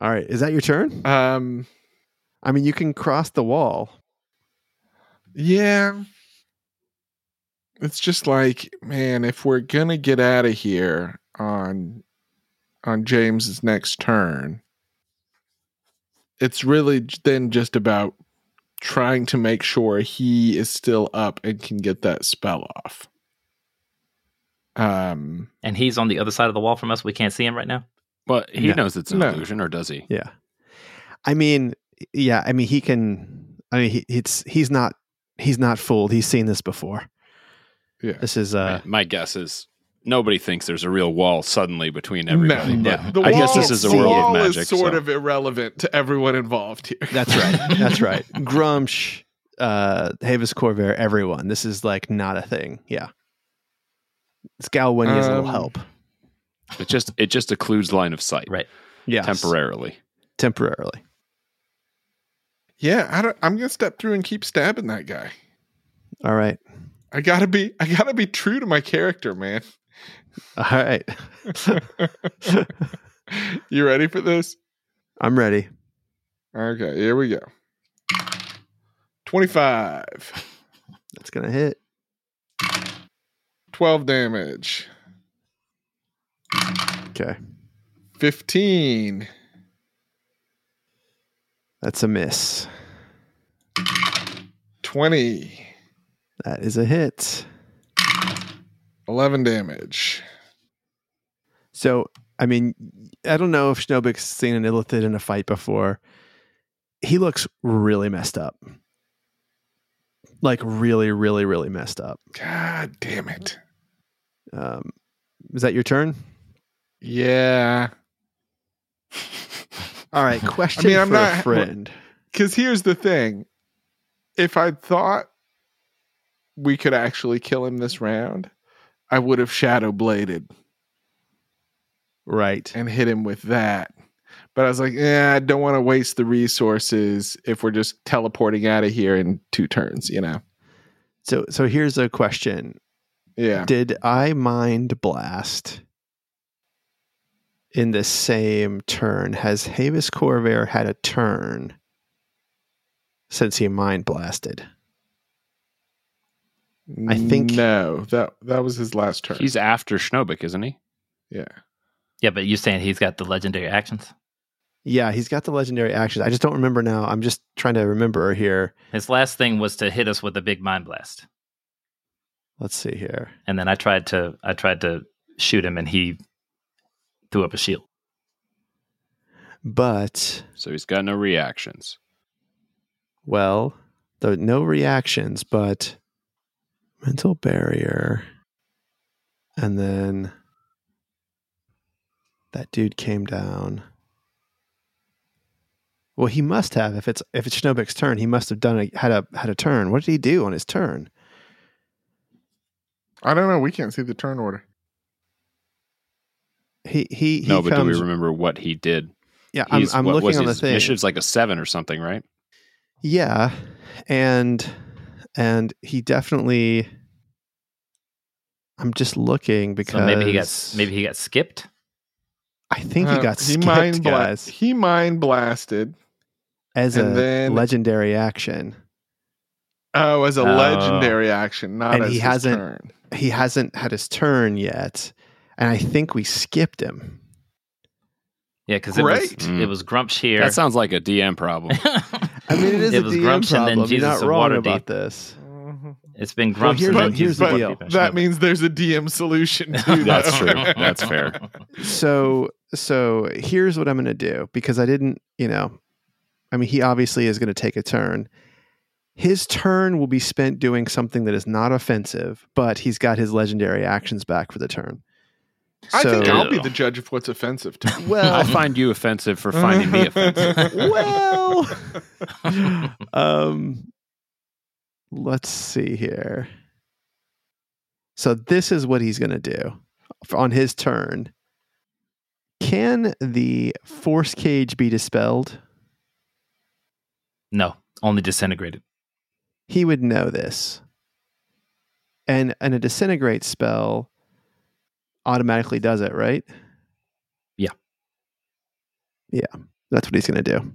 B: all right. Is that your turn?
A: them. Um,
B: I mean, you can cross the wall.
A: Yeah. It's just like, man, if we're gonna get out of here on on James's next turn, it's really j- then just about trying to make sure he is still up and can get that spell off. Um
C: and he's on the other side of the wall from us. We can't see him right now.
E: Well, he
B: No.
E: knows it's an
A: No.
E: illusion, or does he?
B: Yeah. I mean, yeah, I mean he can I mean he, it's he's not he's not fooled. He's seen this before.
A: yeah.
B: This is uh
E: My guess is nobody thinks there's a real wall suddenly between everybody.
A: No,
E: but
A: no.
E: I guess this is a
A: the
E: world
A: wall
E: of magic.
A: Is sort
E: so-
A: of irrelevant to everyone involved here.
B: that's
A: [laughs]
B: right. that's right. Grumsh, uh Havis Corvair, everyone. This is like not a thing. Yeah. This Galwin needs a little
A: Um,
B: help.
E: It just it just occludes line of sight
C: Right.
B: Yeah.
E: temporarily.
B: Temporarily.
A: Yeah, I don't, I'm gonna step through and keep stabbing that guy.
B: All right.
A: I gotta be I gotta be true to my character, man. [laughs]
B: All right. [laughs]
A: you ready for this?
B: I'm ready.
A: Okay, here we go. 25,
B: That's gonna hit.
A: 12 damage,
B: Okay.
A: 15,
B: That's a miss.
A: 20,
B: That is a hit.
A: 11 damage.
B: So, I mean, I don't know if Schnobik's seen an Illithid in a fight before. He looks really messed up. Like, really, really, really messed up.
A: God damn it.
B: Um, is that your turn?
A: Yeah.
B: All [laughs] right, question
A: I mean, I'm
B: for
A: not-
B: a friend.
A: Because here's the thing if I thought we could actually kill him this round, I would have shadow bladed
B: Right.
A: and hit him with that. But I was like, yeah, I don't want to waste the resources if we're just teleporting out of here in two turns, you know?
B: So, so here's a question:
A: Yeah.
B: Did I mind blast in the same turn? Has Havis Corvair had a turn since he mind blasted? I think-
A: no. That that was his last turn.
E: He's after Schnobik, isn't he?
A: yeah.
C: Yeah, but you're saying he's got the legendary actions.
B: Yeah, he's got the legendary actions. I just don't remember now. I'm just trying to remember here.
C: His last thing was to hit us with a big mind blast,
B: Let's see here.
C: and then I tried to I tried to shoot him, and he threw up a shield.
B: But
E: So he's got no reactions.
B: well, though no reactions, but mental barrier. And then that dude came down. Well, he must have if it's if it's Schnobik's turn, he must have done a had a had a turn. What did he do on his turn?
A: I don't know. We can't see the turn order.
B: He he he
E: no, but do
B: comes-
E: we remember what he did?
B: yeah, I'm,
E: He's-
B: I'm
E: what was
B: looking on the
E: his
B: thing.
E: Initiative's like a seven or something, right?
B: Yeah, and and he definitely. I'm just looking because
C: So maybe he got maybe he got skipped.
B: I think he
A: Uh,
B: got skipped,
A: mind bla-
B: guys,
A: He mind blasted.
B: as a
A: and then-
B: legendary action.
A: Oh, as a
C: Oh.
A: legendary action, not
B: And
A: as
B: he
A: his
B: hasn't-
A: turn.
B: He hasn't had his turn yet, and I think we skipped him.
C: Yeah, because it was
A: Great.
E: Mm.
C: it was Grumps here. [laughs]
E: That sounds like a DM [laughs] problem.
B: I mean, it is
C: It
B: a
C: was
B: DM
C: Grumps and then
B: problem. You're
C: Jesus
B: not
C: and
B: wrong
C: Waterdeep.
B: about this.
C: it's been
B: Well,
C: Grumps.
B: here's
C: and
B: the-
C: then
B: here's
C: Jesus
B: the
C: and
B: deal.
C: Waterdeep. [laughs]
A: That means there's a DM solution too.
E: That's
A: though.
E: true. That's fair.
B: so so here's what i'm going to do because i didn't you know i mean he obviously is going to take a turn his turn will be spent doing something that is not offensive but he's got his legendary actions back for the turn
A: [laughs] I think
B: So-
A: I'll be the judge of what's offensive
B: [laughs]
A: to me.
E: [laughs] I
B: well
E: find you offensive for finding
A: [laughs]
E: me [laughs] offensive.
B: well um let's see here so this is what he's going to do f- on his turn can the force cage be dispelled
C: [laughs] No, only disintegrated. [laughs]
B: he would know this. And and a disintegrate spell automatically does it, right?
C: Yeah.
B: Yeah. That's what he's gonna do.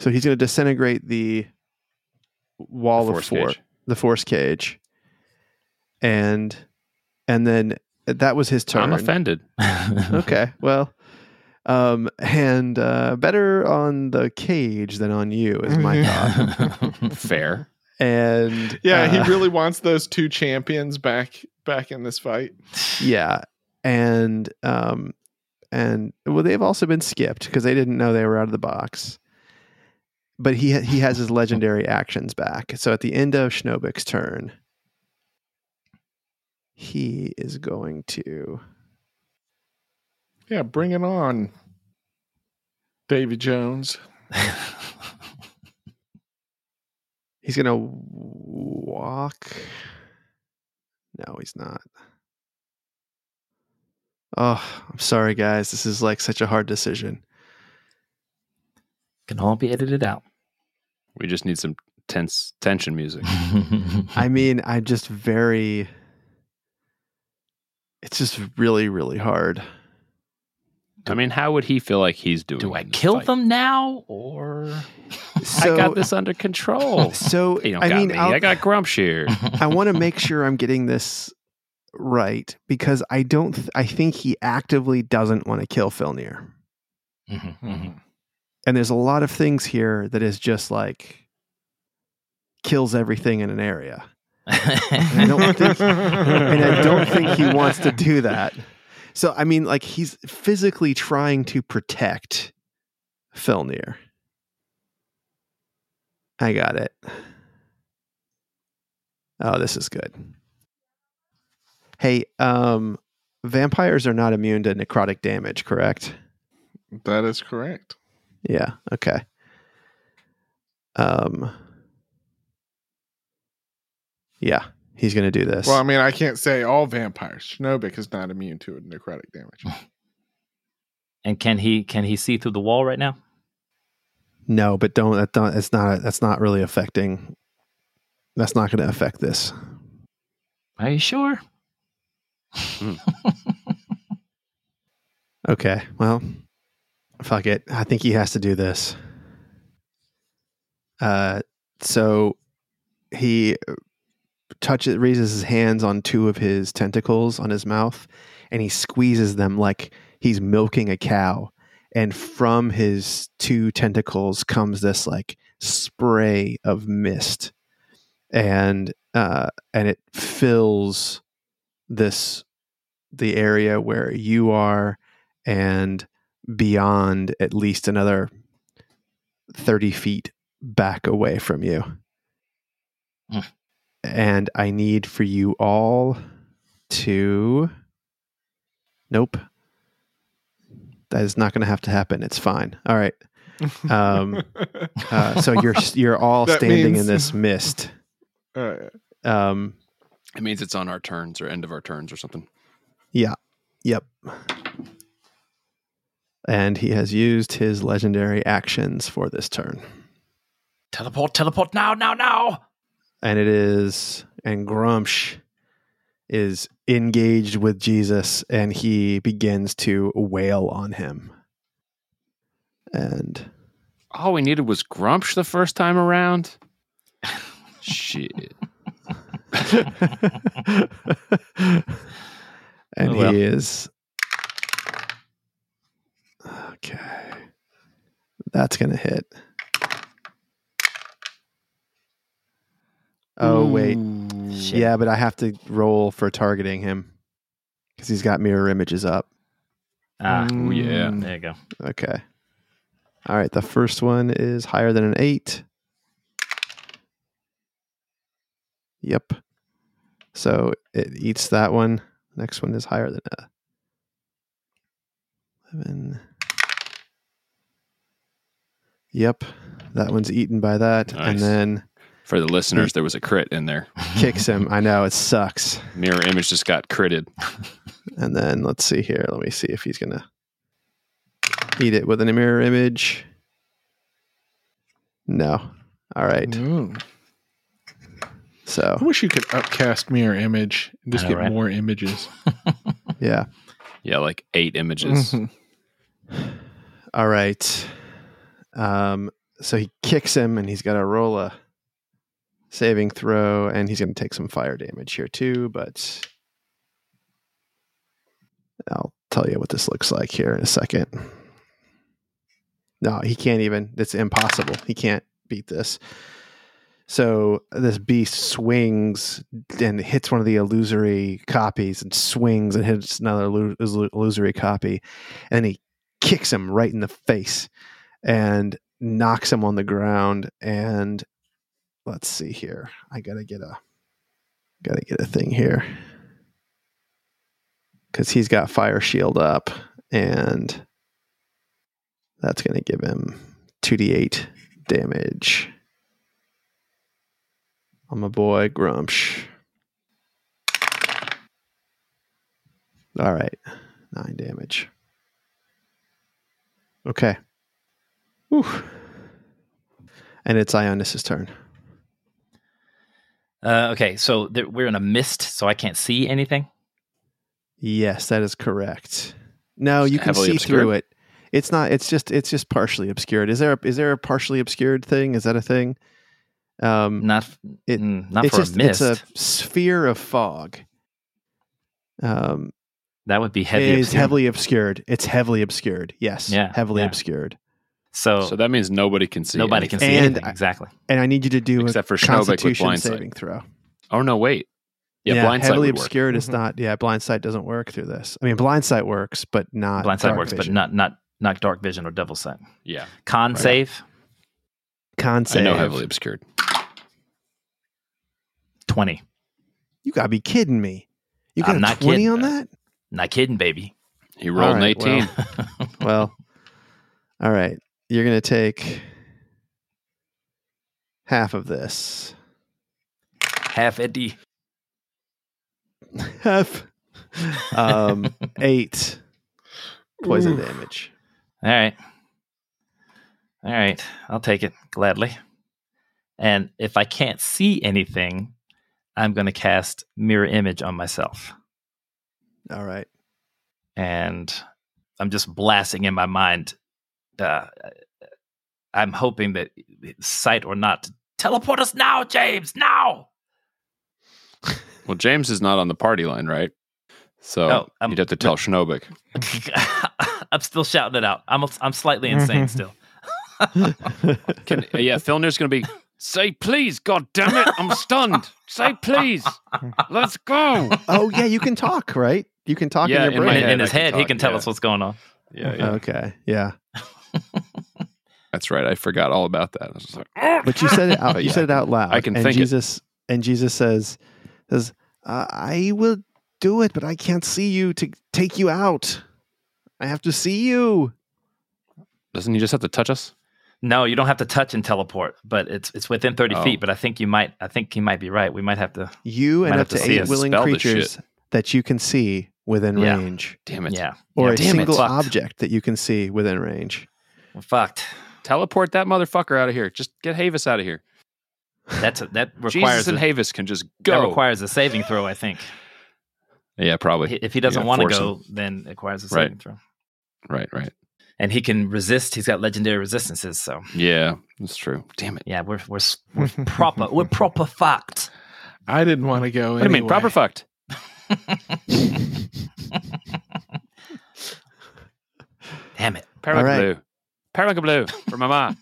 B: So he's going to disintegrate the wall
E: The
B: of
E: force
B: four,
E: cage.
B: the force cage, and and then that was his turn.
E: I'm [laughs] offended.
B: okay, well, um, and uh, better on the cage than on you is my thought.
C: [laughs]
E: Fair.
B: And
A: Yeah,
B: uh,
A: he really wants those two champions back back in this fight.
B: yeah, and um, and well, they've also been skipped because they didn't know they were out of the box. But he ha- he has his legendary actions back. So at the end of Schnobik's turn, he is going to.
A: Yeah, bring it on, Davy Jones.
B: He's gonna walk. No, he's not. Oh, I'm sorry, guys. This is like such a hard decision.
C: [laughs] Can all be edited out.
E: We just need some tense tension music.
B: I mean, I'm just very. It's just really, really hard.
E: I mean, how would he feel like he's doing?
C: Do I
E: in this
C: kill
E: fight?
C: them now or
B: So,
E: [laughs] I got this under control.
B: So
E: [laughs] You don't
B: I
E: got
B: mean,
E: me.
B: I'll-
E: I got
C: [laughs]
E: Grumps here.
B: [laughs] I want to make sure I'm getting this right because I don't. Th- I think he actively doesn't want to kill Filnir.
C: Mhm,
E: Mm-hmm,
C: mhm.
B: and there's a lot of things here that is just like kills everything in an area I don't think- and i
C: [laughs]
B: don't think he wants to do that so i mean like he's physically trying to protect felnir i got it oh this is good hey um vampires are not immune to necrotic damage correct
A: That is correct.
B: Yeah. Okay. Um. Yeah, he's gonna do this.
A: Well, I mean, I can't say all vampires. Schnobik is not immune to necrotic
C: [laughs]
A: damage.
C: and can he can he see through the wall right now?
B: no, but don't. That don't. It's not. That's not really affecting. That's not gonna affect this.
C: Are you sure?
B: Okay. Well, fuck it. I think he has to do this. Uh, so he touches, raises his hands on two of his tentacles on his mouth, and he squeezes them like he's milking a cow. And from his two tentacles comes this like spray of mist, and uh, and it fills this the area where you are and beyond at least another 30 feet back away from you.
C: Mm.
B: And I need for you all to. Nope. That is not going to have to happen. It's fine. All
A: [laughs]
B: right. Um, Uh, so you're you're all
A: That
B: standing in
A: means-
B: this mist.
C: Ah,
A: Uh,
B: Um,
E: It means it's on our turns or end of our turns or something.
B: Yep. And he has used his legendary actions for this turn.
C: Teleport, teleport now, now, now.
B: And it is, and Grumsh is engaged with Jesus and he begins to wail on him. And
E: All we needed was Grumps the first time around. Shit.
B: and [laughs]
C: Oh, well.
B: he is. Okay. That's going to hit. Oh, wait.
C: Mm, Shit.
B: Yeah, but I have to roll for targeting him because he's got mirror images up.
C: Ah,
B: Mm.
E: Oh, yeah.
C: there you go.
B: Okay. All right. The first one is higher than an eight. Yep. So it eats that one. Next one is higher than a 11. Yep. That one's eaten by that. And
E: Nice.
B: then
E: For the listeners, there was a crit in there.
B: kicks him. I know it sucks.
E: Mirror image just got critted.
B: And then let's see here. Let me see if he's going to eat it with an mirror image. No. All right.
A: mm. I
B: So,
A: wish you could upcast mirror image and just
C: I know,
A: get
C: right?
A: more
C: [laughs]
A: images.
B: yeah.
E: Yeah, like
C: Mm-hmm.
E: eight images.
A: Mhm.
B: All right. Um, So he kicks him, and he's got to roll a saving throw, and he's going to take some fire damage here too. But I'll tell you what this looks like here in a second. No, he can't even. It's impossible. He can't beat this. So this beast swings and hits one of the illusory copies and swings and hits another illu- illu- illusory copy. And he kicks him right in the face and knocks him on the ground. And let's see here. I gotta get a gotta get a thing here. Cause he's got fire shield up and that's gonna give him 2d8 damage. I'm a boy, Grumsh. All right, nine damage. Okay. Whew. And it's Ionis's turn.
C: Uh, okay, so there, we're in a mist, so I can't see anything.
B: Yes, that is correct. No,
E: It's
B: you can
E: heavily
B: see
E: obscured?
B: through it. It's not. It's just. It's just partially obscured. Is there? A, is there a partially obscured thing? Is that a thing? Um,
C: Not
B: It-
C: it, not
B: it's
C: for
B: just.
C: a mist.
B: It's a sphere of fog. Um,
C: that would be
B: It
C: heavy.
B: is
C: obscurity.
B: heavily obscured. It's heavily obscured. Yes.
C: Yeah,
B: Heavily
C: yeah.
B: obscured.
C: So,
E: So that means nobody can see.
C: nobody
E: anything.
C: can see
B: And
C: anything.
B: I-
C: exactly.
B: And I need you to do
E: Except for
B: a
E: Schnobeck with
B: constitution
E: blindsight.
B: saving throw.
E: Oh no! Wait. Yeah, blindsight
B: heavily
E: would work.
B: obscured is
C: Mhm.
B: not. Yeah, blindsight doesn't work through this. I mean, blindsight works, but not.
C: Blindsight
B: dark
C: works,
B: vision.
C: but not not not dark vision or devil sight.
E: Yeah,
C: Con
B: Right.
C: save
B: con
E: I
B: save.
E: know heavily obscured.
C: twenty.
B: You gotta be kidding me. You got
C: I'm
B: a
C: not
B: twenty
C: kidding.
B: on that?
C: Not kidding, baby. [laughs]
E: He rolled
B: All
E: an
B: right, well,
E: eighteen.
B: well, all right. You're gonna take half of this. [laughs]
C: Half Eddie.
B: Half.
E: [laughs]
B: Um, eight poison
A: Oof.
B: damage.
C: All right. All right. I'll take it gladly. And if I can't see anything, I'm going to cast mirror image on myself.
B: All right.
C: And I'm just blasting in my mind. Uh, I'm hoping that sight or not, teleport us now, James, now. [laughs]
E: Well, James is not on the party line, right? So
C: Oh, um,
E: you'd have to tell Schnobik.
C: I'm still shouting it out. I'm, I'm slightly insane still.
E: Can, uh, yeah, Filner's going to be. Say please, God damn it! I'm stunned. Say please. Let's go.
B: oh yeah, you can talk, right? You can talk
E: Yeah,
B: in your
E: in my
C: In,
B: brain.
E: head.
C: in his
E: I can
C: head, he
E: talk,
C: can tell
E: yeah.
C: us what's going on.
E: Yeah,
B: Okay, yeah.
E: That's right. I forgot all about that. I was just like,
B: But you said it out.
E: But
B: You
E: [laughs] yeah,
B: said it out loud.
E: I can
B: and
E: think it.
B: Jesus and Jesus says, "says uh, I will do it, but I can't see you to take you out. I have to see you."
E: doesn't he just have to touch us?
C: No, you don't have to touch and teleport, but it's it's within thirty
E: Oh.
C: feet. But I think you might. I think he might be right. We might have to.
B: You and
C: Might
B: up
C: have
B: to,
C: to see
B: eight
E: us
B: willing
E: spell this
B: creatures that you can see within
C: Yeah.
B: range,
E: Damn it!
C: Yeah,
B: or
C: Yeah,
B: a
E: damn it.
B: single
C: Fucked.
B: object that you can see within range.
C: we're fucked.
E: Teleport that motherfucker out of here. Just get Havis out of here.
C: That's a, that
E: [laughs] Jesus
C: requires
E: and
C: a,
E: Havis can just
C: that
E: go.
C: requires a saving throw. I
E: [laughs]
C: think
E: yeah, probably.
C: if he doesn't
E: Yeah,
C: want to
E: force
C: go, then it requires a
E: Right.
C: saving throw.
E: Right, right.
C: And he can resist. He's got legendary resistances. So
E: Yeah, that's true. Damn it.
C: yeah, we're we're, s-
B: [laughs]
C: we're proper. We're proper fucked.
A: [laughs] I didn't want to go.
E: What do you mean? Proper fucked.
C: Damn it.
E: Periwinkle
B: right.
E: blue. Periwinkle blue
B: [laughs]
E: for mama.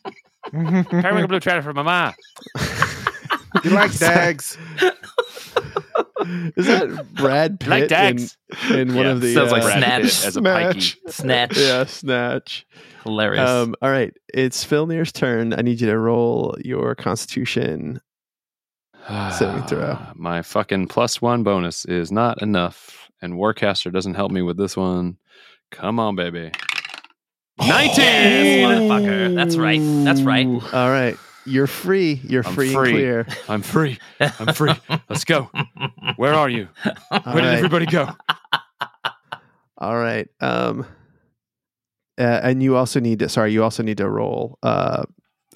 E: Periwinkle blue trailer for mama.
A: [laughs] You
C: [laughs]
A: like dags?
B: [laughs] Is that
E: [laughs]
B: Brad Pitt
E: Like
B: in,
E: Dax.
B: in one
E: Yeah,
B: of the
C: sounds like
B: uh,
C: Snatch.
E: Brad Pitt as a pikey.
A: Snatch.
B: [laughs]
C: Snatch.
B: Yeah, snatch.
C: Hilarious.
B: Um, all right, it's Filnir's turn. I need you to roll your Constitution. Saving throw.
E: Ah, My fucking plus one bonus is not enough, and Warcaster doesn't help me with this one. Come on, baby.
B: Oh,
C: Yes, motherfucker. That's right. That's right.
B: All right, you're free. You're
E: I'm
B: free,
E: free.
B: and clear.
E: [laughs] I'm free. I'm free. Let's go. Where are you?
B: All
E: Where did
B: right. [sighs]
E: everybody go?
B: All right. Um, uh, and you also need to. Sorry, you also need to roll uh,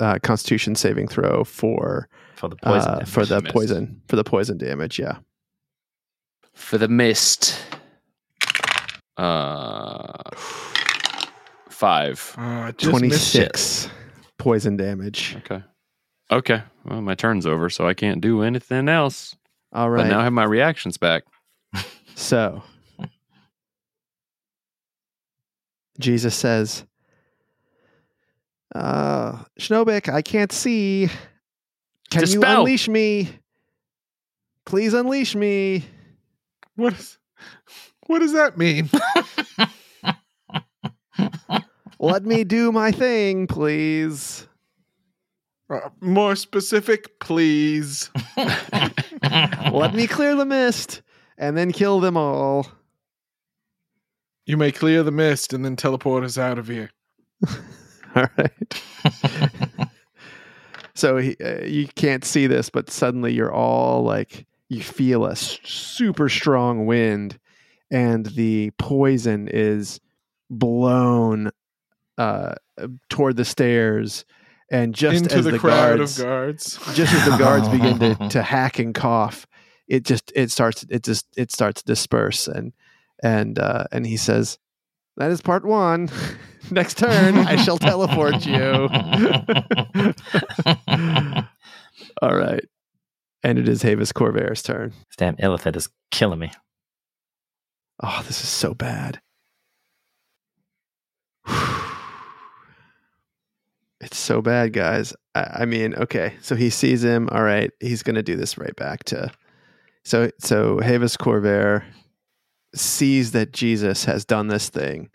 B: uh, Constitution saving throw for
C: For the poison.
B: uh, for
C: damage.
B: the
C: [laughs]
B: [laughs]
E: Missed.
B: poison for the poison damage. Yeah.
E: For the mist. Uh, five.
A: Oh, I just missed Ah, it.
B: 26 poison damage.
E: Okay. Okay. Well, my turn's over, so I can't do anything else.
B: All
E: But
B: right.
E: now I have my reactions back.
B: So, Jesus says, uh, Schnobik, I can't see. Can you
E: Dispel."
B: unleash me? Please unleash me.
A: What is, what does that mean?
B: Let me do my thing, please.
A: Uh, more specific, please.
B: Let me clear the mist and then kill them all.
A: [laughs] You may clear the mist and then teleport us out of here.
B: [laughs] All right. [laughs] so he, uh, you can't see this, but suddenly you're all like, you feel a s- super strong wind, and the poison is blown uh, toward the stairs. And just
A: Into
B: as
A: the,
B: the,
A: crowd
B: guards,
A: of guards.
B: just as the guards begin to, to hack and cough, it just it starts it just it starts to disperse and and uh, and he says, "That is part one. [laughs] Next turn, I shall teleport
C: [laughs]
B: you." All right, and it is Havis Corvair's turn.
C: This damn illithid is killing me.
B: Oh, this is so bad. [sighs] It's so bad, guys. I, I mean, okay, so he sees him. All right, he's gonna do this right back to. So so Havis Corvair sees that Jesus has done this thing,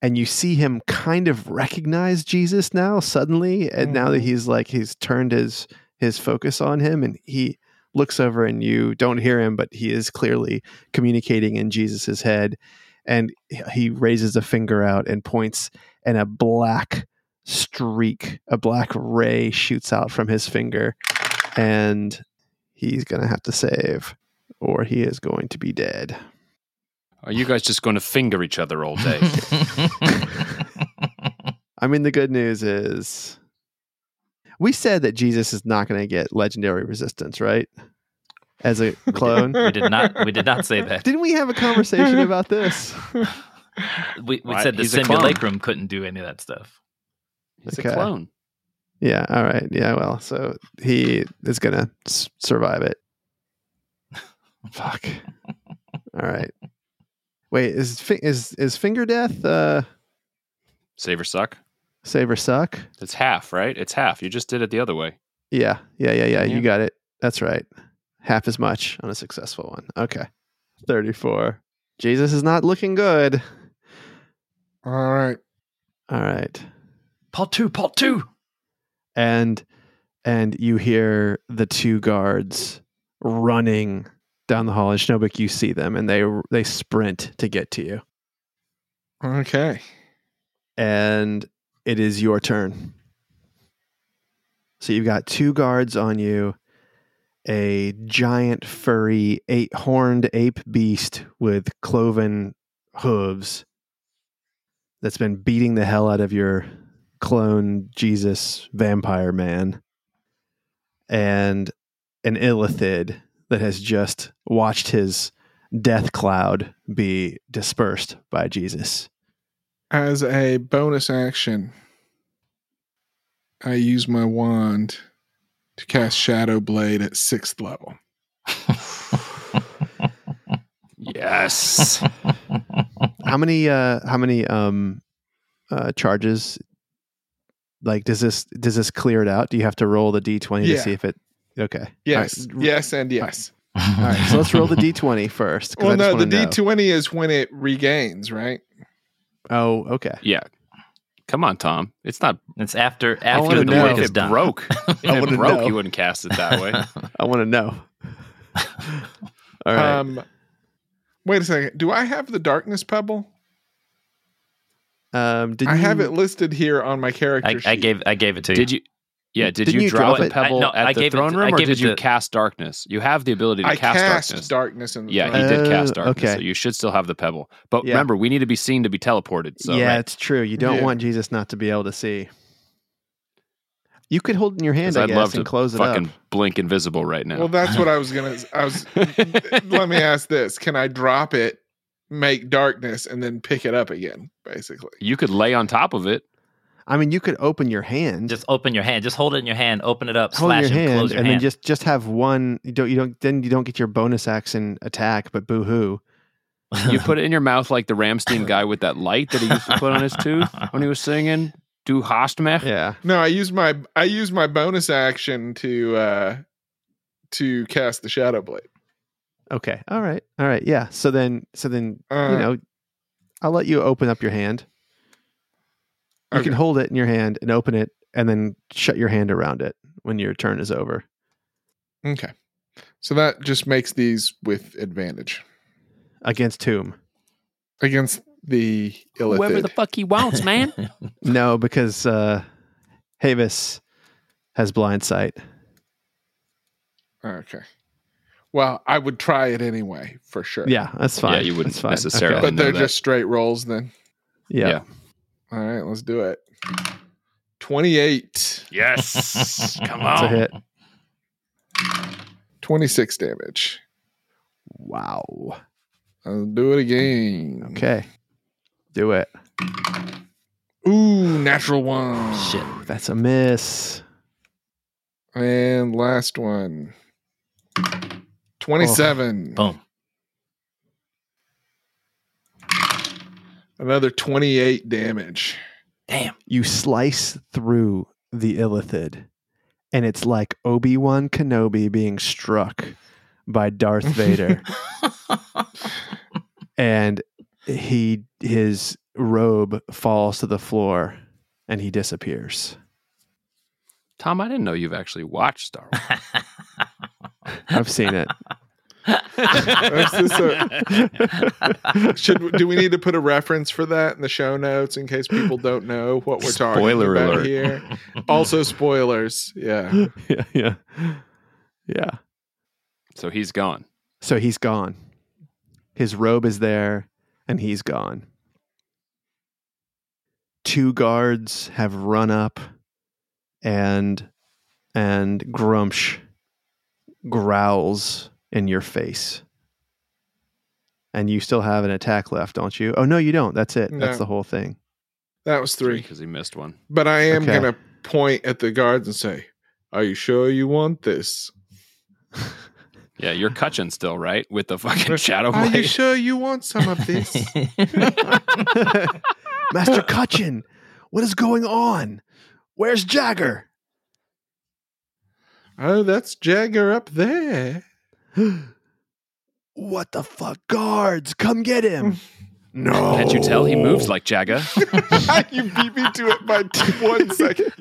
B: and you see him kind of recognize Jesus now suddenly, and now that
A: Mhm.
B: he's like he's turned his his focus on him, and he looks over, and you don't hear him, but he is clearly communicating in Jesus's head, and he raises a finger out and points, and a black streak, a black ray shoots out from his finger, and he's going to have to save, or he is going to be dead.
E: Are you guys just going to finger each other
B: [laughs]
E: all day?
B: I mean, the good news is we said that Jesus is not going to get legendary resistance, right? As a clone.
C: [laughs] we did not. We did not say that.
B: Didn't we have a conversation about this?
C: We, we
E: Why?
C: said the
E: He's a clone.
C: simulacrum couldn't do any of that stuff.
E: He's
B: Okay.
E: a clone.
B: Yeah. All right. Yeah. Well, so he is going to s- survive it. [laughs] Fuck. All right. Wait, is fi- is is finger death uh
E: Save or suck.
B: save or suck?
E: It's half, right? It's half. You just did it the other way.
B: Yeah. Yeah, yeah, yeah. You
E: Yeah.
B: got it. That's right. Half as much on a successful one. Okay. 34. Jesus is not looking good.
A: [laughs] All right.
B: All right.
C: Part two. Part two.
B: and and you hear the two guards running down the hall and Schnobik you see them and they they sprint to get to you
A: Okay.
B: and it is your turn so you've got two guards on you a giant furry eight horned ape beast with cloven hooves that's been beating the hell out of your clone Jesus vampire man and an illithid that has just watched his death cloud be dispersed by Jesus.
A: As a bonus action, I use my wand to cast Shadow Blade at sixth level.
E: Yes.
B: How many uh how many um uh charges like does this does this clear it out? Do you have to roll the D twenty to
A: Yeah.
B: see if it okay.
A: Yes,
B: All right.
A: yes, and yes.
B: All right, so let's roll
C: [laughs]
B: the D twenty first. 'cause I
A: Well,
B: just
A: no, the
B: wanna know.
A: D20 is when it regains, right?
B: Oh, okay.
E: [laughs] yeah. Come on, Tom. It's not
C: It's after
E: I
C: after
E: wanna
C: the
B: know
E: know
C: work
E: if
C: is
E: it
C: done. [laughs]
E: broke. If it
B: wanna
E: broke,
B: know.
E: you wouldn't cast it that way.
B: I want to know. All right.
A: Um, wait a second. Do I have the Darkness Pebble?
B: Um, did
A: I
B: you,
A: have it listed here on my character
C: I,
A: sheet.
C: I gave I gave it to you.
E: Did you? Yeah, did
B: Didn't
E: you,
B: you
E: drop
B: drop
E: a
B: it?
E: pebble
C: I- no,
E: at
C: I
E: the
C: gave it
E: throne
C: to- I
E: room, or
C: gave
E: did
C: it
E: you
C: to-
E: cast darkness? You have the ability to
A: I
E: cast,
A: cast
E: darkness.
A: darkness. in the
E: yeah,
A: throne.
E: he did cast
B: Oh,
E: darkness, so
B: okay.
E: you should still have the pebble. But
B: Yeah.
E: remember, we need to be seen to be teleported. So
B: yeah,
E: right?
B: it's true. You don't
A: Yeah.
B: want Jesus not to be able to see. You could hold it in your hand,
E: 'Cause
B: I
E: I'd
B: guess,
E: love
B: and
E: to
B: close it up.
E: fucking blink invisible right now.
A: Well, that's what I was gonna. I was.
E: [laughs]
A: let me ask this: Can I drop it, make darkness, and then pick it up again? Basically,
E: you could lay on top of it.
B: I mean, you could open your hand,
C: Just open your hand. Just hold it in your hand. Open it up.
B: hold
C: slash
B: your hand,
C: and close your
B: and then
C: hand.
B: just just have one. You don't you don't then you don't get your bonus action attack, but boo hoo.
E: You put it in your mouth like the Ramstein guy with that light that he used to put on his tooth when he was singing. Du hast mich.
B: Yeah,
A: No, I used my I used my bonus action to uh to cast the shadow blade.
B: [laughs] Okay. All right. All right. Yeah. So then, so then,
A: Uh,
B: you know, I'll let you open up your hand. You can
A: Okay.
B: hold it in your hand and open it, and then shut your hand around it when your turn is over.
A: Okay. So that just makes these with advantage
B: Against whom?
A: against the illithid.
E: Whoever the fuck he wants,
F: [laughs]
E: man.
B: No, because uh Havis has blind sight.
A: okay. Well, I would try it anyway for sure.
B: Yeah, that's fine.
E: Yeah, you wouldn't
B: That's fine.
E: necessarily.
B: Okay.
A: But they're
E: know that.
A: just straight rolls then.
B: Yeah.
E: Yeah.
A: All right, let's do it. 28,
C: [laughs]
E: Yes. Come
B: That's a
E: on.
B: hit.
A: 26 damage.
B: Wow.
A: I'll do it again.
B: Okay. Do it.
A: Ooh, natural one.
C: Shit.
B: [laughs] That's a miss.
A: And last one. 27.
C: Boom.
A: Another 28 damage.
C: Damn.
B: you slice through the illithid and it's like obi-wan kenobi being struck by darth vader and he his robe falls to the floor and he disappears
E: Tom, I didn't know you've actually watched Star Wars.
B: i've seen it [laughs]
A: this Should do we need to put a reference for that in the show notes in case people don't know what we're
E: Spoiler
A: talking about
E: alert.
A: here? Also spoilers. Yeah.
B: yeah yeah yeah
E: So he's gone.
B: so he's gone his robe is there and he's gone two guards have run up and and grumsh growls in your face and you still have an attack left don't you oh no you don't that's it that's
A: No.
B: the whole thing
A: That was 3.
E: Because he missed one.
A: But I am
B: Okay.
A: going to point at the guards and say, "Are you sure you want this?"
E: Yeah, you're Cutchin still, right? With the fucking shadow
A: Are you [laughs]
E: blade.
A: sure you want some of [laughs] this?
C: [laughs]
B: master cutchin what is going on where's jagger
A: oh, that's Jagger up there.
B: what the fuck guards come get
E: [laughs]
B: him no
E: Can't you tell he moves like Jagga?
A: [laughs] you beat me to it by [laughs] t- one [laughs] second.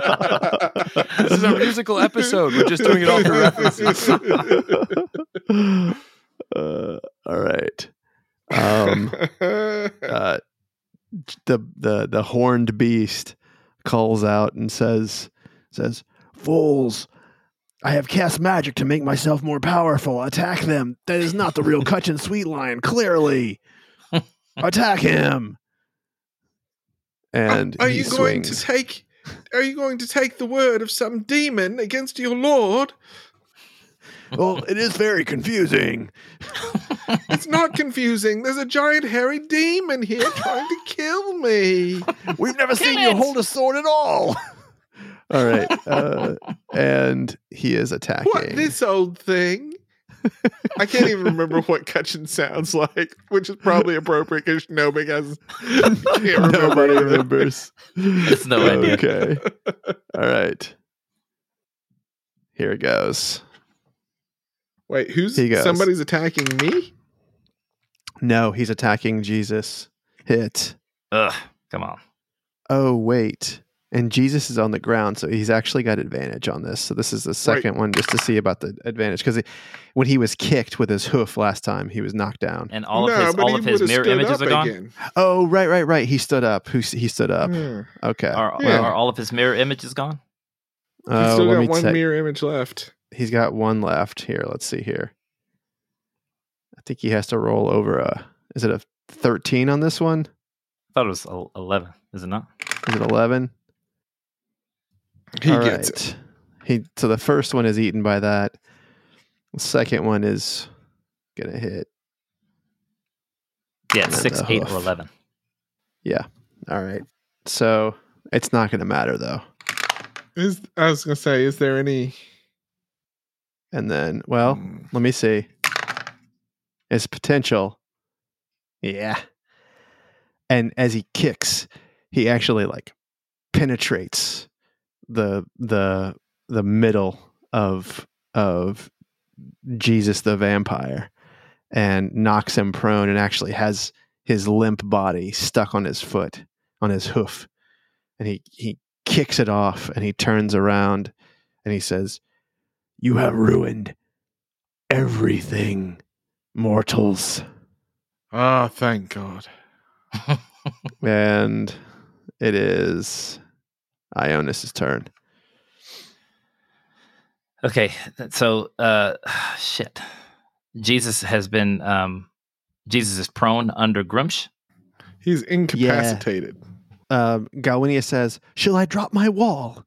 E: this is our
A: [laughs]
E: [laughs] musical episode. We're just doing it
A: Oh,
E: all for references.
B: [laughs] uh, all right. Um, uh, the the the horned beast calls out and says says, "Fools! I have cast magic to make myself more powerful. Attack them! That is not the
A: [laughs]
B: real Cutchin Sweet Lion. Clearly, attack him!" And
A: are
B: he
A: you going
B: swings.
A: to take? Are you going to take the word of some demon against your lord?
B: well, it is very confusing.
A: It's not confusing. There's a giant hairy demon here trying to kill me.
B: We've never seen you hold a sword at
A: [laughs]
B: all. all right. Uh, and he is attacking. [laughs]
A: What this old thing? I can't even remember what Cutchin sounds like, which is probably appropriate because Nobig
B: [laughs]
A: has can't remember [laughs]
B: Nobody
A: either.
B: remembers.
C: It's no idea.
A: [laughs]
B: Okay. All right. Here it goes.
A: Wait, who's
B: He goes.
A: somebody's attacking me?
B: No, he's attacking Jesus. Hit.
C: Ugh. Come on.
B: Oh, wait. And Jesus is on the ground, so he's actually got advantage on this. So this is the second one just to see about the advantage. Because when he was kicked with his hoof last time, he was knocked down.
C: And all
A: No,
C: of his
A: but
C: all
A: he
C: of his
A: would've
C: mirror
A: stood
C: images
A: up
C: are gone.
A: again.
B: Oh, right, right, right. He stood up. Who he stood up?
A: Yeah.
B: Okay.
C: Are,
A: Yeah.
C: are all of his mirror images gone?
A: He's
B: Uh,
A: still
B: let
A: got
B: me
A: one
B: check.
A: mirror image left.
B: He's got one left here. Let's see here. I think he has to roll over a. Is it a thirteen on this one?
C: I thought it was el- eleven. Is it not?
B: Is it eleven?
A: He
B: All
A: gets it.
B: right. He so the first one is eaten by that. The second one is gonna hit.
C: Yeah,
B: And
C: six,
B: a
C: eight,
B: hoof.
C: or eleven.
B: All right. So it's not going to matter though.
A: Is I was gonna say, is there any?
B: And then, well,
A: Mm,
B: let me see. It's potential. Yeah. And as he kicks, he actually like penetrates the the the middle of of Jesus the vampire and knocks him prone and actually has his limp body stuck on his foot, on his hoof. And he he kicks it off and he turns around and he says, "You have ruined everything, mortals. Oh,
A: Ah, thank God.
B: And it is Ionis's turn.
C: [laughs] Okay, th- so uh, [sighs] shit. Jesus has been. Um, Jesus is prone under Grumsh.
A: He's incapacitated.
B: Um, Galwinia says, Shall I drop my wall?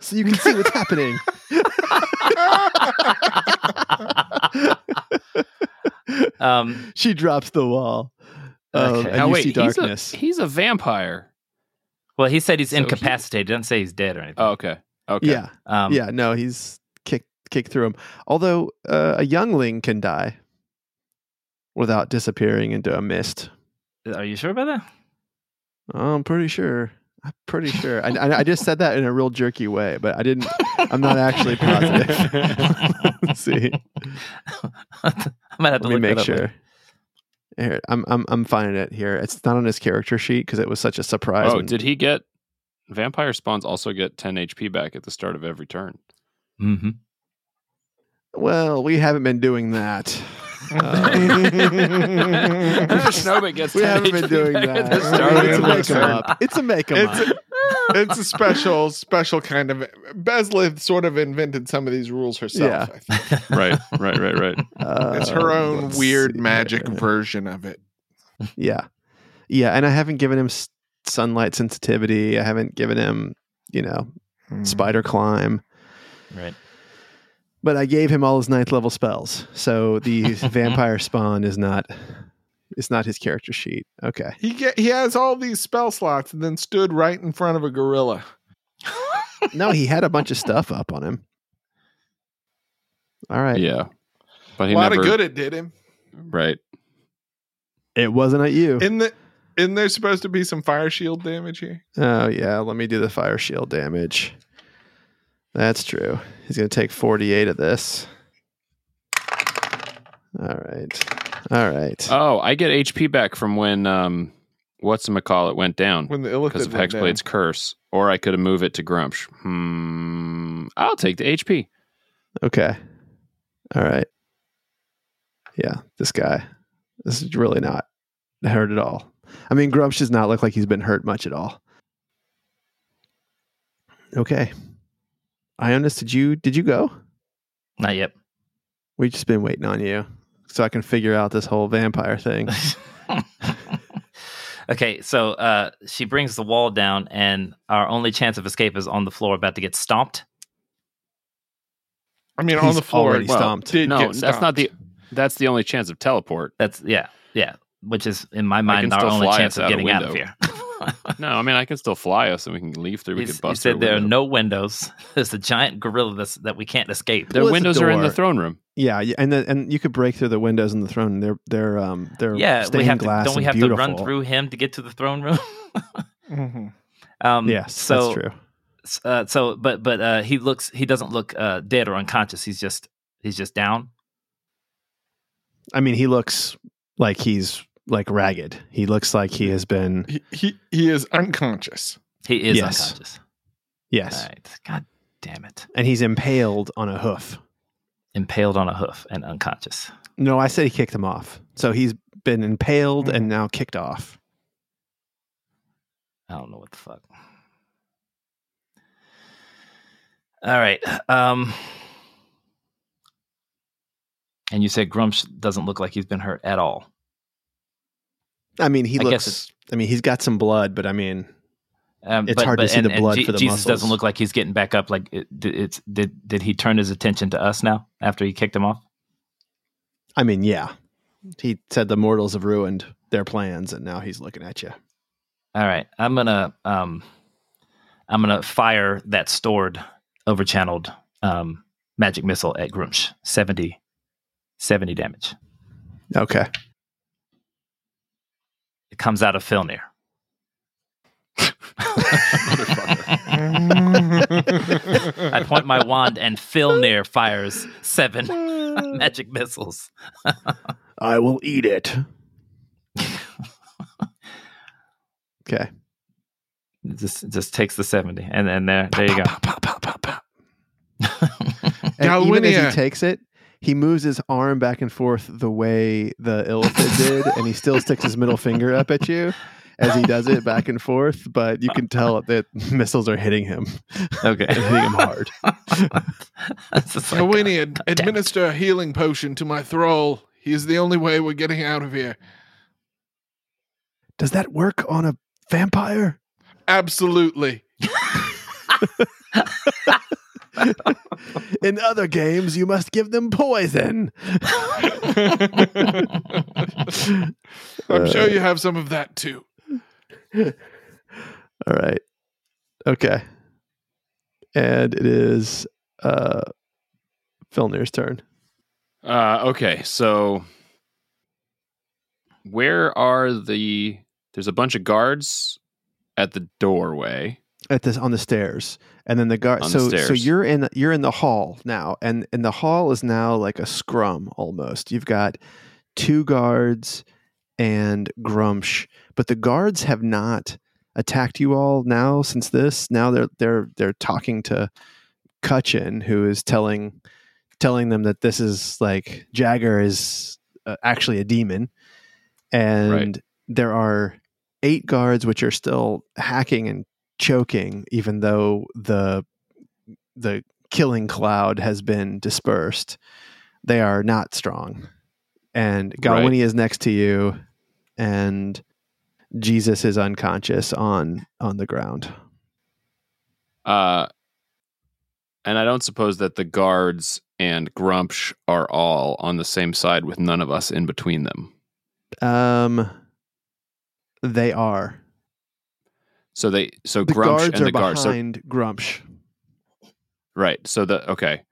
B: So you can see [laughs] what's happening.
A: [laughs]
C: um,
B: She drops the wall. Um,
C: Okay.
B: And
E: now
B: you
E: Oh, wait,
B: see
E: he's a,
B: darkness.
E: he's a vampire.
C: well, he said he's
E: So he-
C: incapacitated. Doesn't say he's dead or anything.
E: Oh, okay. Okay.
B: Yeah.
C: um,
B: Oh, yeah. No, he's kicked kicked through him. Although uh, a youngling can die without disappearing into a mist.
C: Are you sure about that?
B: I'm pretty sure. I'm pretty sure. I, I, I just said that in a real jerky way, but I didn't. [laughs] I'm not
C: [laughs]
B: actually positive. Let's see.
C: I might have to
B: Let me
C: look that
B: make
C: up
B: sure. Here, I'm I'm I'm finding it here. It's not on his character sheet because it was such a surprise.
E: Oh,
B: when-
E: did he get vampire spawns also get 10 HP back at the start of every turn?
C: Mm-hmm.
B: well, we haven't been doing that.
C: Mm-hmm.
B: [laughs] Uh,
E: Snowbit gets
B: we haven't been [laughs] doing that. It's a make 'em [laughs] up. It's a make 'em
A: It's
B: up.
A: it's a special, special kind of. Beslith sort of invented some of these rules herself. I think.
E: Right, right, right, right.
A: It's
B: Uh,
A: her own
B: let's
A: weird
B: see
A: magic
B: here.
A: version of it.
B: Yeah. Yeah. And I haven't given him s- sunlight sensitivity. I haven't given him, you know,
A: Mm-hmm.
B: spider climb,
C: Right.
B: but I gave him all his ninth level spells. So the vampire spawn is not, it's not his character sheet. Okay.
A: He get, he has all these spell slots and then stood right in front of a gorilla.
B: No, he had a bunch of stuff up on him. All right.
E: Yeah. But
A: A
E: he
A: lot
E: never
A: of good it did him.
E: right.
B: It wasn't at you.
A: In the isn't there supposed to be some fire shield damage here?
B: oh yeah. Let me do the fire shield damage. That's true. He's going to take 48 of this. All right. All right.
E: Oh, I get HP back from when um what's McCall it went down
A: When the illithid
E: because of
A: went down.
E: Hexblade's curse or I could move it to Grumsh. Hmm. I'll take the HP.
B: Okay. All right. Yeah, this guy. This is really not hurt at all. I mean, Grumsh does not look like he's been hurt much at all. Okay. Ionis, did you did you go?
C: Not yet.
B: We've just been waiting on you. So I can figure out this whole vampire
C: [laughs]
B: thing.
C: okay, so uh, she brings the wall down, and our only chance of escape is on the floor, about to get stomped.
A: I mean,
B: He's
A: on the floor.
B: already
A: Well,
B: stomped.
A: did
E: no,
A: get
E: that's
A: stomped.
E: not the that's the only chance of teleport.
C: That's yeah, yeah. Which is in my mind
E: can
C: our
E: still
C: only
E: fly
C: chance
E: us
C: of
E: out a
C: getting out of
E: window.
C: here.
E: [laughs] No, I mean I can still fly us and we can leave through. We
C: He's-
E: could
C: he
E: bust.
C: said
E: through a
C: there are
E: window.
C: no windows. [laughs] There's a giant gorilla that's, that we can't escape.
E: Their
B: Well, it's a
E: windows are in the
B: door.
E: throne room.
B: Yeah, yeah, and the, and you could break through the windows in the throne. They're they're um they're
C: yeah,
B: stained
C: we have to.
B: glass
C: Don't we
B: and
C: have
B: beautiful.
C: to run through him to get to the throne room? [laughs]
A: Mhm.
C: um,
B: Yes,
C: so
B: that's true.
C: s- uh, so but but uh, he looks he doesn't look uh, dead or unconscious he's just he's just down
B: I mean, he looks like he's like ragged. He looks like he has been.
A: He, he he is unconscious.
C: he is
B: Yes.
C: unconscious
B: Yes,
C: all right god damn it
B: and he's impaled on a hoof.
C: impaled on a hoof and unconscious
B: No, I said he kicked him off. So he's been impaled
C: Mm.
B: and now kicked off.
C: i don't know what the fuck all right um and you said grumps doesn't look like he's been hurt at all
B: I mean, he
C: I guess
B: looks.
C: it's-
B: I mean, he's got some blood, but I mean,
C: um,
B: It's hard to see the blood for the
C: jesus doesn't
B: muscles.
C: look like he's getting back up like it, it's did did he turn his attention to us now after he kicked him off
B: I mean, yeah. He said the mortals have ruined their plans, and now he's looking at you.
C: All right, I'm gonna um, I'm gonna fire that stored over channeled um, magic missile at Grunch. 70, 70 damage.
B: Okay.
C: It comes out of Filnir. [laughs] I point my wand and Filnir fires
B: [laughs]
C: seven magic missiles.
B: I will eat it. okay.
C: It just it just takes the seventy, and and there there you go.
B: [laughs] And even
A: Galwinia.
B: as he uh, takes it, he moves his arm back and forth the way the [laughs] illithid did, and he still sticks his middle finger up at you as he does it back and forth. But you can tell that [laughs] missiles are hitting him,
C: Okay,
B: and [laughs] hitting him hard.
C: [laughs] It's just like,
A: Nowini, ad-
C: damn it.
A: administer a healing potion to my thrall. He is the only way we're getting out of here.
B: Does that work on a vampire?
A: Absolutely.
B: In other games, you must give them [laughs] poison.
A: I'm
B: Uh,
A: sure you have some of that too.
B: All right. Okay. And it is uh Filner's turn.
E: Uh, okay, so where are the? There's a bunch of guards at the doorway.
B: at this on the stairs and then the guard
E: On the
B: so so
E: stairs.
B: you're in you're in the hall now and and the hall is now like a scrum almost you've got two guards and grumsh but the guards have not attacked you all now since this now they're they're they're talking to Cutchin who is telling telling them that this is like Jagger is uh, actually a demon and
E: Right.
B: there are eight guards which are still hacking and choking even though the the killing cloud has been dispersed they are not strong and
E: Right.
B: Galwini is next to you and Jesus is unconscious on on the ground
E: Uh, and I don't suppose that the guards and Grumsh are all on the same side with none of us in between them.
B: um they are
E: So they, so
B: the
E: Grumsh
B: guards
E: and
B: are
E: the guards, so
B: behind Grumsh
E: Right. So the okay.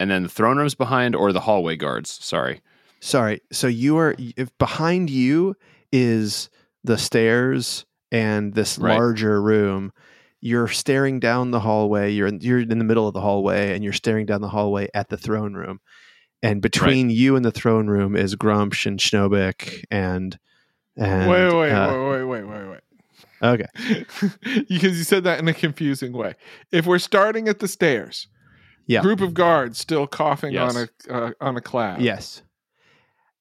E: And then the throne room's behind or the hallway guards. Sorry.
B: Sorry. So you are if behind you is the stairs and this
E: Right.
B: larger room. You're staring down the hallway. You're in, you're in the middle of the hallway, and you're staring down the hallway at the throne room. And between you and the throne room is Grumsh and Schnobik and and
A: wait, wait,
B: uh,
A: wait, wait, wait, wait, wait. [laughs]
B: okay.
A: because you said that in a confusing way. If we're starting at the stairs,
B: Yeah.
A: group of guards still coughing
E: Yes.
A: on a uh, on a cloud.
B: Yes.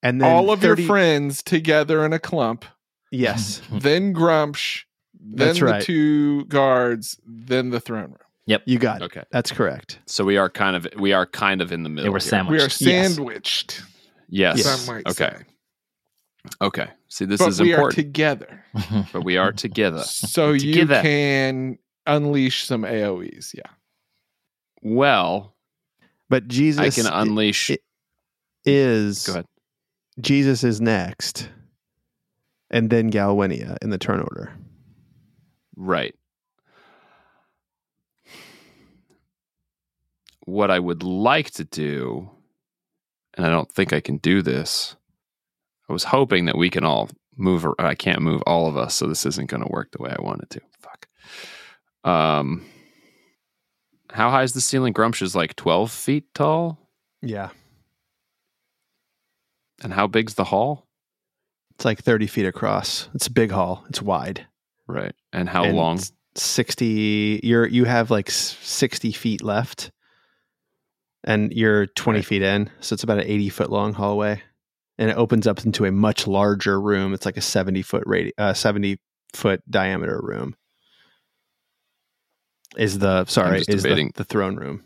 B: And then
A: all of
B: 30
A: your friends together in a clump.
B: Yes.
A: Then Grumsh. Then
B: That's
A: the
B: right.
A: two guards. Then the throne room.
B: You got it.
E: Okay.
B: That's correct.
E: So we are kind of we are kind of in the middle.
C: they were
E: here.
A: We are
C: sandwiched.
B: Yes.
A: sandwiched.
E: Yes.
B: Yes.
A: Some might
E: Okay.
A: say.
E: Okay. See, this
A: but
E: is
A: we
E: important.
A: are together,
E: but
B: [laughs]
E: we are
A: Uh,
E: together.
A: so you
E: Together.
A: can unleash some AOE's. Yeah.
E: Well,
B: But Jesus
E: I can unleash.
B: it- is
E: Go ahead.
B: Jesus is next, and then Galwinia in the turn order.
E: Right. What I would like to do, and I don't think I can do this, I was hoping that we can all move. Or, I can't move all of us, so this isn't going to work the way I want it to. Fuck. Um, how high is the ceiling? Grumsh is like 12 feet tall.
B: Yeah,
E: And how big's the hall?
B: it's like thirty feet across. It's a big hall. It's wide.
E: Right. And how
B: And
E: long?
B: s- Sixty. You're you have like s- sixty feet left, and you're twenty
E: Right.
B: feet in. So it's about an eighty foot long hallway, and it opens up into a much larger room. It's like a seventy foot radi- uh, seventy foot diameter room. Is the sorry
E: just
B: is the,
E: debating.
B: the throne room?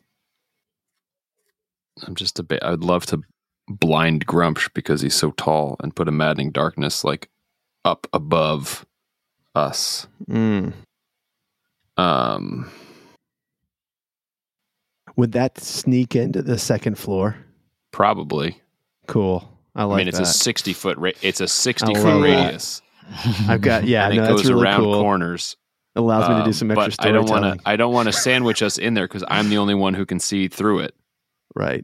E: I'm just a bit. I'd love to blind Grumsh because he's so tall and put a maddening darkness like up above us.
B: Mm.
E: Um,
B: Would that sneak into the second floor?
E: probably.
B: Cool. I like
E: I mean, it's a
B: that.
E: 60 foot. Ra- it's a 60
B: I
E: foot
B: love that.
E: radius.
B: I've
E: [laughs]
B: got yeah,
E: and it
B: no,
E: goes
B: that's really
E: around
B: cool.
E: corners.
B: Allows me to do
E: Um,
B: some
E: but
B: extra
E: I
B: storytelling.
E: don't want to. I don't want to sandwich us in there because I'm the only one who can see through it.
B: right.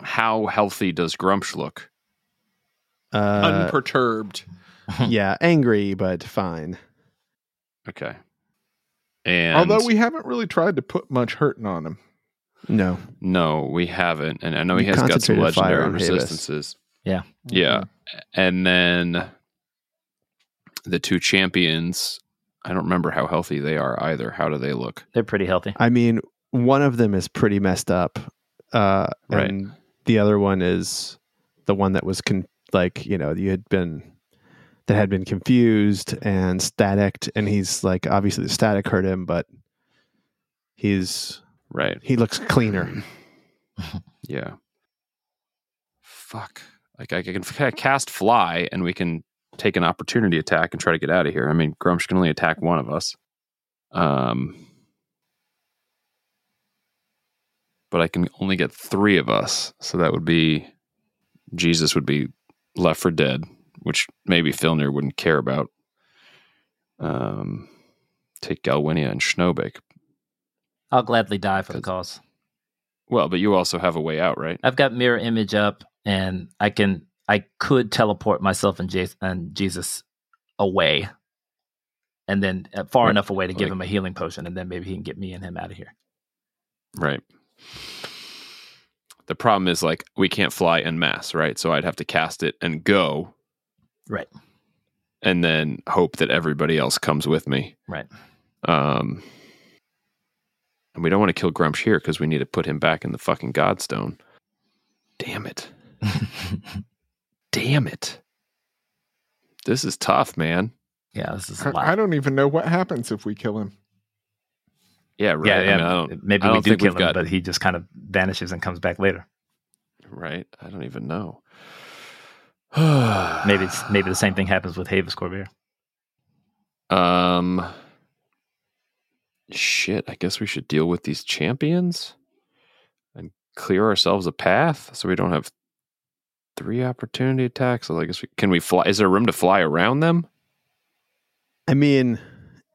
E: How healthy does Grumsh look?
B: Uh,
F: Unperturbed.
E: [laughs]
B: yeah, angry but fine.
E: Okay. And
A: Although we haven't really tried to put much hurting on him.
B: No,
E: no, we haven't. And I know he
B: You
E: has got some
B: concentrated fire
E: legendary
B: on Mm-hmm. Havis.
E: resistances.
C: Yeah.
E: Yeah. And then the two champions. I don't remember how healthy they are either. How do they look?
C: They're pretty healthy.
B: I mean one of them is pretty messed up, uh,
E: Right.
B: and the other one is the one that was con- like you know you had been that had been confused and staticked, and he's like obviously the static hurt him, but he's
E: Right.
B: he looks cleaner.
E: Yeah. Fuck. Like I can f- [laughs] cast fly and we can take an opportunity attack and try to get out of here. I mean, Grumsh can only attack one of us. Um but I can only get 3 of us. So that would be Jesus would be left for dead, which maybe Filner wouldn't care about. Um take Galwinia and Schnobik.
C: I'll gladly die for the cause.
E: Well, but you also have a way out, right?
C: I've got mirror image up, and I can I could teleport myself and, Jas and Jesus away, and then uh, far
E: Right.
C: enough away to give
E: Like-
C: him a healing potion, and then maybe he can get me and him out of here.
E: Right. The problem is like we can't fly en masse, right? So I'd have to cast it and go.
C: Right.
E: And then hope that everybody else comes with me.
C: Right.
E: Um and we don't want to kill Grumsh here because we need to put him back in the fucking Godstone.
C: [laughs]
E: Damn it. Damn it. This is tough, man.
C: yeah, this is a lot.
A: I, I don't even know what happens if we kill him.
E: Yeah, right.
C: Yeah,
E: I mean,
C: yeah.
E: I don't-
C: maybe
E: I
C: we
E: don't
C: do
E: think
C: kill
E: we've
C: him,
E: got-
C: but he just kind of vanishes and comes back later.
E: right. I don't even know.
C: Maybe
E: [sighs]
C: it's, maybe the same thing happens with Havis Corbier.
E: Um shit, I guess we should deal with these champions and clear ourselves a path so we don't have three opportunity attacks. So I guess we can we fly is there room to fly around them?
B: I mean,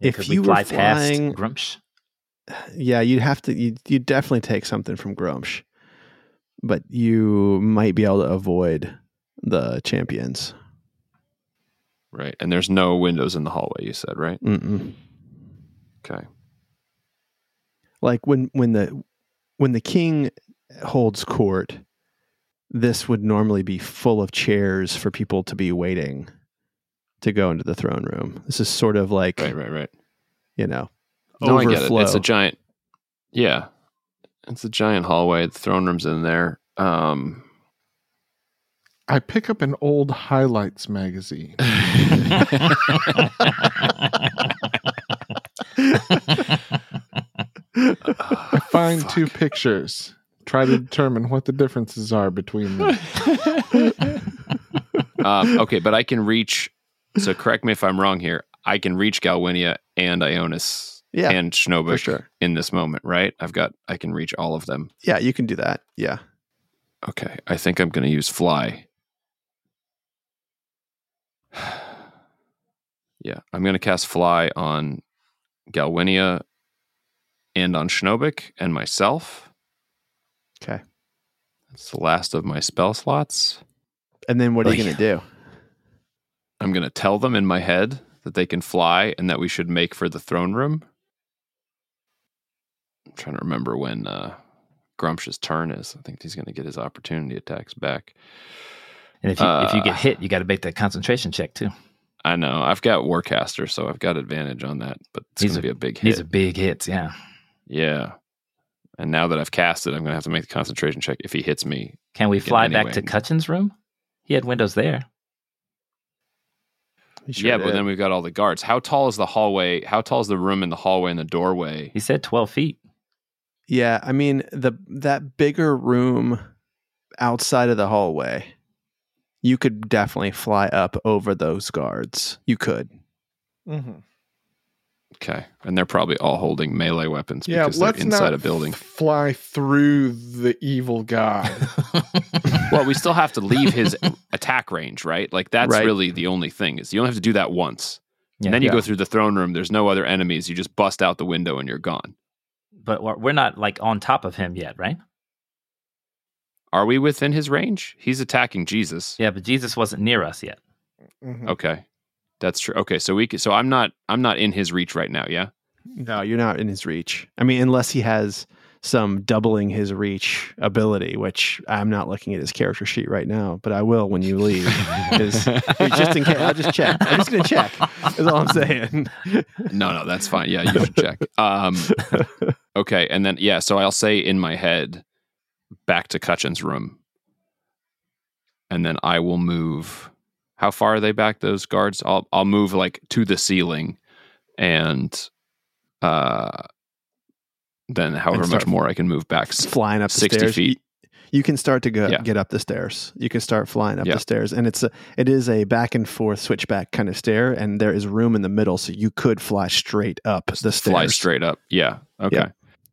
B: if
C: Could
B: you
C: we
B: were
C: fly past
B: flying,
C: Grumsh,
B: yeah, you'd have to. You you definitely take something from Grumsh, but you might be able to avoid the champions.
E: Right. And there's no windows in the hallway, you said, right?
B: Mm-mm.
E: Okay.
B: Like when when the when the king holds court, this would normally be full of chairs for people to be waiting to go into the throne room. This is sort of like
E: Right, right, right.
B: you know
E: No, I
B: Oh, overflow.
E: get it. It's a giant Yeah. It's a giant hallway. The throne room's in there. Um
A: I pick up an old highlights
E: [laughs]
A: magazine.
E: [laughs]
A: I find two pictures. Try to determine what the differences are between [laughs] them.
E: um, okay, but I can reach. So correct me if I'm wrong here. I can reach Galwinia and Ionis
B: yeah
E: and Schnobik
B: for sure.
E: in this moment, right? I've got. I can reach all of them.
B: Yeah, you can do that. Yeah.
E: Okay, I think I'm going to use fly. [sighs] yeah, I'm going to cast fly on Galwinia and on Schnobik and myself.
B: Okay.
E: It's the last of my spell slots.
B: And then what are you
C: Like-
B: going to do?
E: I'm going to tell them in my head that they can fly and that we should make for the throne room. I'm trying to remember when uh, Grumsh's turn is. I think he's going to get his opportunity attacks back.
C: and if you, if you
E: Uh,
C: get hit, you got to make that concentration check too.
E: I know. I've got Warcaster, so I've got advantage on that, but it's
C: These
E: going to
C: are-
E: be a big hit.
C: These are big hits, yeah.
E: yeah. And now that I've cast it, I'm going to have to make the concentration check if he hits me.
C: Can we
E: Get
C: fly
E: anyway.
C: back to Cutchin's room? He had windows there.
B: You sure
E: yeah, but
B: did.
E: then we've got all the guards. How tall is the hallway? How tall is the room in the hallway and the doorway?
C: He said twelve feet.
B: Yeah, I mean the that bigger room outside of the hallway, you could definitely fly up over those guards. You could.
A: Mm-hmm.
E: Okay. And they're probably all holding melee weapons
A: Yeah,
E: because
A: let's
E: they're inside
A: not
E: a building.
A: f- fly through the evil guy.
C: [laughs]
B: [laughs]
E: Well, we still have to leave his attack range, right? Like that's
B: Right.
E: really the only thing is you only have to do that once.
C: Yeah.
E: and then you
B: [laughs] Yeah.
E: go through the throne room. There's no other enemies. You just bust out the window and you're gone.
C: But we're we're not like on top of him yet, right?
E: Are we within his range? He's attacking Jesus.
C: Yeah, but Jesus wasn't near us yet.
A: Mm-hmm.
E: Okay, that's true. Okay, so we c- so I'm not I'm not in his reach right now. Yeah.
B: No, you're not in his reach. I mean, unless he has some doubling his reach ability, which I'm not looking at his character sheet right now, but I will when you leave.
C: [laughs]
B: 'Cause- just in case, I'll just check. I'm just gonna check. That's all I'm saying.
E: No, no, that's fine. Yeah, you should check. Um,
B: [laughs]
E: okay, and then yeah, so I'll say in my head, back to Cutchin's room, and then I will move. How far are they back? Those guards? I'll I'll move like to the ceiling, and uh, then however
B: start-
E: much more I can move back. S-
B: flying up the
E: 60
B: stairs.
E: feet.
B: You, you can start to go
E: Yeah.
B: get up the stairs. You can start flying up
E: Yeah.
B: the stairs, and it's a, it is a back and forth switchback kind of stair, and there is room in the middle, so you could fly straight up the stairs.
E: Fly straight up. Yeah. Okay.
B: Yeah.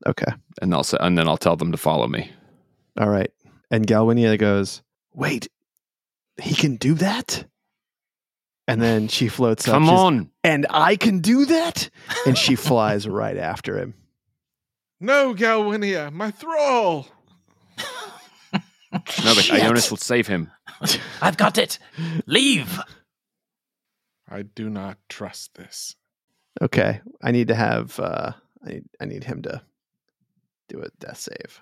B: Okay.
E: And I'll say, and then I'll tell them to follow me.
B: All right. And Galwinia goes, "Wait, he can do that." And then she floats up.
E: Come
B: She's,
E: on.
B: And I can do that. And she flies right after him.
A: No, Galwinia, my thrall.
E: No, but Ionis will save him.
C: I've got it. Leave.
A: I do not trust this.
B: Okay. I need to have. Uh, I need, I need him to do a death save.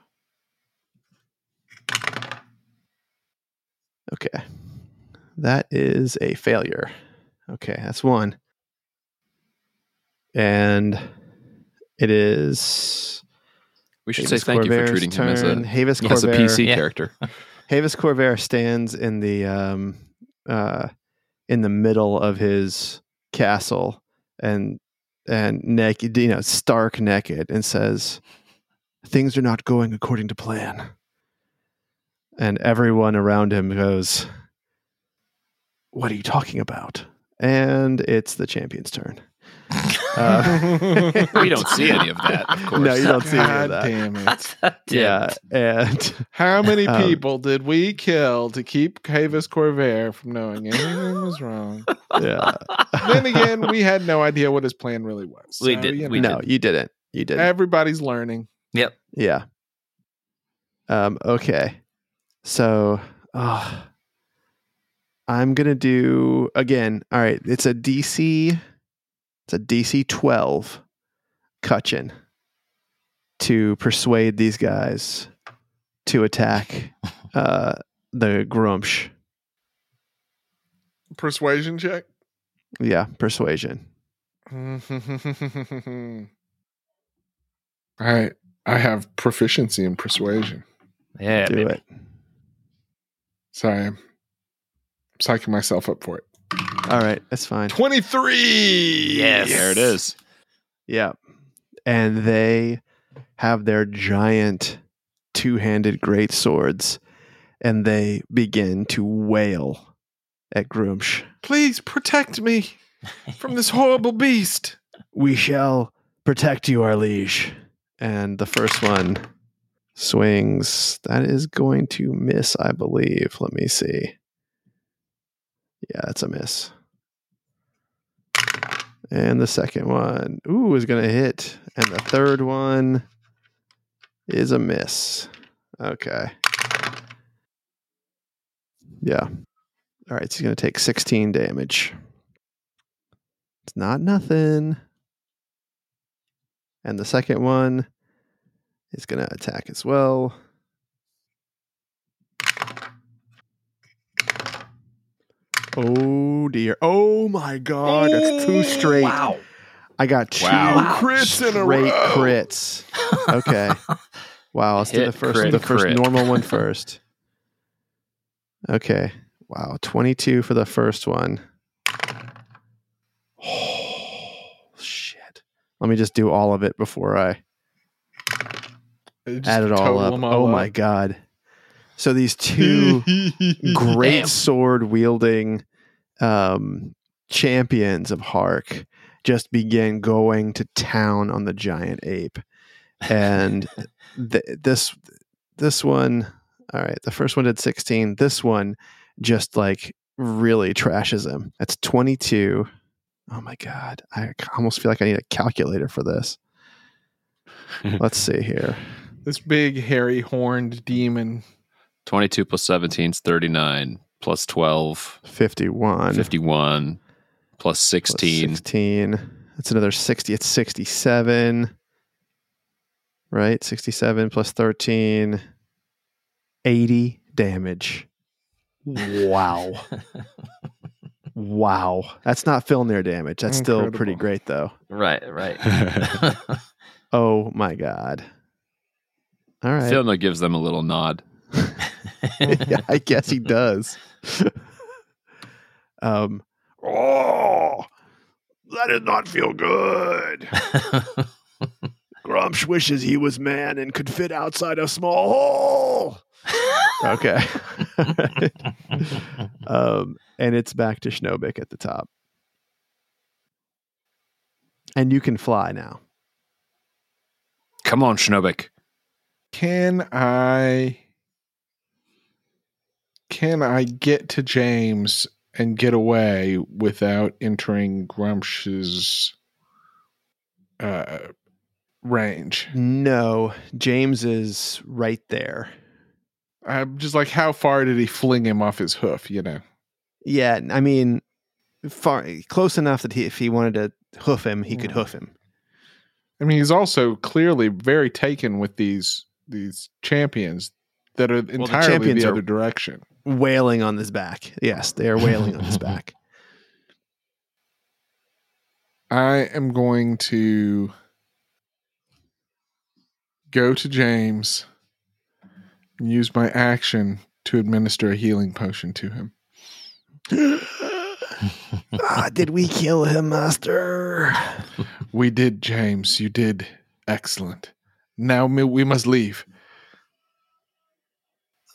B: Okay. That is a failure. Okay, that's one. And it is.
E: We should
B: Havis
E: say thank you for
B: Corvair's
E: treating him as
B: turn.
E: a
B: Havis Corvair,
E: as a PC
C: Yeah.
E: character.
B: Havis Corvair stands in the um, uh, in the middle of his castle and and naked, you know, stark naked, and says, "Things are not going according to plan." And everyone around him goes, "What are you talking about?" And it's the
A: [laughs]
B: champion's turn. Uh,
E: we don't see any of that, of
B: [laughs]
E: course.
B: no, you don't see any
A: God
B: of that.
A: damn
C: [laughs]
A: it.
B: Yeah, and.
E: [laughs]
A: How many
B: Um,
A: people did we kill to keep Cavis Corvair from knowing anything was wrong?
B: yeah.
A: then again, we had no idea what his plan really was.
C: We did-
A: you
C: we
A: know,
B: no, you didn't. You didn't.
A: Everybody's learning.
B: yeah. Um, okay. So ah, I'm gonna do again. All right, it's a DC it's a DC twelve cutchin to persuade these guys to
C: [laughs]
B: attack uh the grumsh.
A: Persuasion check.
B: Yeah, persuasion.
A: [laughs] I I have proficiency in persuasion.
C: Yeah.
B: do
C: baby.
B: it.
A: Sorry, I'm psyching myself up for it.
B: All right, that's fine.
A: Twenty three.
C: Yes.
E: There it is.
B: Yeah. And they have their giant two handed great swords and they begin to wail at Groomsh.
A: Please protect me from this horrible beast.
B: We shall protect you, our liege. And the first one swings. That is going to miss, I believe. Let me see. Yeah, that's a miss. And the second one, ooh, is going to hit. And the third one is a miss. Okay. Yeah. All right, so he's going to take 16 damage. It's not nothing. And the second one is going to attack as well. Oh dear. Oh my god. That's two straight.
C: Wow.
B: I got two
E: Wow.
A: Crits in a
B: straight
A: row.
B: crits. Okay. Wow. Let's do
E: Hit,
B: the first
E: crit,
B: the first
E: crit.
B: normal one first. Okay. Wow. Twenty two for the first one. [sighs] Oh shit. Let me just do all of it before I
A: Just
B: add it all
A: total
B: up.
A: them
B: oh
A: up.
B: my god. So these two great sword wielding um, champions of Hark just begin going to town on the giant ape, and th- this this one. All right, the first one did sixteen. This one just like really trashes him. That's 22. Oh my God. I c- almost feel like I need a calculator for this. Let's see here.
A: This big hairy horned
B: [laughs]
A: demon.
E: 22 plus 17 is 39, plus 12,
B: 51.
E: 51, plus
B: plus
E: 16.
B: 16. That's another 60. It's 67. Right? 67 plus 13. 80 damage. Wow. wow. That's not Filnir damage. That's still pretty
A: Incredible.
B: great, though.
C: Right, right.
B: Oh my god. All right.
E: Filner gives them a little nod.
B: [laughs] yeah, I guess he does. [laughs] um Oh that did not feel good. Grumsh wishes he was man and could fit outside a small hole. okay. [laughs] um, and it's back to Schnobik at the top. And you can fly now.
E: Come on, Schnobik.
A: Can I can I get to James and get away without entering Grumsh's uh, range?
B: No, James is right there.
A: I'm just like, how far did he fling him off his hoof? You know,
B: Yeah, I mean, far close enough that he, if he wanted to hoof him, he could
A: Mm.
B: hoof him.
A: I mean, he's also clearly very taken with these these champions that are entirely
B: champions
A: the
B: are-
A: other direction.
B: Wailing on his back. Yes, they are wailing on his back.
A: I am going to go to James and use my action to administer a healing potion to him.
B: ah, did we kill him, Master?
A: We did, James. You did excellent. Now mi- we must leave.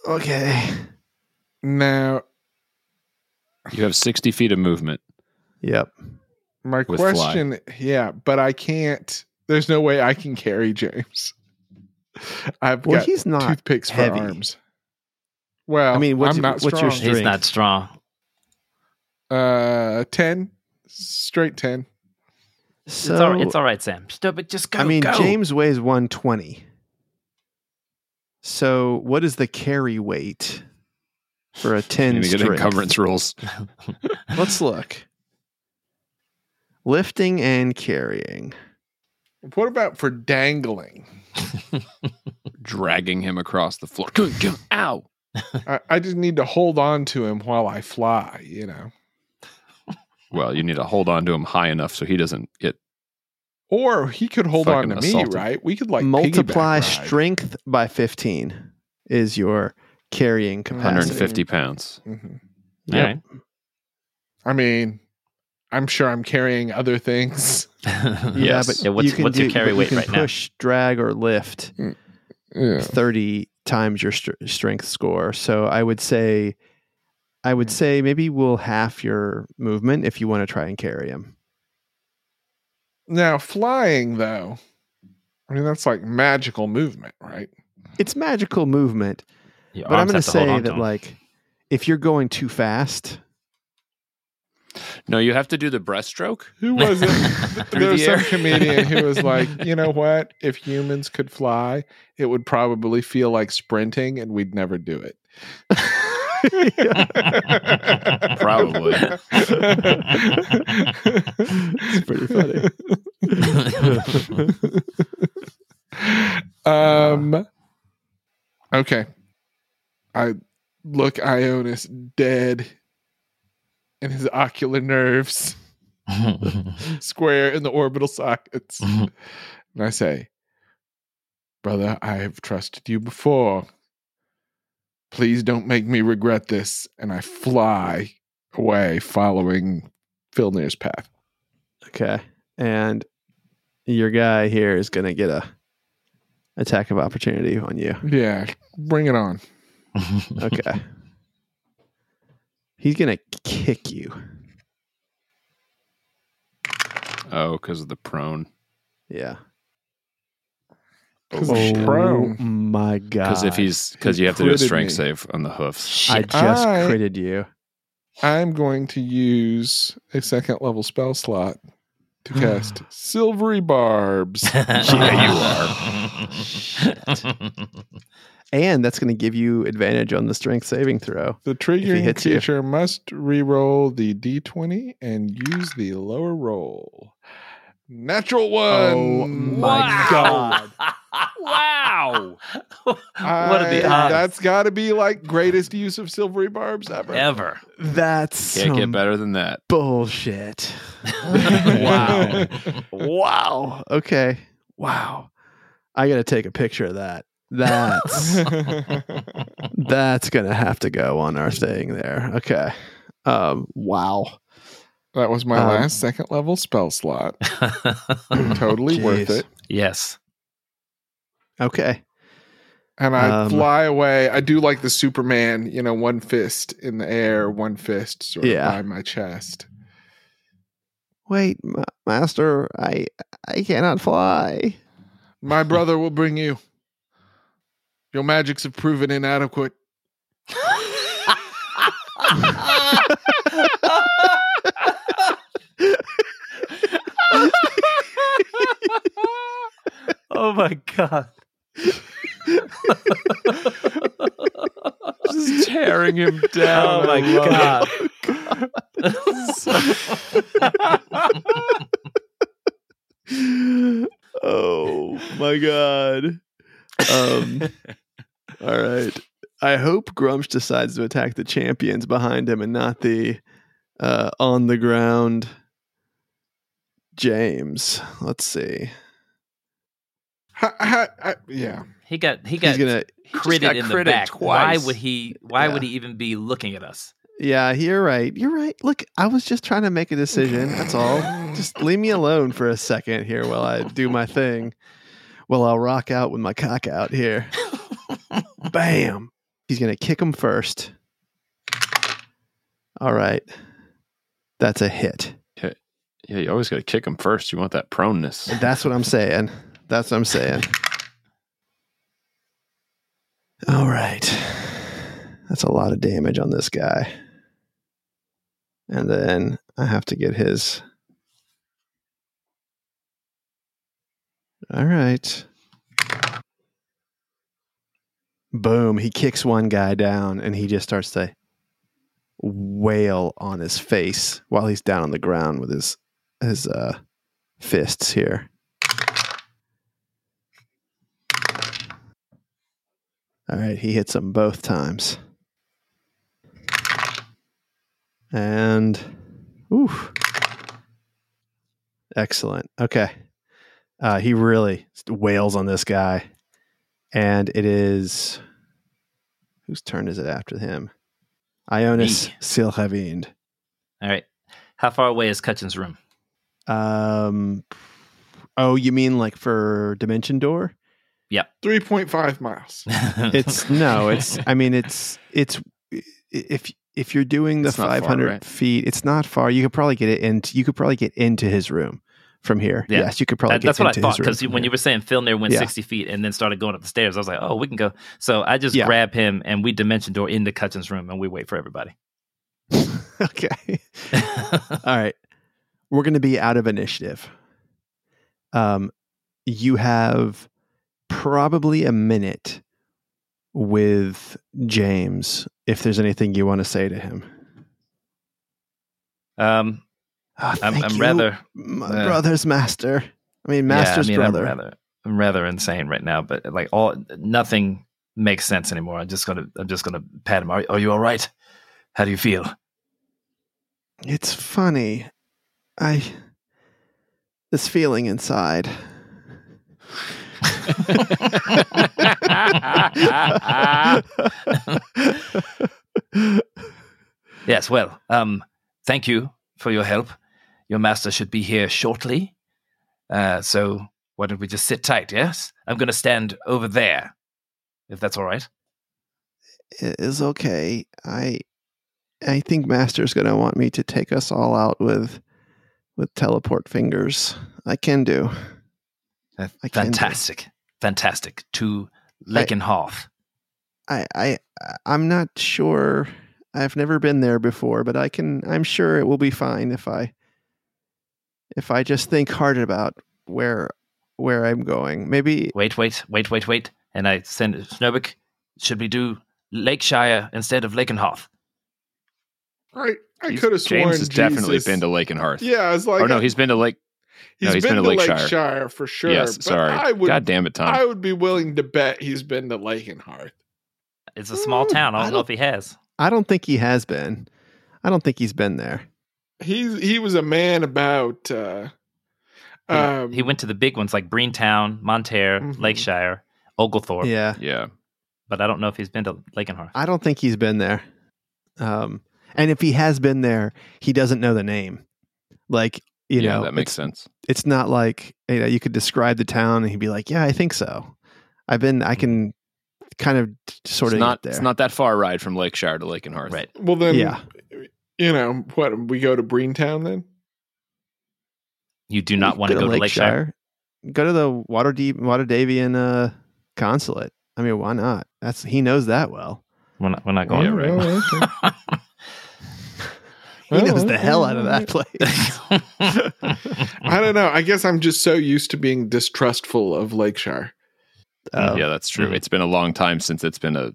B: Okay.
A: Now,
E: You have 60 feet of movement.
B: Yep.
A: my
E: With fly.
A: question, yeah, but I can't. There's no way I can carry James. I've
B: Well,
A: got
B: he's not.
A: toothpicks
B: heavy.
A: for arms. Well, I mean, what's, I'm not
B: what's your
A: strong.
C: [laughs] He's not strong.
A: Uh, ten, straight ten.
B: So
C: it's, all right, it's all right, Sam. Stop it. Just go.
B: I mean,
C: go.
B: James weighs one twenty. So, what is the carry weight for
C: [laughs]
B: a
E: You
B: ten
E: need to get
B: strength?
E: encumbrance rules.
B: Let's look. Lifting and carrying.
A: What about for dangling?
E: Dragging him across the floor. Ow.
A: I, I just need to hold on to him while I fly, you know.
E: Well, you need to hold on to him high enough so he doesn't get.
A: Or he could hold
E: Fucking
A: on to
E: assault him.
A: me, right? We could like
B: multiply
A: piggyback ride.
B: strength by 15 is your carrying capacity.
E: 150 pounds.
A: Mhm.
C: All [laughs] right.
A: I mean, I'm sure I'm carrying other things.
E: Yes.
B: Yeah, but
C: Yeah, what's-
B: you can
C: what's your
B: do-
C: carry
B: but
C: weight
B: you can
C: right now?
B: push, drag, or lift Mm.
A: [laughs] Yeah.
B: 30 times your str strength score. So I would say, I would say maybe we'll half your movement if you want to try and carry him.
A: Now flying though, I mean that's like magical movement, right?
B: It's magical movement,
C: Your
B: but I'm
C: arms
B: going
C: have
B: to
C: hold
B: say
C: on to
B: that
C: him.
B: like if you're going too fast,
E: No, you have to do the breaststroke.
A: Who was it? there
E: [laughs] Through
A: was
E: the
A: some
E: air.
A: comedian who
E: [laughs]
A: was like, you know what? If humans could fly, it would probably feel like sprinting, and we'd never do it. [laughs]
E: Probably.
A: it's
B: pretty funny.
A: [laughs] um. Okay. I look Ionis dead in his ocular nerves, square in the orbital sockets, and I say, "Brother, I have trusted you before. Please don't make me regret this." And I fly away, following Filnir's path.
B: okay, and your guy here is going to get a attack of opportunity on you.
A: Yeah, bring it on.
B: Okay. He's gonna kick you.
E: Oh, because of the prone.
B: Yeah.
E: Oh,
A: Oh,
E: shit.
A: bro.
B: my god!
E: Because if he's because
A: He
E: you have to do a
A: critted
E: strength
A: me.
E: save on the hoofs.
B: I
C: [laughs] Shit.
B: just
A: I-
B: critted you.
A: I'm going to use a second level spell slot to cast Silvery Barbs.
B: [laughs]
C: [laughs] yeah, you are.
B: And that's going to give you advantage on the strength saving throw.
A: The triggering
B: hits you.
A: creature must re-roll the d20 and use the lower roll. Natural one.
B: Oh my
C: Wow.
B: God.
E: Wow.
C: what are the
A: I-
C: odds
A: That's got to be like greatest use of silvery barbs ever.
C: ever?
B: That's
E: Can't
B: some
E: get better than that.
B: bullshit.
C: [laughs] wow.
B: Wow. Okay. Wow. I got to take a picture of that. That's that's going to have to go on our thing there. Okay. Um wow.
A: [laughs] that was my
B: Um,
A: last second level spell slot.
E: [laughs]
A: totally worth
B: Jeez.
A: it.
C: yes.
B: Okay.
A: And I
B: Um,
A: fly away. I do like the Superman, you know, one fist in the air, one fist sort of
B: Yeah.
A: by my chest.
B: Wait, ma- master, I I cannot fly. [laughs]
A: My brother will bring you. Your magics have proven inadequate.
C: oh my god.
E: Just tearing him
C: oh my god.
B: oh my god. Um all right. I hope Grumsh decides to attack the champions behind him and not the uh on the ground James. Let's see.
A: Ha, ha, ha, yeah.
C: [laughs] he got he got
B: He's gonna
E: just got
C: critted in
E: critted
C: the back.
E: twice.
C: Why would he why
B: Yeah.
C: would he even be looking at us?
B: Yeah, you're right. You're right. Look, I was just trying to make a decision. That's all. Just leave me alone for a second here while I do my thing. While I'll rock out with my cock out here. Bam. He's going to kick him first. All right. That's a hit.
E: Yeah, you always got to kick him first. You want that proneness.
B: That's what I'm saying. That's what I'm saying. All right. That's a lot of damage on this guy. And then I have to get his. All right. Boom. He kicks one guy down and he just starts to wail on his face while he's down on the ground with his his uh fists here. All right, he hits them both times. And ooh. Excellent. Okay. Uh, he really wails on this guy. And it is whose turn is it after him? Ionis
C: Me.
B: Silhavind.
C: All right. How far away is Cutchin's room? [laughs]
B: Um oh, you mean like for Dimension Door?
A: 3.5 miles.
B: it's no
C: [laughs]
B: it's i mean it's it's i- if if you're doing the
E: It's not far,
B: 500
E: right?
B: feet it's not far you could probably get it into you could probably get into his room from here
C: Yeah.
B: yes you could probably
C: That-
B: get
C: that's what I
B: into
C: thought
B: his room
C: because
B: from
C: when you
B: here.
C: were saying Phil near went
B: Yeah.
C: 60 feet and then started going up the stairs, I was like, oh, we can go. So I just
B: Yeah.
C: grab him and we dimension door into Cutchin's room and we wait for everybody. [laughs]
B: [laughs] okay all right we're going to be out of initiative um you have probably a minute with james if there's anything you want to say to him
C: um,
B: Ah,
C: I'm,
B: thank
C: I'm
B: you,
C: rather,
B: my
C: uh,
B: brother's master i mean master's
C: yeah, I mean,
B: brother
C: I'm rather, I'm rather insane right now, but like all nothing makes sense anymore. I'm just gonna, I'm just gonna pat him. Are, are you all right? How do
B: [laughs]
C: you feel?
B: It's funny. I. This feeling inside. [laughs]
C: Yes, well, um, thank you for your help. Your master should be here shortly. Uh, so why don't we just sit tight, yes? I'm going to stand over there, if that's all right.
B: it is okay. I. I think Master's going to want me to take us all out with, with teleport fingers. I can do.
C: Uh,
B: I can do.
C: fantastic. Fantastic. To Lakenhof.
B: I, I I'm not sure. I've never been there before, but I can. I'm sure it will be fine if I if I just think hard about where where I'm going. Maybe
C: Wait, wait, wait, wait, wait. And I send it, Snowbeck, should we do Lakeshire instead of Lakenhof?
A: I, I
E: He's-
A: could have sworn
E: James has definitely
A: Jesus-
E: been to Lake and Hearth.
A: Yeah, I was like,
E: or no, he's been to Lake. no, he's
A: been, to Lakeshire.
E: Lakeshire.
A: for sure.
E: yes,
A: but
E: sorry.
A: I would,
E: God damn it, Tom.
A: I would be willing to bet he's been to Lakenhearth.
C: It's a small
B: Mm,
C: town. I
B: I
C: don't know
B: don't-
C: if he has.
B: I don't think he has been. I don't think he's been there.
A: He's he was a man about. Uh,
C: He-
A: um,
C: he went to the big ones like Breentown, Monterre,
A: Mhm.
C: Lakeshire, Oglethorpe,
B: Yeah,
E: yeah.
C: but I don't know if he's been to Lakenhof.
B: I don't think he's been there. Um, and if he has been there, he doesn't know the name. Like you
E: yeah,
B: know,
E: that makes
B: it's-
E: sense.
B: it's not like you know you could describe the town and he'd be like, "Yeah, I think so." I've been, I can kind of sort
E: it's
B: of
E: not
B: get there.
E: it's not that far a ride from Lakeshire to Lake and Hearth.
C: Right.
A: well then,
B: yeah,
A: you know what? We go to Breentown then.
C: You do not want to
B: Go
C: go to Lakeshire.
B: Go to the Waterdeep, Waterdavian uh, consulate. I mean, why not? That's he knows that well.
C: We're not, we're not
A: Oh,
C: going
E: right. [laughs]
A: okay.
B: He
A: Oh,
B: knows the
A: okay,
B: hell out of
A: all
B: that
A: right.
C: [laughs]
B: place.
A: I don't know. I guess I'm just so used to being distrustful of Lakeshire.
B: Um,
E: yeah, that's true.
C: Mhm.
E: It's been a long time since it's been a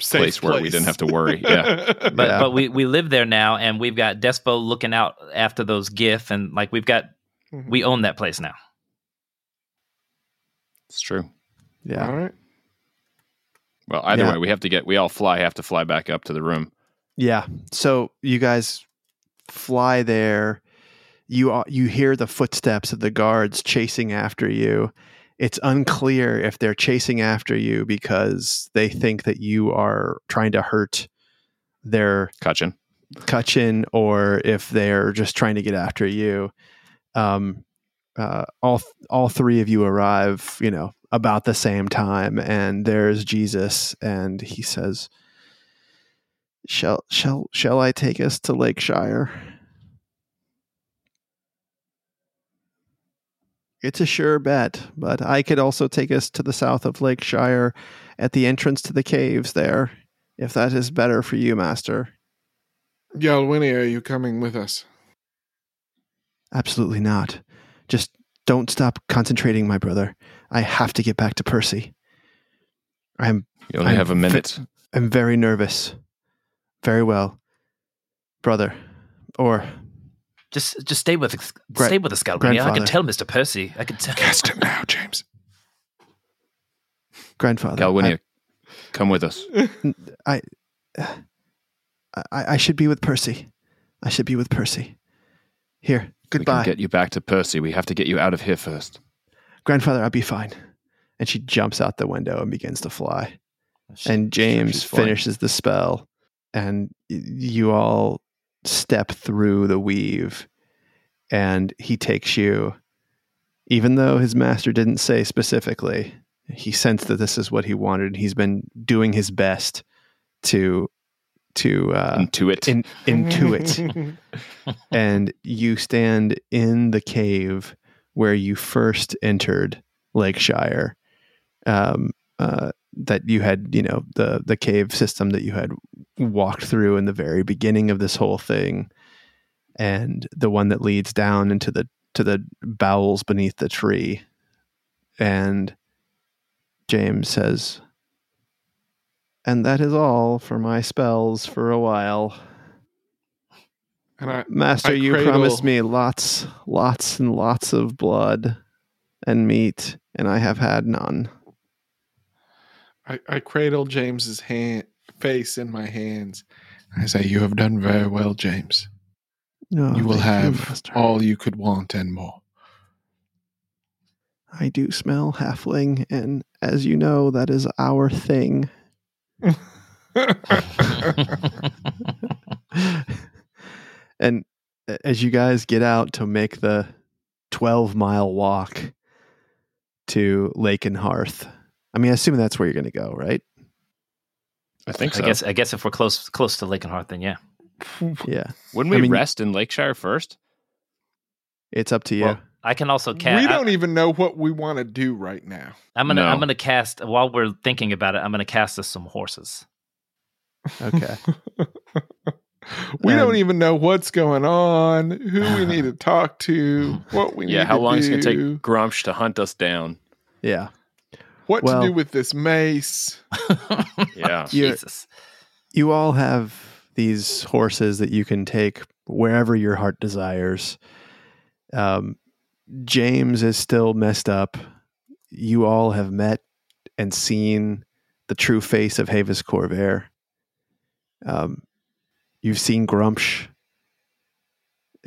A: Safe
E: place where we didn't have to worry.
A: [laughs]
E: Yeah.
C: but
B: Yeah.
C: but we, we live there now, and we've got Despo looking out after those GIF, and like we've got
A: Mhm.
C: we own that place now.
E: It's true.
B: yeah,
A: All right.
E: Well, either
B: Yeah.
E: way, we have to get we all fly have to fly back up to the room.
B: yeah. So you guys fly there. You are, you hear the footsteps of the guards chasing after you. It's unclear if they're chasing after you because they think that you are trying to hurt their
E: Cutchin.
B: Cutchin or if they're just trying to get after you. Um, uh, all all three of you arrive, you know, about the same time, and there's Jesus, and he says, "Shall shall shall I take us to Lakeshire?" It's a sure bet, but I could also take us to the south of Lakeshire at the entrance to the caves there, if that is better for you, Master.
A: Yalwini, are you coming with us?
B: Absolutely not. Just don't stop concentrating, my brother. I have to get back to Percy. I'm
E: You only
B: I'm
E: have a minute.
B: I'm very nervous. Very well. Brother. Or
C: Just just stay with us-
B: Gra-
C: stay with us, Galbraith. I can
B: grandfather.
C: tell Mister Percy. I can tell.
A: [laughs] Cast him now, James.
B: grandfather.
E: Galwinia, come with us.
B: I, I, I should be with Percy. I should be with Percy. Here.
E: We
B: Goodbye.
E: can get you back to Percy. We have to get you out of here first.
B: grandfather, I'll be fine. And she jumps out the window and begins to fly. and James
E: she's flying.
B: finishes the spell, and y- you all step through the weave, and he takes you. Even though his master didn't say specifically, he sensed that this is what he wanted. He's been doing his best to to uh,
E: Into it.
B: in, intuit and you stand in the cave where you first entered Lakeshire. Um, uh, that you had, you know, the the cave system that you had walked through in the very beginning of this whole thing, and the one that leads down into the to the bowels beneath the tree. And James says, "And that is all for my spells for a while."
A: and I,
B: Master,
A: I
B: you
A: cradle-
B: promised me lots, lots, and lots of blood and meat, and I have had none.
A: I, I cradle James's hand, face in my hands. I say, "You have done very well, James.
B: No,
A: you will
B: Oh, thank you,
A: have
B: Master.
A: all you could want and
E: [laughs]
A: more."
B: I do smell halfling, and as you know, that is our thing. [laughs] and a- as you guys get out to make the 12 mile walk to Lake and Hearth, I mean, I assume that's where you're going to go, right?
E: I think
C: I
E: so.
C: guess I guess if we're close close to Lakenheart, then yeah.
B: Yeah.
E: Wouldn't we
B: I mean-
E: rest in Lakeshire first?
B: It's up to you.
E: Well,
C: I can also cast.
A: we don't even know what we want to do right now.
C: I'm gonna
E: No.
C: I'm gonna cast while we're thinking about it. I'm gonna cast us some horses.
A: [laughs]
B: Okay.
A: we
B: Um,
A: don't even know what's going on, who we need
B: [sighs]
A: to talk to, what we
E: Yeah,
A: need
E: how
A: to
E: long is it
A: do,
E: going to take Grumsh to hunt us down?
B: yeah.
A: what
B: Well-
A: to do with this mace.
E: [laughs] [laughs] Yeah.
B: You're-
C: Jesus.
B: you all have these horses that you can take wherever your heart desires. Um, James is still messed up. You all have met and seen the true face of Havis Corvair. Um, you've seen Grumsh.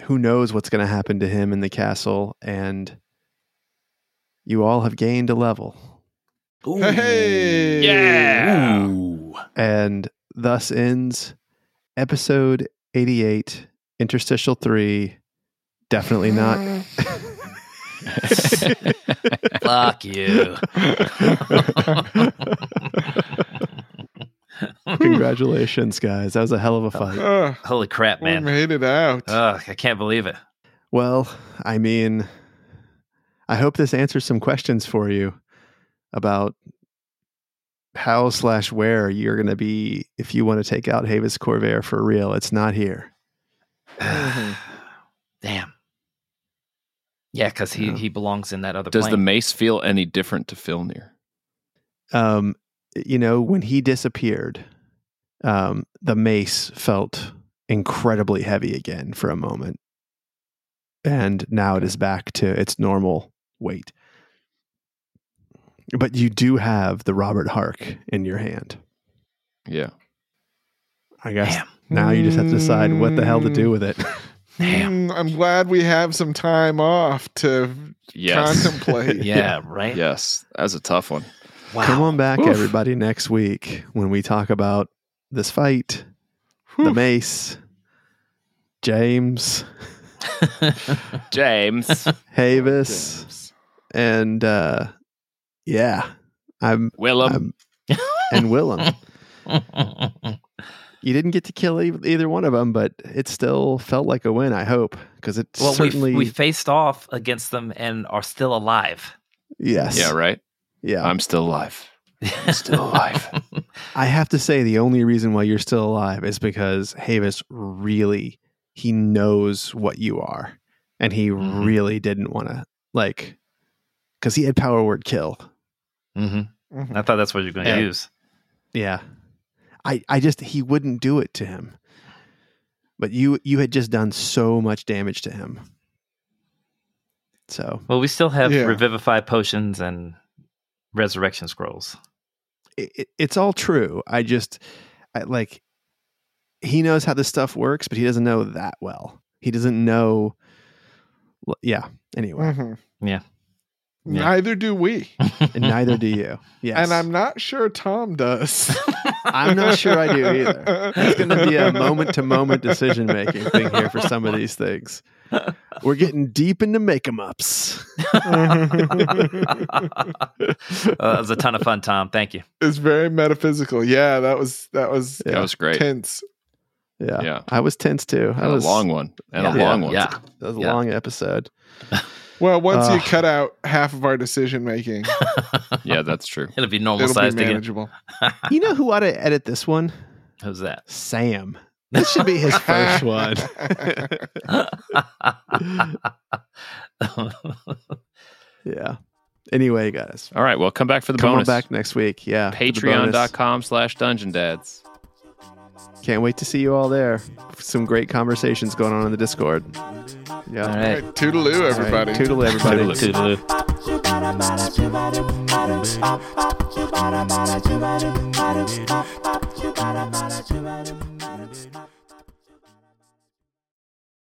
B: Who knows what's going to happen to him in the castle? And you all have gained a level.
A: Hey! [laughs]
E: Yeah.
B: And thus ends episode 88, interstitial 3. Definitely not. [laughs]
C: Fuck you.
B: Congratulations, guys. That was a hell of a fight.
A: Ugh,
C: Holy crap,
A: we
C: man.
A: made it out.
B: Uh,
C: Ugh, I can't believe it. [sighs]
B: Well, I mean, I hope this answers some questions for you about how slash where you're going to be if you want to take out Havis Corvair for real. It's not here.
C: Damn. Yeah, because he,
B: Yeah.
C: he belongs in that other
E: Does the
C: plane.
E: mace feel any different to Filnir?
B: um, you know, when he disappeared, um, the mace felt incredibly heavy again for a moment. And now it is back to its normal weight. But you do have the Robert Hark in your hand.
E: Yeah.
B: I guess now you just have to decide what the hell to do with it.
A: Mm, I'm glad we have some time off to
E: Yes.
A: contemplate.
C: yeah, right?
E: [laughs] yes. That's a tough one.
B: [laughs]
C: Wow.
B: Come on back,
E: Oof.
B: everybody, next week when we talk about this fight, [laughs] the
A: Whew.
B: mace, James,
E: [laughs] James.
B: Havis. and uh yeah i'm
E: Willem.
B: I'm- and
E: [laughs]
B: willem you didn't get to kill e- either one of them but it still felt like a win i hope because it
C: [laughs] well,
B: certainly
C: we, we faced off against them and are still alive.
B: yes
E: yeah, right? Um,
B: yeah
E: I'm still alive. I'm still [laughs] alive.
B: i have to say the only reason why you're still alive is because havis really he knows what you are and he
E: Mm-hmm.
C: Mhm.
B: really didn't want to like because he had power word kill
C: hmm
A: Mhm.
C: I thought that's what you're going to
E: Yeah.
C: use.
B: Yeah. I I just he wouldn't do it to him. But you you had just done so much damage to him. So
C: Well, we still have
A: Yeah.
C: revivify potions and resurrection scrolls.
B: it, it- it's all true. I just I, like he knows how this stuff works, but he doesn't know that well. He doesn't know well, yeah. Anyway,
A: Mhm.
C: Yeah. Yeah.
A: Neither do we.
C: [laughs]
B: and neither do you.
A: [laughs]
B: Yes.
A: And I'm not sure Tom does.
C: Uh,
B: I'm not sure I do either.
A: [laughs]
B: It's going to be a moment to moment decision making thing here for some of these things. We're getting deep into make 'em ups.
C: Uh, it was a ton of fun, Tom. Thank you.
A: It's very metaphysical. Yeah, that was that was
E: That was great.
A: tense.
B: Yeah.
E: Yeah.
B: I was tense too. I
E: And
B: was
E: a long one. And
C: yeah.
E: a long one.
C: Yeah.
B: That was a
C: Yeah.
B: long
C: [laughs]
B: episode.
A: Well, once you
B: Ugh.
A: cut out half of our decision making,
E: Yeah, that's true.
C: It'll be normal
A: it'll be
C: sized again.
A: manageable.
B: You know who ought to edit this one?
C: Who's that?
B: Sam. This should be
E: [laughs]
B: his
A: [laughs]
B: first one. Yeah. Anyway, guys,
E: All right. Well, come back for the
B: come
E: bonus.
B: on back next week. Yeah. for the bonus.
E: Patreon.com slash dungeon dads.
B: Can't wait to see you all there. Some great conversations going on in the Discord. Yeah.
C: All
B: All
A: Hey,
C: right.
A: Toodaloo,
B: right.
A: everybody.
B: Toodle everybody.
C: Toodaloo.
D: You gotta, gotta, you gotta, gotta, you gotta, gotta, you gotta.